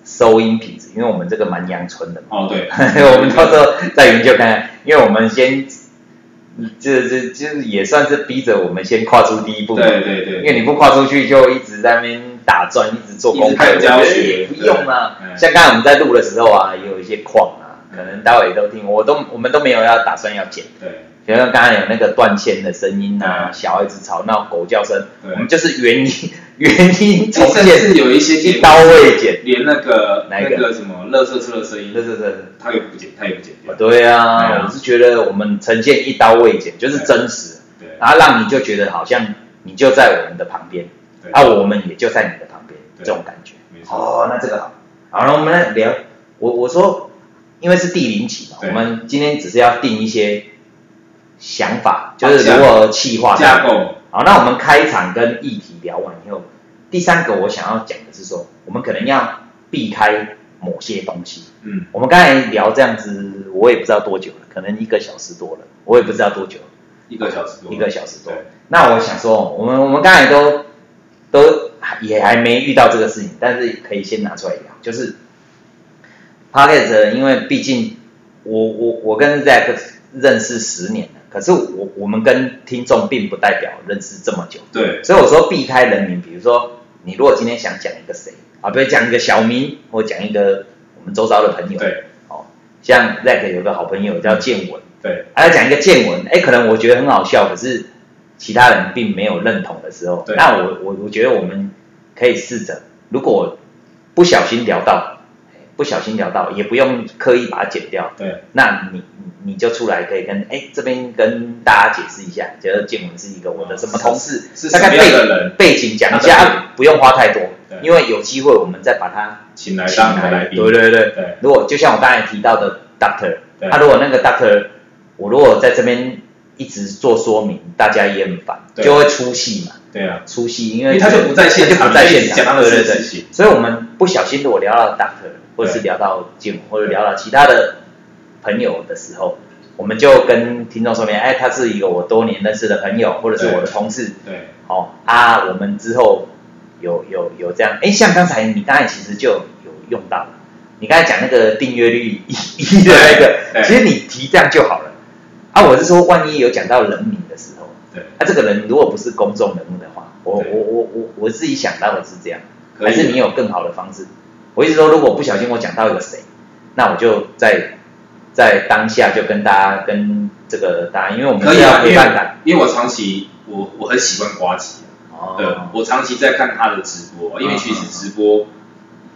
[SPEAKER 2] 收音品质，因为我们这个蛮阳
[SPEAKER 1] *laughs*
[SPEAKER 2] 春的嘛，，
[SPEAKER 1] 哦对
[SPEAKER 2] 我们到时候再研究看看，因为我们先。这这就是也算是逼着我们先跨出第一步嘛，
[SPEAKER 1] 对对对，
[SPEAKER 2] 因为你不跨出去，就一直在那边打转，一直做功
[SPEAKER 1] 一直
[SPEAKER 2] 课，
[SPEAKER 1] 看教学
[SPEAKER 2] 也不用啊
[SPEAKER 1] 对。嗯嗯
[SPEAKER 2] 像刚才我们在录的时候啊，也有一些矿啊，可能待会都听，我都我们都没有要打算要剪。
[SPEAKER 1] 对
[SPEAKER 2] 就像刚才有那个断线的声音啊，
[SPEAKER 1] 嗯
[SPEAKER 2] 小孩子吵闹、狗叫声，
[SPEAKER 1] 对
[SPEAKER 2] 我们就是原音 *laughs* 原音重
[SPEAKER 1] 哎甚
[SPEAKER 2] 现，
[SPEAKER 1] 至有一些节目
[SPEAKER 2] 一刀未剪。
[SPEAKER 1] 连那个
[SPEAKER 2] 哪一个
[SPEAKER 1] 那个什么乐色车的声音
[SPEAKER 2] 对，对对，
[SPEAKER 1] 他也不剪，他也不剪掉，
[SPEAKER 2] 对
[SPEAKER 1] 对
[SPEAKER 2] 啊，
[SPEAKER 1] 啊
[SPEAKER 2] 我是觉得我们呈现一刀未剪，就是真实，
[SPEAKER 1] 对
[SPEAKER 2] 然后让你就觉得好像你就在我们的旁边，
[SPEAKER 1] 对
[SPEAKER 2] 啊，我们也就在你的旁边，
[SPEAKER 1] 对
[SPEAKER 2] 这种感觉。
[SPEAKER 1] 没错，
[SPEAKER 2] 哦，那这个好。好，然后我们来聊，我我说，因为是第零期嘛，我
[SPEAKER 1] 对
[SPEAKER 2] 们今天只是要定一些想法，就
[SPEAKER 1] 方
[SPEAKER 2] 是
[SPEAKER 1] 向
[SPEAKER 2] 如何气化的
[SPEAKER 1] 架。构
[SPEAKER 2] 好，那我们开场跟议题聊完以后，第三个我想要讲的是说，我们可能要避开某些东西。
[SPEAKER 1] 嗯
[SPEAKER 2] 我们刚才聊这样子，我也不知道多久了，可能一个小时多了，我也不知道多久了。
[SPEAKER 1] 一个小时多
[SPEAKER 2] 一个小时多
[SPEAKER 1] 对。
[SPEAKER 2] 那我想说，我们我们刚才都都也还没遇到这个事情，但是可以先拿出来聊，就是 p o c k e t 因为毕竟我我我跟 Zack 认识十年了，可是我我们跟听众并不代表认识这么久，
[SPEAKER 1] 对
[SPEAKER 2] 所以我说避开人名，比如说你如果今天想讲一个谁啊，比如讲一个小明，或讲一个我们周遭的朋友，
[SPEAKER 1] 对
[SPEAKER 2] 哦，像 Zack 有个好朋友叫建文。
[SPEAKER 1] 对
[SPEAKER 2] 还要讲一个见闻，哎，可能我觉得很好笑，可是其他人并没有认同的时候，
[SPEAKER 1] 对
[SPEAKER 2] 那我我我觉得我们可以试着，如果不小心聊到，哎不小心聊到，也不用刻意把它剪掉，
[SPEAKER 1] 对
[SPEAKER 2] 那你你你就出来可以跟哎这边跟大家解释一下，觉得建文是一个我的什么同事，
[SPEAKER 1] 是
[SPEAKER 2] 大
[SPEAKER 1] 什么
[SPEAKER 2] 概背
[SPEAKER 1] 样的人
[SPEAKER 2] 背景讲一
[SPEAKER 1] 他的
[SPEAKER 2] 下，啊不用花太多
[SPEAKER 1] 对，
[SPEAKER 2] 因为有机会我们再把它
[SPEAKER 1] 请来当我们来宾，
[SPEAKER 2] 对对对。
[SPEAKER 1] 对
[SPEAKER 2] 如果就像我刚才提到的 doctor，
[SPEAKER 1] 对
[SPEAKER 2] 他、如果那个 doctor，我如果在这边一直做说明，大家也很烦，
[SPEAKER 1] 对
[SPEAKER 2] 就会出戏嘛，
[SPEAKER 1] 对啊，
[SPEAKER 2] 出戏，因
[SPEAKER 1] 因
[SPEAKER 2] 为
[SPEAKER 1] 为他就不在现
[SPEAKER 2] 他就
[SPEAKER 1] 场，
[SPEAKER 2] 不在
[SPEAKER 1] 你
[SPEAKER 2] 现
[SPEAKER 1] 一直
[SPEAKER 2] 场，
[SPEAKER 1] 讲他的
[SPEAKER 2] 对对
[SPEAKER 1] 事
[SPEAKER 2] 对。
[SPEAKER 1] 情，
[SPEAKER 2] 所以我们不小心如果聊到 doctor，或者是聊到 Jim，或者聊到其他的朋友的时候，我们就跟听众说明，哎，他是一个我多年认识的朋友，或者是
[SPEAKER 1] 对
[SPEAKER 2] 我的同事，
[SPEAKER 1] 对
[SPEAKER 2] 哦啊，我们之后有有有这样，哎，像刚才你刚才其实就有用到，你刚才讲那个订阅率 *laughs* 一一的那个，
[SPEAKER 1] 对
[SPEAKER 2] 其实你提这样就好了。啊，我是说，万一有讲到人名的时候，
[SPEAKER 1] 对，
[SPEAKER 2] 啊，这个人如果不是公众人物的话，我
[SPEAKER 1] 对
[SPEAKER 2] 我我我我自己想到的是这样，
[SPEAKER 1] 可以
[SPEAKER 2] 还是你有更好的方式？我一直说，如果不小心我讲到一个谁，那我就在在当下就跟大家跟这个大家，因为我们
[SPEAKER 1] 可
[SPEAKER 2] 是
[SPEAKER 1] 以
[SPEAKER 2] 要
[SPEAKER 1] 啊，因
[SPEAKER 2] 陪伴感
[SPEAKER 1] 为。因为我长期我我很喜欢瓜吉，
[SPEAKER 2] 哦
[SPEAKER 1] 对，我长期在看他的直播，因为其实直
[SPEAKER 2] 哦
[SPEAKER 1] 播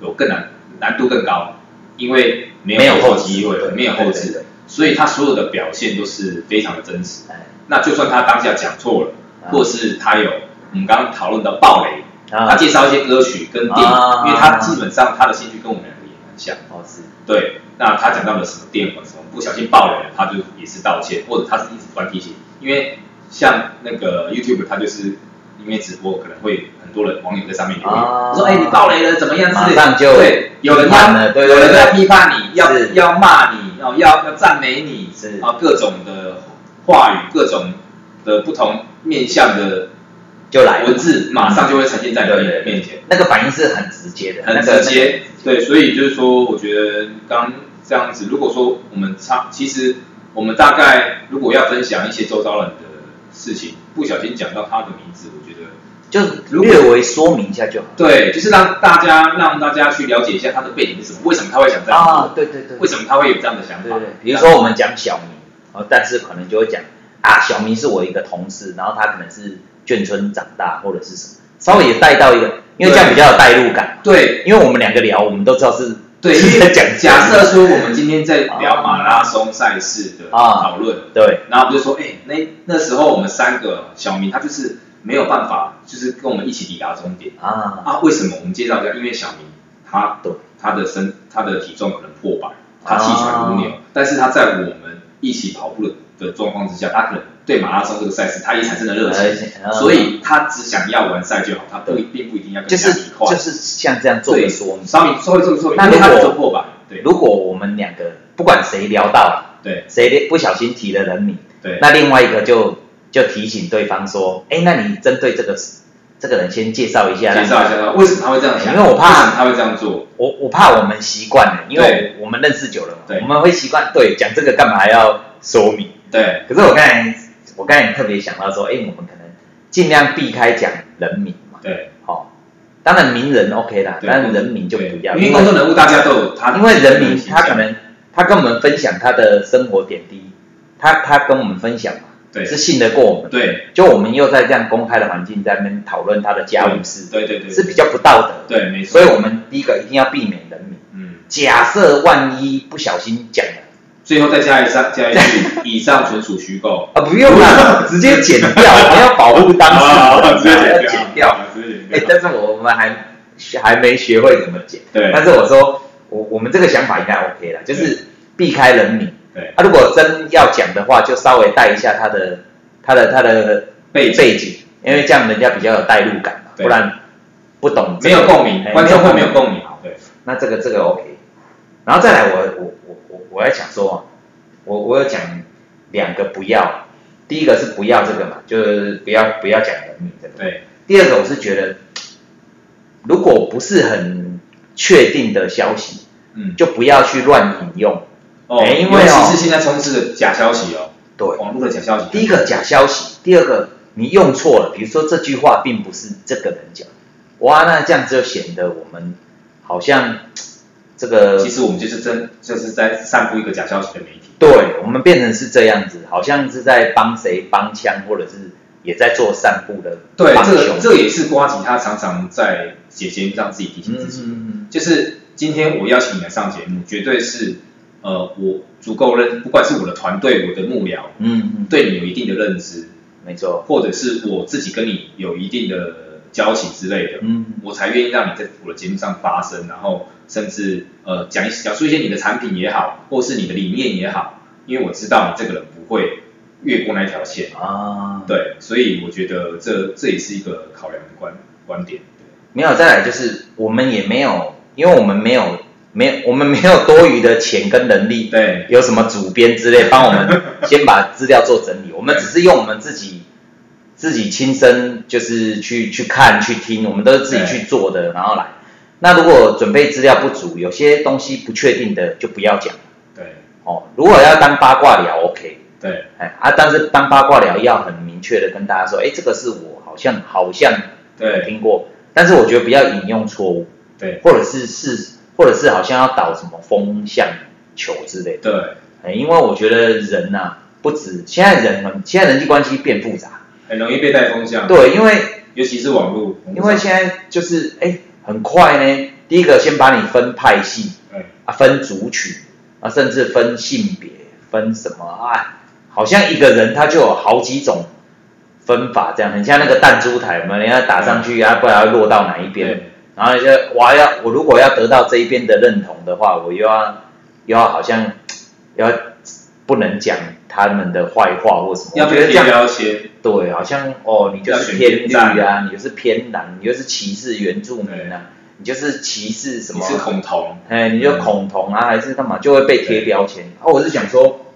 [SPEAKER 1] 有更难难度更高，因为没
[SPEAKER 2] 没有
[SPEAKER 1] 有
[SPEAKER 2] 后置
[SPEAKER 1] 机会，
[SPEAKER 2] 对
[SPEAKER 1] 没有后
[SPEAKER 2] 对对
[SPEAKER 1] 置
[SPEAKER 2] 对，
[SPEAKER 1] 所以他所有的表现都是非常的真实。
[SPEAKER 2] 哎
[SPEAKER 1] 那就算他当下讲错了，
[SPEAKER 2] 啊
[SPEAKER 1] 或是他有我们刚刚讨论的暴雷，
[SPEAKER 2] 啊
[SPEAKER 1] 他介绍一些歌曲跟电
[SPEAKER 2] 啊
[SPEAKER 1] 影，因为他基本上他的兴趣跟我们两个也蛮像。
[SPEAKER 2] 哦是，
[SPEAKER 1] 对，那他讲到了什么电文什么，不小心爆雷了，他就也是道歉，或者他是一直不断提醒，因为像那个 YouTube，他就是因为直播可能会很多人网友在上面留言，
[SPEAKER 2] 啊
[SPEAKER 1] 说哎、你爆雷了怎么样之类的，
[SPEAKER 2] 马上就
[SPEAKER 1] 对，有人
[SPEAKER 2] 批判了
[SPEAKER 1] 要
[SPEAKER 2] 对对
[SPEAKER 1] 有人
[SPEAKER 2] 对
[SPEAKER 1] 在批判你，要
[SPEAKER 2] 是
[SPEAKER 1] 要骂你，哦要要赞美你，
[SPEAKER 2] 是
[SPEAKER 1] 啊各种的话语，各种的不同面向的
[SPEAKER 2] 就来
[SPEAKER 1] 文
[SPEAKER 2] 了。
[SPEAKER 1] 字，马上就会呈现在
[SPEAKER 2] 对
[SPEAKER 1] 你
[SPEAKER 2] 对
[SPEAKER 1] 的
[SPEAKER 2] 对
[SPEAKER 1] 面前。
[SPEAKER 2] 那个反应是很直接的，
[SPEAKER 1] 很
[SPEAKER 2] 那个
[SPEAKER 1] 直接，对，所以就是说，我觉得刚这样子，如果说我们差，其实我们大概如果要分享一些周遭人的事情，不小心讲到他的名字，我觉得
[SPEAKER 2] 就是
[SPEAKER 1] 如果
[SPEAKER 2] 略微说明一下就好。
[SPEAKER 1] 对，就是让大家让大家去了解一下他的背景是什么，为什么他会想这样
[SPEAKER 2] 啊
[SPEAKER 1] 做，，
[SPEAKER 2] 对对对，
[SPEAKER 1] 为什么他会有这样的想
[SPEAKER 2] 对
[SPEAKER 1] 法
[SPEAKER 2] 对对，，比如说我们讲小明，哦，但是可能就会讲啊，小明是我一个同事，然后他可能是眷村长大或者是什么，稍微也带到一个，因为这样比较有代入感。
[SPEAKER 1] 对
[SPEAKER 2] 因为我们两个聊，我们都知道是
[SPEAKER 1] 对，
[SPEAKER 2] 是
[SPEAKER 1] 因
[SPEAKER 2] 在
[SPEAKER 1] 为
[SPEAKER 2] 讲
[SPEAKER 1] 假设说我们今天在聊马拉松赛事的
[SPEAKER 2] 啊
[SPEAKER 1] 讨论，
[SPEAKER 2] 对
[SPEAKER 1] 然后我们就说，哎、那那时候我们三个小明他就是没有办法，就是跟我们一起抵达终点。
[SPEAKER 2] 啊，
[SPEAKER 1] 啊，为什么我们介绍一下？因为小明他
[SPEAKER 2] 对
[SPEAKER 1] 他的身他的体重可能破百，他气喘
[SPEAKER 2] 啊
[SPEAKER 1] 如牛，但是他在我们一起跑步的的状况之下，他可能对马拉松这个赛事他也产生了热情，
[SPEAKER 2] 呃
[SPEAKER 1] 所以他只想要完赛就好，他不
[SPEAKER 2] 对
[SPEAKER 1] 并不一定要跟
[SPEAKER 2] 就
[SPEAKER 1] 人家
[SPEAKER 2] 是
[SPEAKER 1] 比快。
[SPEAKER 2] 就是像这样做
[SPEAKER 1] 对，
[SPEAKER 2] 的说明。
[SPEAKER 1] 稍微稍微这么说，
[SPEAKER 2] 那
[SPEAKER 1] 因为他
[SPEAKER 2] 如
[SPEAKER 1] 的
[SPEAKER 2] 果
[SPEAKER 1] 重破百，对，
[SPEAKER 2] 如果我们两个不管谁聊到了，
[SPEAKER 1] 对
[SPEAKER 2] 谁不小心提了人名，
[SPEAKER 1] 对
[SPEAKER 2] 那另外一个就就提醒对方说，哎，那你针对这个这个人先介绍一下，
[SPEAKER 1] 介绍一下他为什么他会这样想，
[SPEAKER 2] 因为我怕
[SPEAKER 1] 为什么他会这样做，
[SPEAKER 2] 我我怕我们习惯了，因为我我们认识久了嘛，
[SPEAKER 1] 对
[SPEAKER 2] 我们会习惯对讲这个干嘛还要说明？
[SPEAKER 1] 对
[SPEAKER 2] 可是我刚才我刚才特别想到说，哎，我们可能尽量避开讲人名嘛，
[SPEAKER 1] 对
[SPEAKER 2] 哦，当然名人 OK 啦，
[SPEAKER 1] 对
[SPEAKER 2] 但是人名就不
[SPEAKER 1] 对
[SPEAKER 2] 要，
[SPEAKER 1] 因为
[SPEAKER 2] 为
[SPEAKER 1] 公众人物大家都有他的
[SPEAKER 2] 啊因为人名
[SPEAKER 1] 形象
[SPEAKER 2] 他可能他跟我们分享他的生活点滴，他他跟我们分享嘛，
[SPEAKER 1] 对
[SPEAKER 2] 是信得过我们，
[SPEAKER 1] 对
[SPEAKER 2] 就我们又在这样公开的环境在那边讨论他的家务事，
[SPEAKER 1] 对对对
[SPEAKER 2] 是
[SPEAKER 1] 对
[SPEAKER 2] 比较不道德，
[SPEAKER 1] 对没错
[SPEAKER 2] 所以，我们第一个一定要避免人名。
[SPEAKER 1] 嗯，
[SPEAKER 2] 假设万一不小心讲了
[SPEAKER 1] 最后再加一上加一句，以上纯属虚构。
[SPEAKER 2] 啊，不用啦，直接剪掉，还要保护当
[SPEAKER 1] 好好好
[SPEAKER 2] 事
[SPEAKER 1] 啊直接剪
[SPEAKER 2] 人，要
[SPEAKER 1] 掉
[SPEAKER 2] 剪掉。，
[SPEAKER 1] 直接剪
[SPEAKER 2] 哎，
[SPEAKER 1] 掉。
[SPEAKER 2] 但是我们还还没学会怎么剪。
[SPEAKER 1] 对
[SPEAKER 2] 但是我说，我我们这个想法应该 OK 了，就是避开人名。
[SPEAKER 1] 对，
[SPEAKER 2] 啊，如果真要讲的话，就稍微带一下他的他的他的
[SPEAKER 1] 背景
[SPEAKER 2] 背景，因为这样人家比较有代入感嘛，
[SPEAKER 1] 对
[SPEAKER 2] 不然不懂这
[SPEAKER 1] 没
[SPEAKER 2] 个
[SPEAKER 1] 有共鸣，
[SPEAKER 2] 哎
[SPEAKER 1] 观众会没有共鸣。对，
[SPEAKER 2] 那这个这个 OK。然后再来我，我我我我要讲说啊，我我有讲两个不要，第一个是不要这个嘛，就是不要不要讲人名这个。
[SPEAKER 1] 对，
[SPEAKER 2] 第二个我是觉得，如果不是很确定的消息，
[SPEAKER 1] 嗯，
[SPEAKER 2] 就不要去乱引用。
[SPEAKER 1] 哦，
[SPEAKER 2] 哎因为哦
[SPEAKER 1] 尤其是现在充斥的假消息哦，
[SPEAKER 2] 对，
[SPEAKER 1] 网络的假消息。
[SPEAKER 2] 第一个假消息，第二个你用错了，比如说这句话并不是这个人讲，哇，那这样就显得我们好像这个
[SPEAKER 1] 其实我们就是真就是在散布一个假消息的媒体。
[SPEAKER 2] 对，我们变成是这样子，好像是在帮谁帮腔，或者是也在做散步的
[SPEAKER 1] 对，
[SPEAKER 2] 帮
[SPEAKER 1] 这个
[SPEAKER 2] 凶。
[SPEAKER 1] 这个也是瓜吉他常常在写节目上自己提醒
[SPEAKER 2] 嗯
[SPEAKER 1] 自己，
[SPEAKER 2] 嗯
[SPEAKER 1] 就是今天我邀请你来上节目，绝对是呃我足够认，不管是我的团队、我的幕僚
[SPEAKER 2] 嗯嗯嗯，
[SPEAKER 1] 对你有一定的认知，
[SPEAKER 2] 没错，
[SPEAKER 1] 或者是我自己跟你有一定的交情之类的，
[SPEAKER 2] 嗯，
[SPEAKER 1] 我才愿意让你在我的节目上发声，然后甚至呃讲一讲述一些你的产品也好，或是你的理念也好，因为我知道你这个人不会越过那条线，
[SPEAKER 2] 啊，，
[SPEAKER 1] 对，所以我觉得这这也是一个考量的观观点，
[SPEAKER 2] 没有，再来就是我们也没有，因为我们没有没有我们没有多余的钱跟人力，
[SPEAKER 1] 对
[SPEAKER 2] 有什么主编之类帮我们先把资料做整理，我们只是用我们自己自己亲身就是去去看去听，我们都是自己去做的，然后来。那如果准备资料不足，有些东西不确定的就不要讲
[SPEAKER 1] 对
[SPEAKER 2] 哦。如果要当八卦聊，OK，
[SPEAKER 1] 对
[SPEAKER 2] 哎啊，但是当八卦聊要很明确的跟大家说，哎，这个是我好像好像
[SPEAKER 1] 对
[SPEAKER 2] 听过，但是我觉得不要引用错误，
[SPEAKER 1] 对
[SPEAKER 2] 或者是是或者是好像要导什么风向球之类的。
[SPEAKER 1] 对，
[SPEAKER 2] 哎，因为我觉得人呐、不止现在人很，现在人际关系变复杂。
[SPEAKER 1] 很容易被带风向，
[SPEAKER 2] 对，因为
[SPEAKER 1] 尤其是网络，
[SPEAKER 2] 因为现在就是哎，很快呢。第一个先把你分派系
[SPEAKER 1] 对
[SPEAKER 2] 啊，分族群啊，甚至分性别，分什么啊，好像一个人他就有好几种分法，这样很像那个弹珠台嘛，人家打上去啊，不知道落到哪一边。
[SPEAKER 1] 对
[SPEAKER 2] 然后就我要我如果要得到这一边的认同的话，我又要又要好像要不能讲他们的坏话或什么，
[SPEAKER 1] 要
[SPEAKER 2] 我觉
[SPEAKER 1] 被
[SPEAKER 2] 得这
[SPEAKER 1] 贴
[SPEAKER 2] 样
[SPEAKER 1] 标签，
[SPEAKER 2] 对，好像哦你就
[SPEAKER 1] 要
[SPEAKER 2] 是
[SPEAKER 1] 选
[SPEAKER 2] 偏
[SPEAKER 1] 边
[SPEAKER 2] 绿
[SPEAKER 1] 站
[SPEAKER 2] 啊，你就是偏蓝，你就是歧视原住民
[SPEAKER 1] 对
[SPEAKER 2] 啊，你就是歧视什
[SPEAKER 1] 你
[SPEAKER 2] 么，
[SPEAKER 1] 是恐同，
[SPEAKER 2] 哎，你就恐同啊还是干嘛，就会被贴标签。哦，我是想说，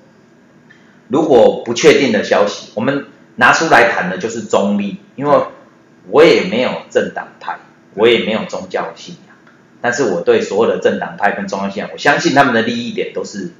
[SPEAKER 2] 如果不确定的消息，我们拿出来谈的就是中立，因为我也没有政党派，我也没有宗教信仰，但是我对所有的政党派跟宗教信仰，我相信他们的利益点都是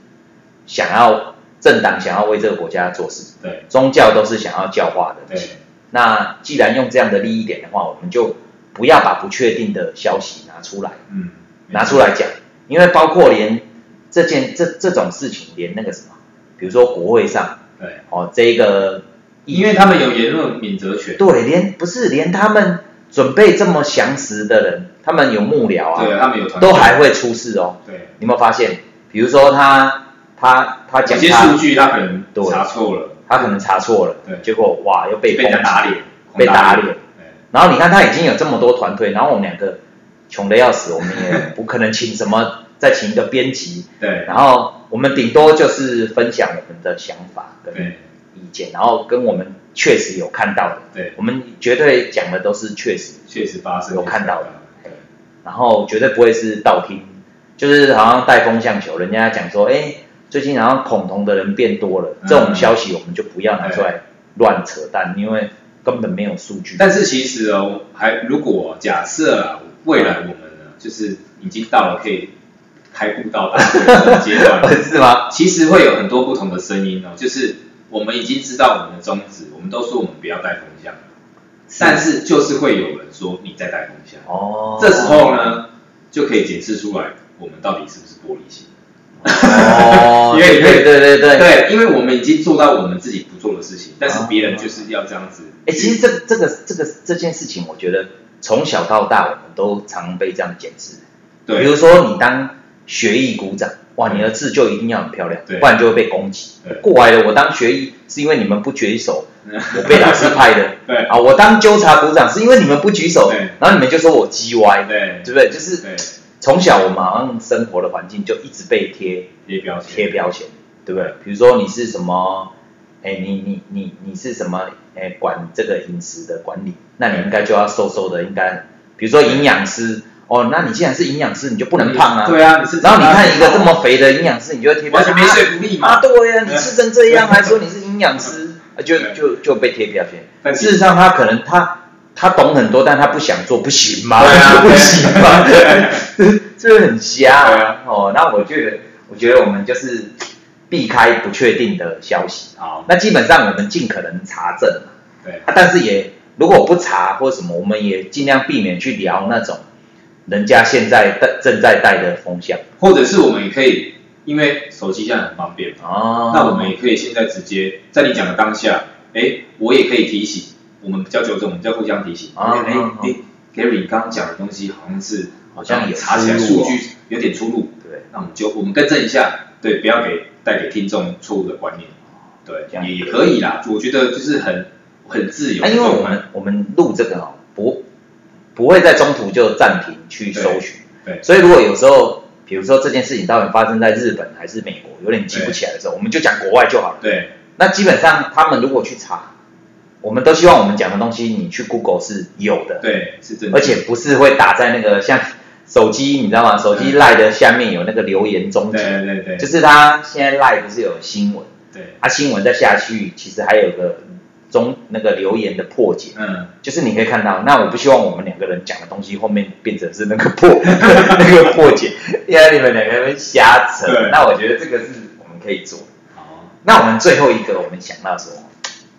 [SPEAKER 2] 想要政党想要为这个国家做事，
[SPEAKER 1] 对
[SPEAKER 2] 宗教都是想要教化的
[SPEAKER 1] 对
[SPEAKER 2] 那既然用这样的利益点的话，我们就不要把不确定的消息拿出来。
[SPEAKER 1] 嗯，
[SPEAKER 2] 拿出来讲，因为包括连这件这这种事情，连那个什么，比如说国会上
[SPEAKER 1] 对，
[SPEAKER 2] 哦，这个
[SPEAKER 1] 因为他们有言论免责权，
[SPEAKER 2] 对连不是连他们准备这么详实的人，他们有幕僚啊，
[SPEAKER 1] 对，他们有团队
[SPEAKER 2] 都还会出事哦。
[SPEAKER 1] 对，
[SPEAKER 2] 你有没有发现？比如说他他他
[SPEAKER 1] 有
[SPEAKER 2] 讲
[SPEAKER 1] 些数
[SPEAKER 2] 他
[SPEAKER 1] 据他可能
[SPEAKER 2] 对
[SPEAKER 1] 查错了，
[SPEAKER 2] 他可能查错了，
[SPEAKER 1] 对
[SPEAKER 2] 结果哇又被
[SPEAKER 1] 被人家
[SPEAKER 2] 攻击
[SPEAKER 1] 打脸，
[SPEAKER 2] 被打脸。
[SPEAKER 1] 对
[SPEAKER 2] 然后你看他已经有这么多团队，然后我们两个穷的要死，我们也不可能请什么再请一个编辑，
[SPEAKER 1] 对
[SPEAKER 2] 然后我们顶多就是分享我们的想法跟
[SPEAKER 1] 对
[SPEAKER 2] 意见，然后跟我们确实有看到的，
[SPEAKER 1] 对，
[SPEAKER 2] 我们绝对讲的都是确实，
[SPEAKER 1] 确实发生
[SPEAKER 2] 有看到的
[SPEAKER 1] 对
[SPEAKER 2] 然后绝对不会是道听就是好像带风向球，人家讲说，哎，最近好像恐同的人变多了，
[SPEAKER 1] 嗯
[SPEAKER 2] 这种消息我们就不要拿出来乱扯淡，因
[SPEAKER 1] 嗯
[SPEAKER 2] 为根本没有
[SPEAKER 1] *laughs*
[SPEAKER 2] 数据。
[SPEAKER 1] 但是其实哦，还如果假设啊，未来我们呢，就是已经到了可以开步到大会的阶段了，
[SPEAKER 2] 是吗？
[SPEAKER 1] 其实会有很多不同的声音哦，就是我们已经知道我们的宗旨，我们都说我们不要带风向，但是就是会有人说你在带风向，
[SPEAKER 2] 哦，
[SPEAKER 1] 这时候？呢就可以检视出来我们到底是不是玻璃心。
[SPEAKER 2] 哦，
[SPEAKER 1] *laughs* 因为
[SPEAKER 2] 对对对对对。
[SPEAKER 1] 对，因为我们已经做到我们自己不做的事情，但是别人就是要这样子。
[SPEAKER 2] 哎、其实这这个这个这件事情，我觉得从小到大，我们都常被这样检视。比
[SPEAKER 1] 对
[SPEAKER 2] 如说你当学艺鼓掌，哇，你的字就一定要很漂亮，
[SPEAKER 1] 对
[SPEAKER 2] 不然就会被攻击
[SPEAKER 1] 对。
[SPEAKER 2] 过来了，我当学艺是因为你们不举手，
[SPEAKER 1] 嗯。
[SPEAKER 2] 我被老师派的
[SPEAKER 1] *laughs* 对
[SPEAKER 2] 啊，我当纠察鼓掌是因为你们不举手
[SPEAKER 1] 对，
[SPEAKER 2] 然后你们就说我叽歪，
[SPEAKER 1] 对
[SPEAKER 2] 对不对？就是
[SPEAKER 1] 对，
[SPEAKER 2] 从小我们好像生活的环境就一直被贴
[SPEAKER 1] 贴标
[SPEAKER 2] 贴
[SPEAKER 1] 签，
[SPEAKER 2] 标签，对不对？比如说你是什么，哎，你你你你是什么，哎，管这个饮食的管理，那你应该就要瘦瘦的，应该，比如说营养师，哦，那你既然是营养师，你就不能胖啊。
[SPEAKER 1] 对啊，你是
[SPEAKER 2] 然后你看一个这么肥的营养师，你就会贴标
[SPEAKER 1] 完
[SPEAKER 2] 签，
[SPEAKER 1] 全没说服力
[SPEAKER 2] 啊，
[SPEAKER 1] 嘛。
[SPEAKER 2] 对呀、你吃成这样，还说你是营养师，啊就就就被贴标签。
[SPEAKER 1] 但
[SPEAKER 2] 事实上，他可能他他懂很多，但他不想做，不行吗？
[SPEAKER 1] 对
[SPEAKER 2] *laughs*
[SPEAKER 1] 啊
[SPEAKER 2] 不行吗？ *laughs* 这个很瞎
[SPEAKER 1] 对啊
[SPEAKER 2] 哦。那我觉得，我觉得我们就是避开不确定的消息。
[SPEAKER 1] 好，
[SPEAKER 2] 那基本上我们尽可能查证嘛，
[SPEAKER 1] 对
[SPEAKER 2] 啊但是也如果不查或什么，我们也尽量避免去聊那种人家现在带正在带的风向
[SPEAKER 1] 或者是我们也可以，因为手机现在很方便嘛，
[SPEAKER 2] 哦。
[SPEAKER 1] 那我们也可以现在直接在你讲的当下，哎，我也可以提醒，我们比较纠正，我们叫互相提醒。
[SPEAKER 2] 啊
[SPEAKER 1] 哎哎
[SPEAKER 2] 啊啊
[SPEAKER 1] 哎，Gary，你刚刚讲的东西好像是
[SPEAKER 2] 好像有
[SPEAKER 1] 查起来
[SPEAKER 2] 出入
[SPEAKER 1] 数
[SPEAKER 2] 哦
[SPEAKER 1] 据有点出入，
[SPEAKER 2] 对。
[SPEAKER 1] 那我们就我们更正一下，对，不要给带给听众错误的观念，对
[SPEAKER 2] 这，样
[SPEAKER 1] 也也可以啦。我觉得就是很很自由，
[SPEAKER 2] 那、啊因为我们我们录这个哦，不不会在中途就暂停去搜寻，
[SPEAKER 1] 对
[SPEAKER 2] 所以如果有时候，比如说这件事情到底发生在日本还是美国，有点记不起来的时候，我们就讲国外就好了。
[SPEAKER 1] 对
[SPEAKER 2] 那基本上他们如果去查，我们都希望我们讲的东西你去 Google 是有的，
[SPEAKER 1] 对是真的，
[SPEAKER 2] 而且不是会打在那个像手机，你知道吗？手机
[SPEAKER 1] 嗯
[SPEAKER 2] 赖的下面有那个留言终
[SPEAKER 1] 对
[SPEAKER 2] 结，
[SPEAKER 1] 对对对，
[SPEAKER 2] 就是它现在赖不是有新闻，
[SPEAKER 1] 对，
[SPEAKER 2] 啊新闻再下去其实还有个中那个留言的破解。
[SPEAKER 1] 嗯，
[SPEAKER 2] 就是你可以看到，那我不希望我们两个人讲的东西后面变成是那个破那个破解，因为你们两个人瞎扯
[SPEAKER 1] 对。
[SPEAKER 2] 那我觉得这个是我们可以做。
[SPEAKER 1] 好，
[SPEAKER 2] 那我们最后一个，我们想到说，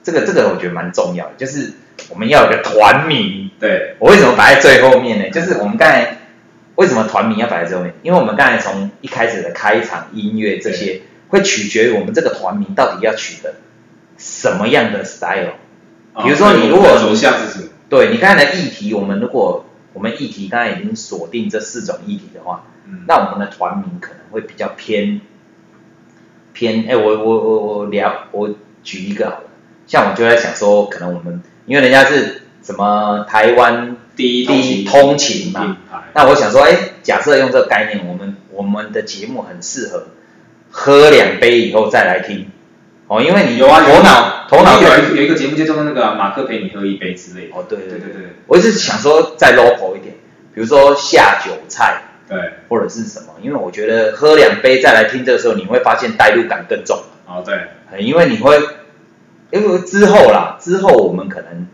[SPEAKER 2] 这个这个我觉得蛮重要的，就是我们要有个团名。
[SPEAKER 1] 对
[SPEAKER 2] 我为什么摆在最后面呢？就是我们刚才为什么团名要摆在最后面？因为我们刚才从一开始的开场音乐这些，会取决于我们这个团名到底要取的什么样的 style。
[SPEAKER 1] 哦
[SPEAKER 2] 比如说你
[SPEAKER 1] 对
[SPEAKER 2] 如果
[SPEAKER 1] 我们的走向是什么？
[SPEAKER 2] 对你刚才的议题，我们如果我们议题刚才已经锁定这四种议题的话，
[SPEAKER 1] 嗯，
[SPEAKER 2] 那我们的团名可能会比较偏偏。哎，我我我我聊，我举一个好了，像我就在想说，可能我们因为人家是什么台湾
[SPEAKER 1] 第一
[SPEAKER 2] 第一
[SPEAKER 1] 通
[SPEAKER 2] 通勤嘛，
[SPEAKER 1] 品牌，
[SPEAKER 2] 那我想说，哎，假设用这个概念，我们我们的节目很适合喝两杯以后再来听哦，因为你
[SPEAKER 1] 有啊有啊
[SPEAKER 2] 头脑头脑
[SPEAKER 1] 有一有一个节目叫做那个啊马克陪你喝一杯之类的，
[SPEAKER 2] 哦，对
[SPEAKER 1] 对对
[SPEAKER 2] 对对
[SPEAKER 1] 对对
[SPEAKER 2] 我一直想说再 local 一点，比如说下酒菜
[SPEAKER 1] 对，
[SPEAKER 2] 或者是什么，因为我觉得喝两杯再来听这个时候，你会发现代入感更重，
[SPEAKER 1] 哦对，
[SPEAKER 2] 呃因为你会，因为之后啦，之后我们可能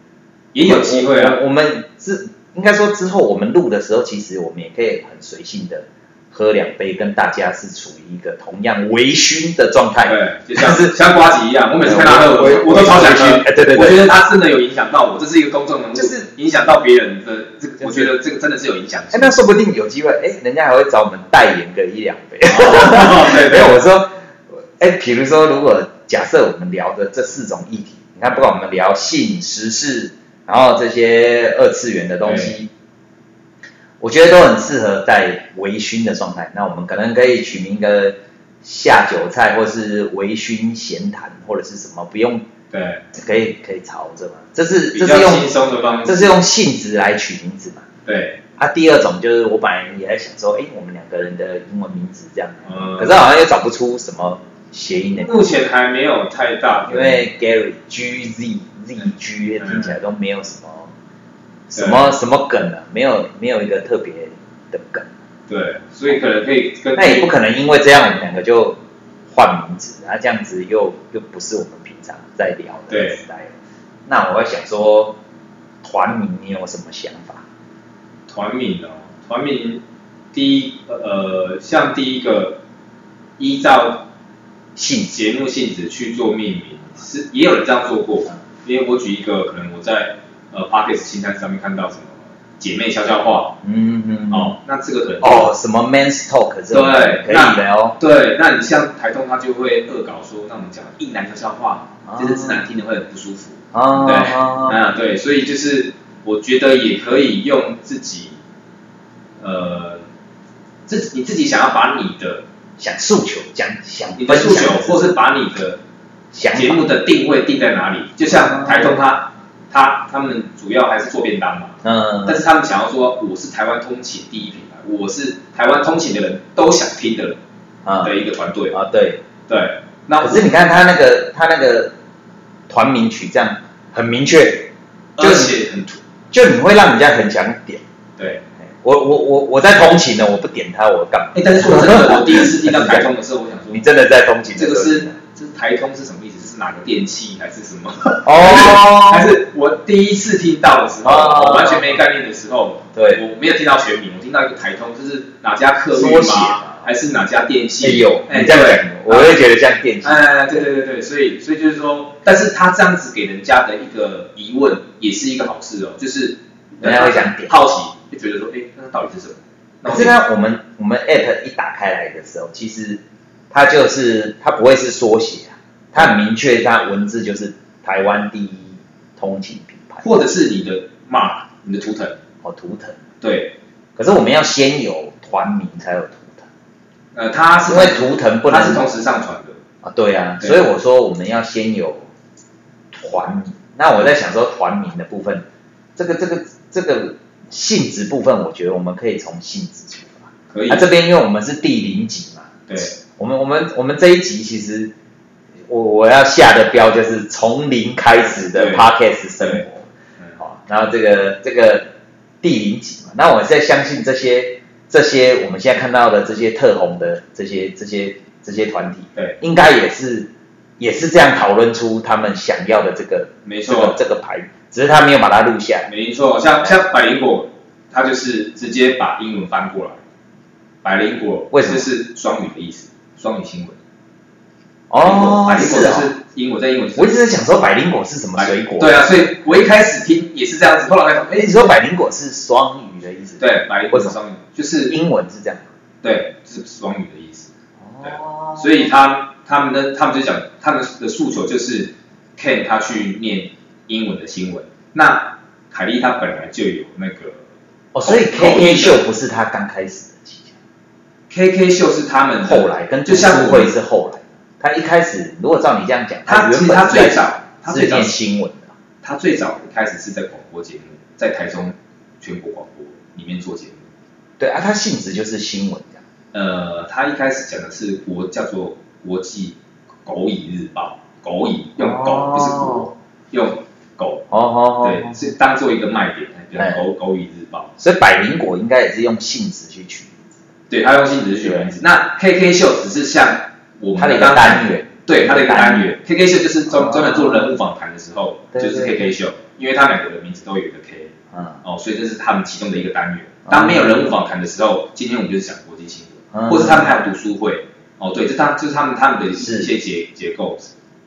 [SPEAKER 1] 也有机会啊，
[SPEAKER 2] 我我我们之应该说之后我们录的时候，其实我们也可以很随性的喝两杯，跟大家是处于一个同样微醺的状态。
[SPEAKER 1] 对，就像
[SPEAKER 2] 但是
[SPEAKER 1] 像瓜吉一样，我每次看他喝，
[SPEAKER 2] 我
[SPEAKER 1] 我
[SPEAKER 2] 我
[SPEAKER 1] 我都超想喝，
[SPEAKER 2] 哎对对对
[SPEAKER 1] 我觉得他真的有影响到我，这是一个公众人物，
[SPEAKER 2] 就是
[SPEAKER 1] 影响到别人的这个，
[SPEAKER 2] 是
[SPEAKER 1] 我觉得这个真的是有影响性
[SPEAKER 2] 哎，那说不定有机会，哎，人家还会找我们代言个一两杯。
[SPEAKER 1] 哦 *laughs* 对
[SPEAKER 2] 没
[SPEAKER 1] 对
[SPEAKER 2] 有，我说，哎，比如说，如果假设我们聊的这四种议题，你看，不管我们聊性、时事，然后这些二次元的东西，我觉得都很适合在微醺的状态。那我们可能可以取名一个下酒菜，或是微醺闲谈，或者是什么，不用
[SPEAKER 1] 对，
[SPEAKER 2] 可以可以朝着嘛。这是
[SPEAKER 1] 比
[SPEAKER 2] 这
[SPEAKER 1] 较
[SPEAKER 2] 是
[SPEAKER 1] 轻
[SPEAKER 2] 用
[SPEAKER 1] 松的方
[SPEAKER 2] 这
[SPEAKER 1] 式，
[SPEAKER 2] 是用性质来取名字嘛？
[SPEAKER 1] 对，
[SPEAKER 2] 啊，第二种就是我本来也在想说，哎，我们两个人的英文名字这样。
[SPEAKER 1] 嗯
[SPEAKER 2] 可是好像又找不出什么谐音的，
[SPEAKER 1] 呃目前还没有太大的，
[SPEAKER 2] 因为 Gary G Z Z G 听起来都没有什么
[SPEAKER 1] 嗯对
[SPEAKER 2] 什么什么梗啊，没有没有一个特别的梗。
[SPEAKER 1] 对，所以可能可以跟
[SPEAKER 2] 那也不可能因为这样我们两个就换名字，那这样子又又不是我们平常在聊的
[SPEAKER 1] 对
[SPEAKER 2] s t 那我会想说，团名你有什么想法？
[SPEAKER 1] 团名哦，团名第一呃，像第一个依照
[SPEAKER 2] 性质
[SPEAKER 1] 节目性质去做命名，是也有人这样做过。因为我举一个，可能我在呃 p o c k e t 清单上面看到什么姐妹悄悄话
[SPEAKER 2] 嗯嗯
[SPEAKER 1] 哦，那这个可能
[SPEAKER 2] 哦，什么 man's talk 这种
[SPEAKER 1] 对
[SPEAKER 2] 可以的哦，
[SPEAKER 1] 对，那你像台东他就会恶搞说，那我们讲一男悄悄话，
[SPEAKER 2] 哦
[SPEAKER 1] 就是自然听的会很不舒服。
[SPEAKER 2] 哦
[SPEAKER 1] 对，
[SPEAKER 2] 哦
[SPEAKER 1] 啊对，所以就是我觉得也可以用自己，呃，自己你自己想要把你的
[SPEAKER 2] 想诉求，讲想
[SPEAKER 1] 你的
[SPEAKER 2] 分
[SPEAKER 1] 诉
[SPEAKER 2] 享
[SPEAKER 1] 求，或是把你的
[SPEAKER 2] 想
[SPEAKER 1] 节
[SPEAKER 2] 法
[SPEAKER 1] 目的定位定在哪里，就像台东他他他们主要还是做便当嘛，
[SPEAKER 2] 嗯
[SPEAKER 1] 但是他们想要说我是台湾通勤第一品牌，我是台湾通勤的人都想听的人
[SPEAKER 2] 啊
[SPEAKER 1] 的一个团队，
[SPEAKER 2] 啊对，
[SPEAKER 1] 对，那
[SPEAKER 2] 可是你看他那个他那个团名曲这样很明确，就
[SPEAKER 1] 而
[SPEAKER 2] 是
[SPEAKER 1] 且很土，
[SPEAKER 2] 就你会让人家很想点。
[SPEAKER 1] 对。
[SPEAKER 2] 我我我我在通勤呢，我不点他我干嘛？
[SPEAKER 1] 哎，但是说真的，我第一次听到台通的时候，我想说
[SPEAKER 2] 你，真的在通勤的
[SPEAKER 1] 这
[SPEAKER 2] 时
[SPEAKER 1] 个
[SPEAKER 2] 候
[SPEAKER 1] 是这是台通是什么意思？是哪个电器还是什么？还
[SPEAKER 2] 哦，
[SPEAKER 1] 是我第一次听到的时候，
[SPEAKER 2] 哦
[SPEAKER 1] 我完全没概念的时候，
[SPEAKER 2] 对，
[SPEAKER 1] 我没有听到全名，我听到一个台通，就是哪家客
[SPEAKER 2] 缩
[SPEAKER 1] 运
[SPEAKER 2] 写
[SPEAKER 1] 吗
[SPEAKER 2] 嘛？
[SPEAKER 1] 还是哪家电器？
[SPEAKER 2] 哎呦，
[SPEAKER 1] 哎，
[SPEAKER 2] 你这样
[SPEAKER 1] 对
[SPEAKER 2] 讲，我会觉得像电器，
[SPEAKER 1] 哎，对对对对，所以所以就是说，但是他这样子给人家的一个疑问，也是一个好事哦，就是
[SPEAKER 2] 人家会想点
[SPEAKER 1] 好奇，就觉得说，哎，那到底是什么？那
[SPEAKER 2] 可
[SPEAKER 1] 我
[SPEAKER 2] 是呢，我们我们 app 一打开来的时候，其实它就是它不会是缩写啊，它很明确，它文字就是台湾第一通勤品牌
[SPEAKER 1] 或者是你的 mark，你的图腾，
[SPEAKER 2] 哦，图腾。
[SPEAKER 1] 对，
[SPEAKER 2] 可是我们要先有团名才有图腾，
[SPEAKER 1] 呃，它是
[SPEAKER 2] 因为图腾不
[SPEAKER 1] 它是
[SPEAKER 2] 能
[SPEAKER 1] 同时上传的，
[SPEAKER 2] 啊，对啊，
[SPEAKER 1] 对
[SPEAKER 2] 所以我说我们要先有团名。那我在想说团名的部分，这个这个这个性质部分，我觉得我们可以从性质出发。啊
[SPEAKER 1] 可以
[SPEAKER 2] 那、，这边因为我们是第零集嘛，
[SPEAKER 1] 对，
[SPEAKER 2] 我们我们我们这一集其实我我要下的标就是从零开始的
[SPEAKER 1] 对
[SPEAKER 2] podcast 生
[SPEAKER 1] 对
[SPEAKER 2] 活，
[SPEAKER 1] 嗯
[SPEAKER 2] 好，然后这个这个第零集嘛，那我在相信这些这些我们现在看到的这些特红的这些这些这些团体，
[SPEAKER 1] 对，
[SPEAKER 2] 应该也是也是这样讨论出他们想要的这个
[SPEAKER 1] 没
[SPEAKER 2] 这个
[SPEAKER 1] 错，
[SPEAKER 2] 这个牌，只是他没有把它录下来，
[SPEAKER 1] 没错，像像百灵果，它就是直接把英文翻过来，百灵果
[SPEAKER 2] 为什么
[SPEAKER 1] 就是双语的意思，双语新闻。
[SPEAKER 2] 哦
[SPEAKER 1] 百，灵果
[SPEAKER 2] 是
[SPEAKER 1] 就
[SPEAKER 2] 哦，
[SPEAKER 1] 是英文，在英文就是
[SPEAKER 2] 我一直在想说百灵果是什么水果，
[SPEAKER 1] 对啊，所以我一开始听也是这样子，后来才想，
[SPEAKER 2] 哎，
[SPEAKER 1] 哎
[SPEAKER 2] 你，说百灵果是双语的意思？
[SPEAKER 1] 对，百灵果
[SPEAKER 2] 为什么
[SPEAKER 1] 双语就是
[SPEAKER 2] 英文是这样。
[SPEAKER 1] 对，是双语的意思。所以他他们呢，他们就讲他们的诉求就是 Ken 他去念英文的新闻，那凯莉她本来就有那个
[SPEAKER 2] 哦，所以
[SPEAKER 1] 口音
[SPEAKER 2] KK 秀不是他刚开始的期间，
[SPEAKER 1] KK 秀是他们的
[SPEAKER 2] 后来跟
[SPEAKER 1] 就
[SPEAKER 2] 读
[SPEAKER 1] 像
[SPEAKER 2] 书
[SPEAKER 1] 我
[SPEAKER 2] 会
[SPEAKER 1] 们
[SPEAKER 2] 是后来。他一开始，如果照你这样讲，
[SPEAKER 1] 他
[SPEAKER 2] 原
[SPEAKER 1] 其
[SPEAKER 2] 本
[SPEAKER 1] 实他
[SPEAKER 2] 是在
[SPEAKER 1] 最早他
[SPEAKER 2] 是
[SPEAKER 1] 最早
[SPEAKER 2] 念新闻的，
[SPEAKER 1] 他最早开始是在广播节目，在台中全国广播里面做节目。
[SPEAKER 2] 对啊，他性质就是新闻这样。
[SPEAKER 1] 呃，他一开始讲的是国叫做国际狗蚁日报，狗蚁用狗、
[SPEAKER 2] 哦
[SPEAKER 1] 不是国，用狗，
[SPEAKER 2] 哦哦
[SPEAKER 1] 对，
[SPEAKER 2] 哦，
[SPEAKER 1] 是当做一个卖点，
[SPEAKER 2] 哎
[SPEAKER 1] 叫狗狗蚁日报。
[SPEAKER 2] 所以百灵果应该也是用性质去取，
[SPEAKER 1] 对，他用性质去取名字。那 KK 秀只是像我
[SPEAKER 2] 它
[SPEAKER 1] 们
[SPEAKER 2] 的一
[SPEAKER 1] 刚
[SPEAKER 2] 个
[SPEAKER 1] 才
[SPEAKER 2] 单元。
[SPEAKER 1] 对他的一个单元，KK 秀就是专
[SPEAKER 2] 哦
[SPEAKER 1] 专门做人物访谈的时候，
[SPEAKER 2] 对
[SPEAKER 1] 就是
[SPEAKER 2] 对
[SPEAKER 1] KK 秀，因为他两个的名字都有一个 K，
[SPEAKER 2] 嗯
[SPEAKER 1] 哦，所以这是他们其中的一个单元。当没有人物访谈的时候，今天我们就是讲国际新闻，
[SPEAKER 2] 哦嗯
[SPEAKER 1] 或是他们还有读书会。哦，对，这他这是他们他们的一
[SPEAKER 2] 是
[SPEAKER 1] 些结结构，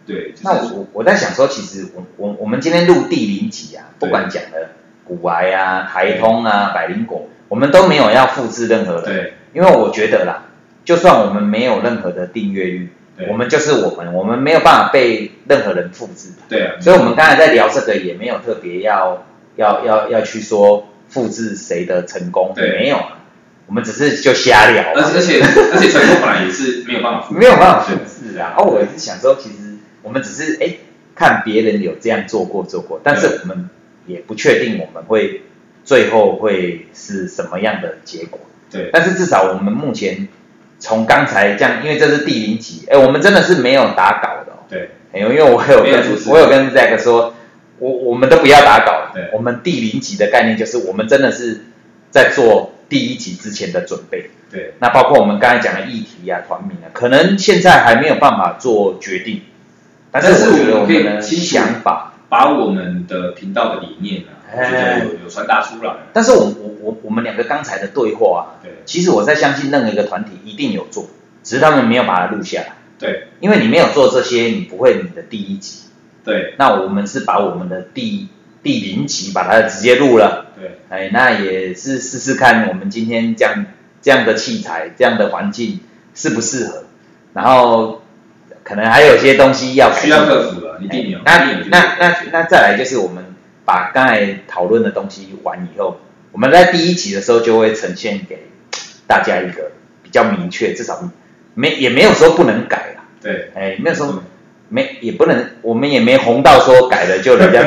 [SPEAKER 1] 对，就
[SPEAKER 2] 那
[SPEAKER 1] 是
[SPEAKER 2] 我我在想说，其实我我我们今天录第零集啊，不
[SPEAKER 1] 对
[SPEAKER 2] 管讲的古癌啊、台通啊、百灵果，我们都没有要复制任何人，
[SPEAKER 1] 对
[SPEAKER 2] 因为我觉得啦，就算我们没有任何的订阅率，
[SPEAKER 1] 对
[SPEAKER 2] 我们就是我们，我们没有办法被任何人复制的。
[SPEAKER 1] 对啊，
[SPEAKER 2] 所以，我们刚才在聊这个，也没有特别要要要要去说复制谁的成功，
[SPEAKER 1] 对
[SPEAKER 2] 没有，啊我们只是就瞎聊
[SPEAKER 1] 而
[SPEAKER 2] 嘛，
[SPEAKER 1] 且而且而且成功本来也是没有办法复制，
[SPEAKER 2] 没有办法复制啊。哦，我是想说，其实我们只是哎看别人有这样做过做过，但是
[SPEAKER 1] 对
[SPEAKER 2] 我们也不确定我们会最后会是什么样的结果。
[SPEAKER 1] 对
[SPEAKER 2] 但是至少我们目前从刚才这样，因为这是第零集，哎，我们真的是没有打稿的、哦，
[SPEAKER 1] 对
[SPEAKER 2] 哎，因为我有
[SPEAKER 1] 没有组
[SPEAKER 2] 跟
[SPEAKER 1] 织
[SPEAKER 2] 我有跟 Zack 说，我我们都不要打稿了
[SPEAKER 1] 对，
[SPEAKER 2] 我们第零集的概念就是我们真的是在做第一集之前的准备。
[SPEAKER 1] 对，
[SPEAKER 2] 那包括我们刚才讲的议题啊、团名啊，可能现在还没有办法做决定，但
[SPEAKER 1] 但是
[SPEAKER 2] 我觉得
[SPEAKER 1] 我们可以
[SPEAKER 2] 们的
[SPEAKER 1] 清楚
[SPEAKER 2] 想法，
[SPEAKER 1] 把我们的频道的理念啊，我觉
[SPEAKER 2] 哎
[SPEAKER 1] 得有有传达出来。
[SPEAKER 2] 但是我我我我们两个刚才的对话啊，
[SPEAKER 1] 对
[SPEAKER 2] 其实我在相信任何一个团体一定有做，只是他们没有把它录下来，
[SPEAKER 1] 对
[SPEAKER 2] 因为你没有做这些，你不会你的第一集。
[SPEAKER 1] 对
[SPEAKER 2] 那我们是把我们的第第零集把它直接录了。
[SPEAKER 1] 对
[SPEAKER 2] 哎，那也是试试看我们今天这样这样的器材、这样的环境适不适合，然后可能还有些东西要改
[SPEAKER 1] 需
[SPEAKER 2] 进
[SPEAKER 1] 要克服了，一定有
[SPEAKER 2] 哎。那
[SPEAKER 1] 一定有
[SPEAKER 2] 那那那再来就是我们把刚才讨论的东西完以后，我们在第一集的时候就会呈现给大家一个比较明确，至少没也没有说不能改啦，
[SPEAKER 1] 对，
[SPEAKER 2] 哎，没有说没也不能，我们也没红到说改了就
[SPEAKER 1] *laughs*
[SPEAKER 2] 人家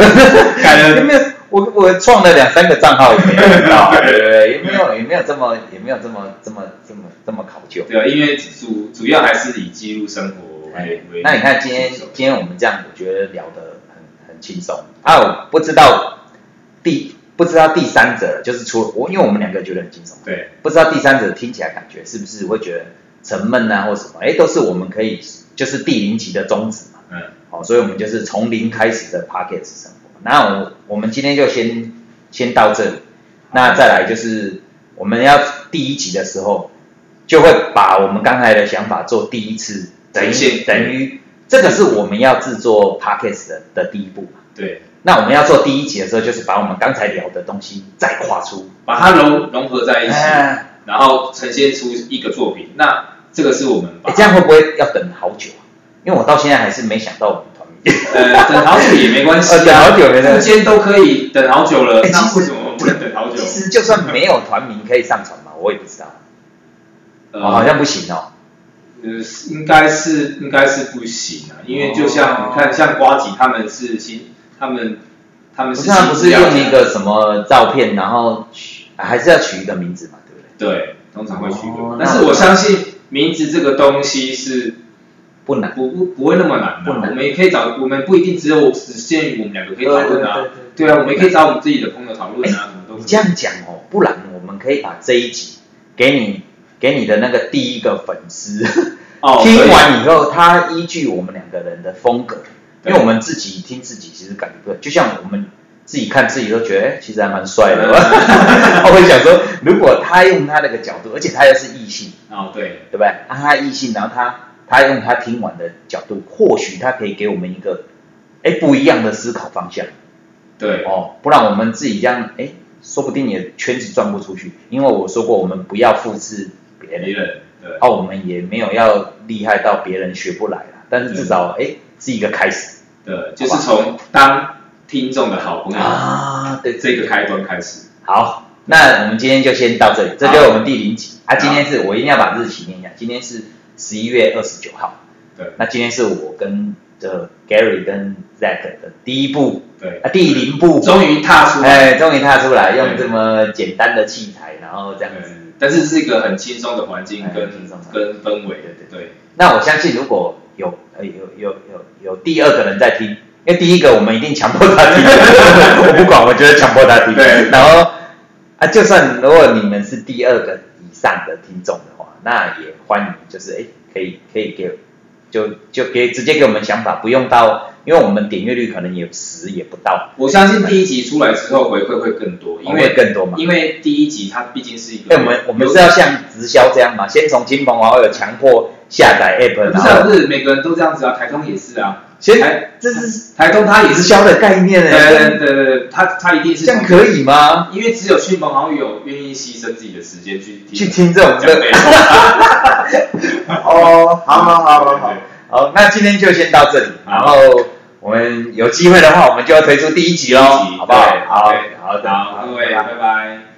[SPEAKER 1] 改了
[SPEAKER 2] 有没有？我我创了两三个账号也
[SPEAKER 1] *laughs*
[SPEAKER 2] 没有到，对不对？也没有也没有这么也没有这么这么这么这么考究。
[SPEAKER 1] 对啊，因为主主要还是以记录生活为为。
[SPEAKER 2] 哎那你看今天今天我们这样，我觉得聊得很很轻松啊！我不知道第不知道第三者就是除了我，因为我们两个觉得很轻松，
[SPEAKER 1] 对
[SPEAKER 2] 不知道第三者听起来感觉是不是会觉得沉闷啊或什么？哎，都是我们可以就是第零集的宗旨嘛。
[SPEAKER 1] 嗯
[SPEAKER 2] 好，所以我们就是从零开始的 Pocket 生活。那我我们今天就先先到这里，那再来就是我们要第一集的时候，就会把我们刚才的想法做第一次，等
[SPEAKER 1] 呈
[SPEAKER 2] 于
[SPEAKER 1] 现
[SPEAKER 2] 等于这个是我们要制作 Pocket 的的第一步嘛。
[SPEAKER 1] 对，
[SPEAKER 2] 那我们要做第一集的时候，就是把我们刚才聊的东西再跨出，
[SPEAKER 1] 把它融融合在一起，
[SPEAKER 2] 哎，
[SPEAKER 1] 然后呈现出一个作品。那这个是我们把
[SPEAKER 2] 哎这样会不会要等好久啊？因为我到现在还是没想到我们团名。
[SPEAKER 1] 呃等好久也没关系
[SPEAKER 2] 呃，等好久没关
[SPEAKER 1] 之
[SPEAKER 2] 系
[SPEAKER 1] 间都可以等好久了，
[SPEAKER 2] 哎其
[SPEAKER 1] 那
[SPEAKER 2] 实
[SPEAKER 1] 为什么我们不能等好久
[SPEAKER 2] 其？实就算没有团名可以上传嘛，我也不知道，
[SPEAKER 1] 呃
[SPEAKER 2] 哦好像不行哦。
[SPEAKER 1] 呃，是应该是应该是不行啊，因为就像、
[SPEAKER 2] 哦
[SPEAKER 1] 你看，像瓜吉他们是新，他们他们
[SPEAKER 2] 不
[SPEAKER 1] 是
[SPEAKER 2] 是他不是
[SPEAKER 1] 新
[SPEAKER 2] 用
[SPEAKER 1] 料
[SPEAKER 2] 一个什么照片，然后取，啊还是要取一个名字嘛，对不对？
[SPEAKER 1] 对，通常会取一个
[SPEAKER 2] 哦
[SPEAKER 1] 但是我相信名字这个东西是
[SPEAKER 2] 不难，
[SPEAKER 1] 不不不会那么难的、
[SPEAKER 2] 不难
[SPEAKER 1] 我们也可以找，我们不一定只有只限于我们两个可以讨论啊
[SPEAKER 2] 对对对对，
[SPEAKER 1] 对啊，我们也可以找我们自己的朋友讨论
[SPEAKER 2] *coughs*
[SPEAKER 1] 啊，什么都可
[SPEAKER 2] 你
[SPEAKER 1] 以
[SPEAKER 2] 这样讲哦，不然我们可以把这一集给你给你的那个第一个粉丝，
[SPEAKER 1] 哦，
[SPEAKER 2] *laughs* 听
[SPEAKER 1] 对
[SPEAKER 2] 完以后，他依据我们两个人的风格，因
[SPEAKER 1] 对
[SPEAKER 2] 为我们自己听自己其实感觉不，就像我们自己看自己都觉得，哎，其实还蛮帅的。 *laughs* 我会想说，如果他用他那个角度，而且他又是异性，
[SPEAKER 1] 哦对
[SPEAKER 2] 对不对？啊，他异性，然后他他用他听完的角度，或许他可以给我们一个哎不一样的思考方向
[SPEAKER 1] 对
[SPEAKER 2] 哦，不然我们自己这样哎，说不定也圈子转不出去。因为我说过，我们不要复制别人
[SPEAKER 1] 别，人对
[SPEAKER 2] 啊，我们也没有要厉害到别人学不来啦，但是至少哎是一个开始
[SPEAKER 1] 对，就是从当听众的好朋友、
[SPEAKER 2] 啊，对
[SPEAKER 1] 这个开端开始，
[SPEAKER 2] 好，那我们今天就先到这里，这就是我们第零集啊。今天是我一定要把日期念一下，今天是十一月二十九号。
[SPEAKER 1] 对
[SPEAKER 2] 那今天是我跟呃 Gary 跟 Zack 的第一步
[SPEAKER 1] 对
[SPEAKER 2] 啊，，第零步，
[SPEAKER 1] 终于踏出来
[SPEAKER 2] 哎，终于踏出来，
[SPEAKER 1] 对
[SPEAKER 2] 用这么简单的器材，然后这样子。
[SPEAKER 1] 嗯，但是是一个很轻松的环境
[SPEAKER 2] 哎
[SPEAKER 1] 跟
[SPEAKER 2] 轻松的
[SPEAKER 1] 跟氛围
[SPEAKER 2] 对，
[SPEAKER 1] 对
[SPEAKER 2] 那我相信，如果有呃有有有有第二个人在听，因为第一个我们一定强迫他听， *laughs* 我不管，我觉得强迫他听。
[SPEAKER 1] 对
[SPEAKER 2] 然后啊，就算如果你们是第二个以上的听众的话，那也欢迎，就是哎，可以可以给就就给直接给我们想法，不用到，因为我们点阅率可能有十也不到，
[SPEAKER 1] 我相信第一集出来之后回馈会更多，因
[SPEAKER 2] 哦会
[SPEAKER 1] 为
[SPEAKER 2] 更多嘛。
[SPEAKER 1] 因为第一集它毕竟是一个
[SPEAKER 2] 哎，我们我们是要像直销这样嘛，先从亲朋好友强迫下载 app，
[SPEAKER 1] 不
[SPEAKER 2] 然
[SPEAKER 1] 是啊
[SPEAKER 2] 后
[SPEAKER 1] 不是每个人都这样子啊，台中也是啊，
[SPEAKER 2] 先
[SPEAKER 1] 台
[SPEAKER 2] 这是
[SPEAKER 1] 台中它也
[SPEAKER 2] 直
[SPEAKER 1] 是，
[SPEAKER 2] 销的概念
[SPEAKER 1] 对
[SPEAKER 2] 呢、
[SPEAKER 1] 对对对对，它它一定是
[SPEAKER 2] 这样可以吗？
[SPEAKER 1] 因为只有亲朋好友愿意牺牲自己的时间去
[SPEAKER 2] 去
[SPEAKER 1] 听
[SPEAKER 2] 听这种
[SPEAKER 1] 讲
[SPEAKER 2] 歌
[SPEAKER 1] 没错，
[SPEAKER 2] 哦，好好好好好
[SPEAKER 1] 对，
[SPEAKER 2] 好，那今天就先到这里，然后我们有机会的话，我们就要推出第一集喽，
[SPEAKER 1] 第一集
[SPEAKER 2] 好不好
[SPEAKER 1] 对？
[SPEAKER 2] 好
[SPEAKER 1] 对，
[SPEAKER 2] 好
[SPEAKER 1] *laughs*
[SPEAKER 2] 的，
[SPEAKER 1] 好，各位
[SPEAKER 2] 拜拜
[SPEAKER 1] 拜拜。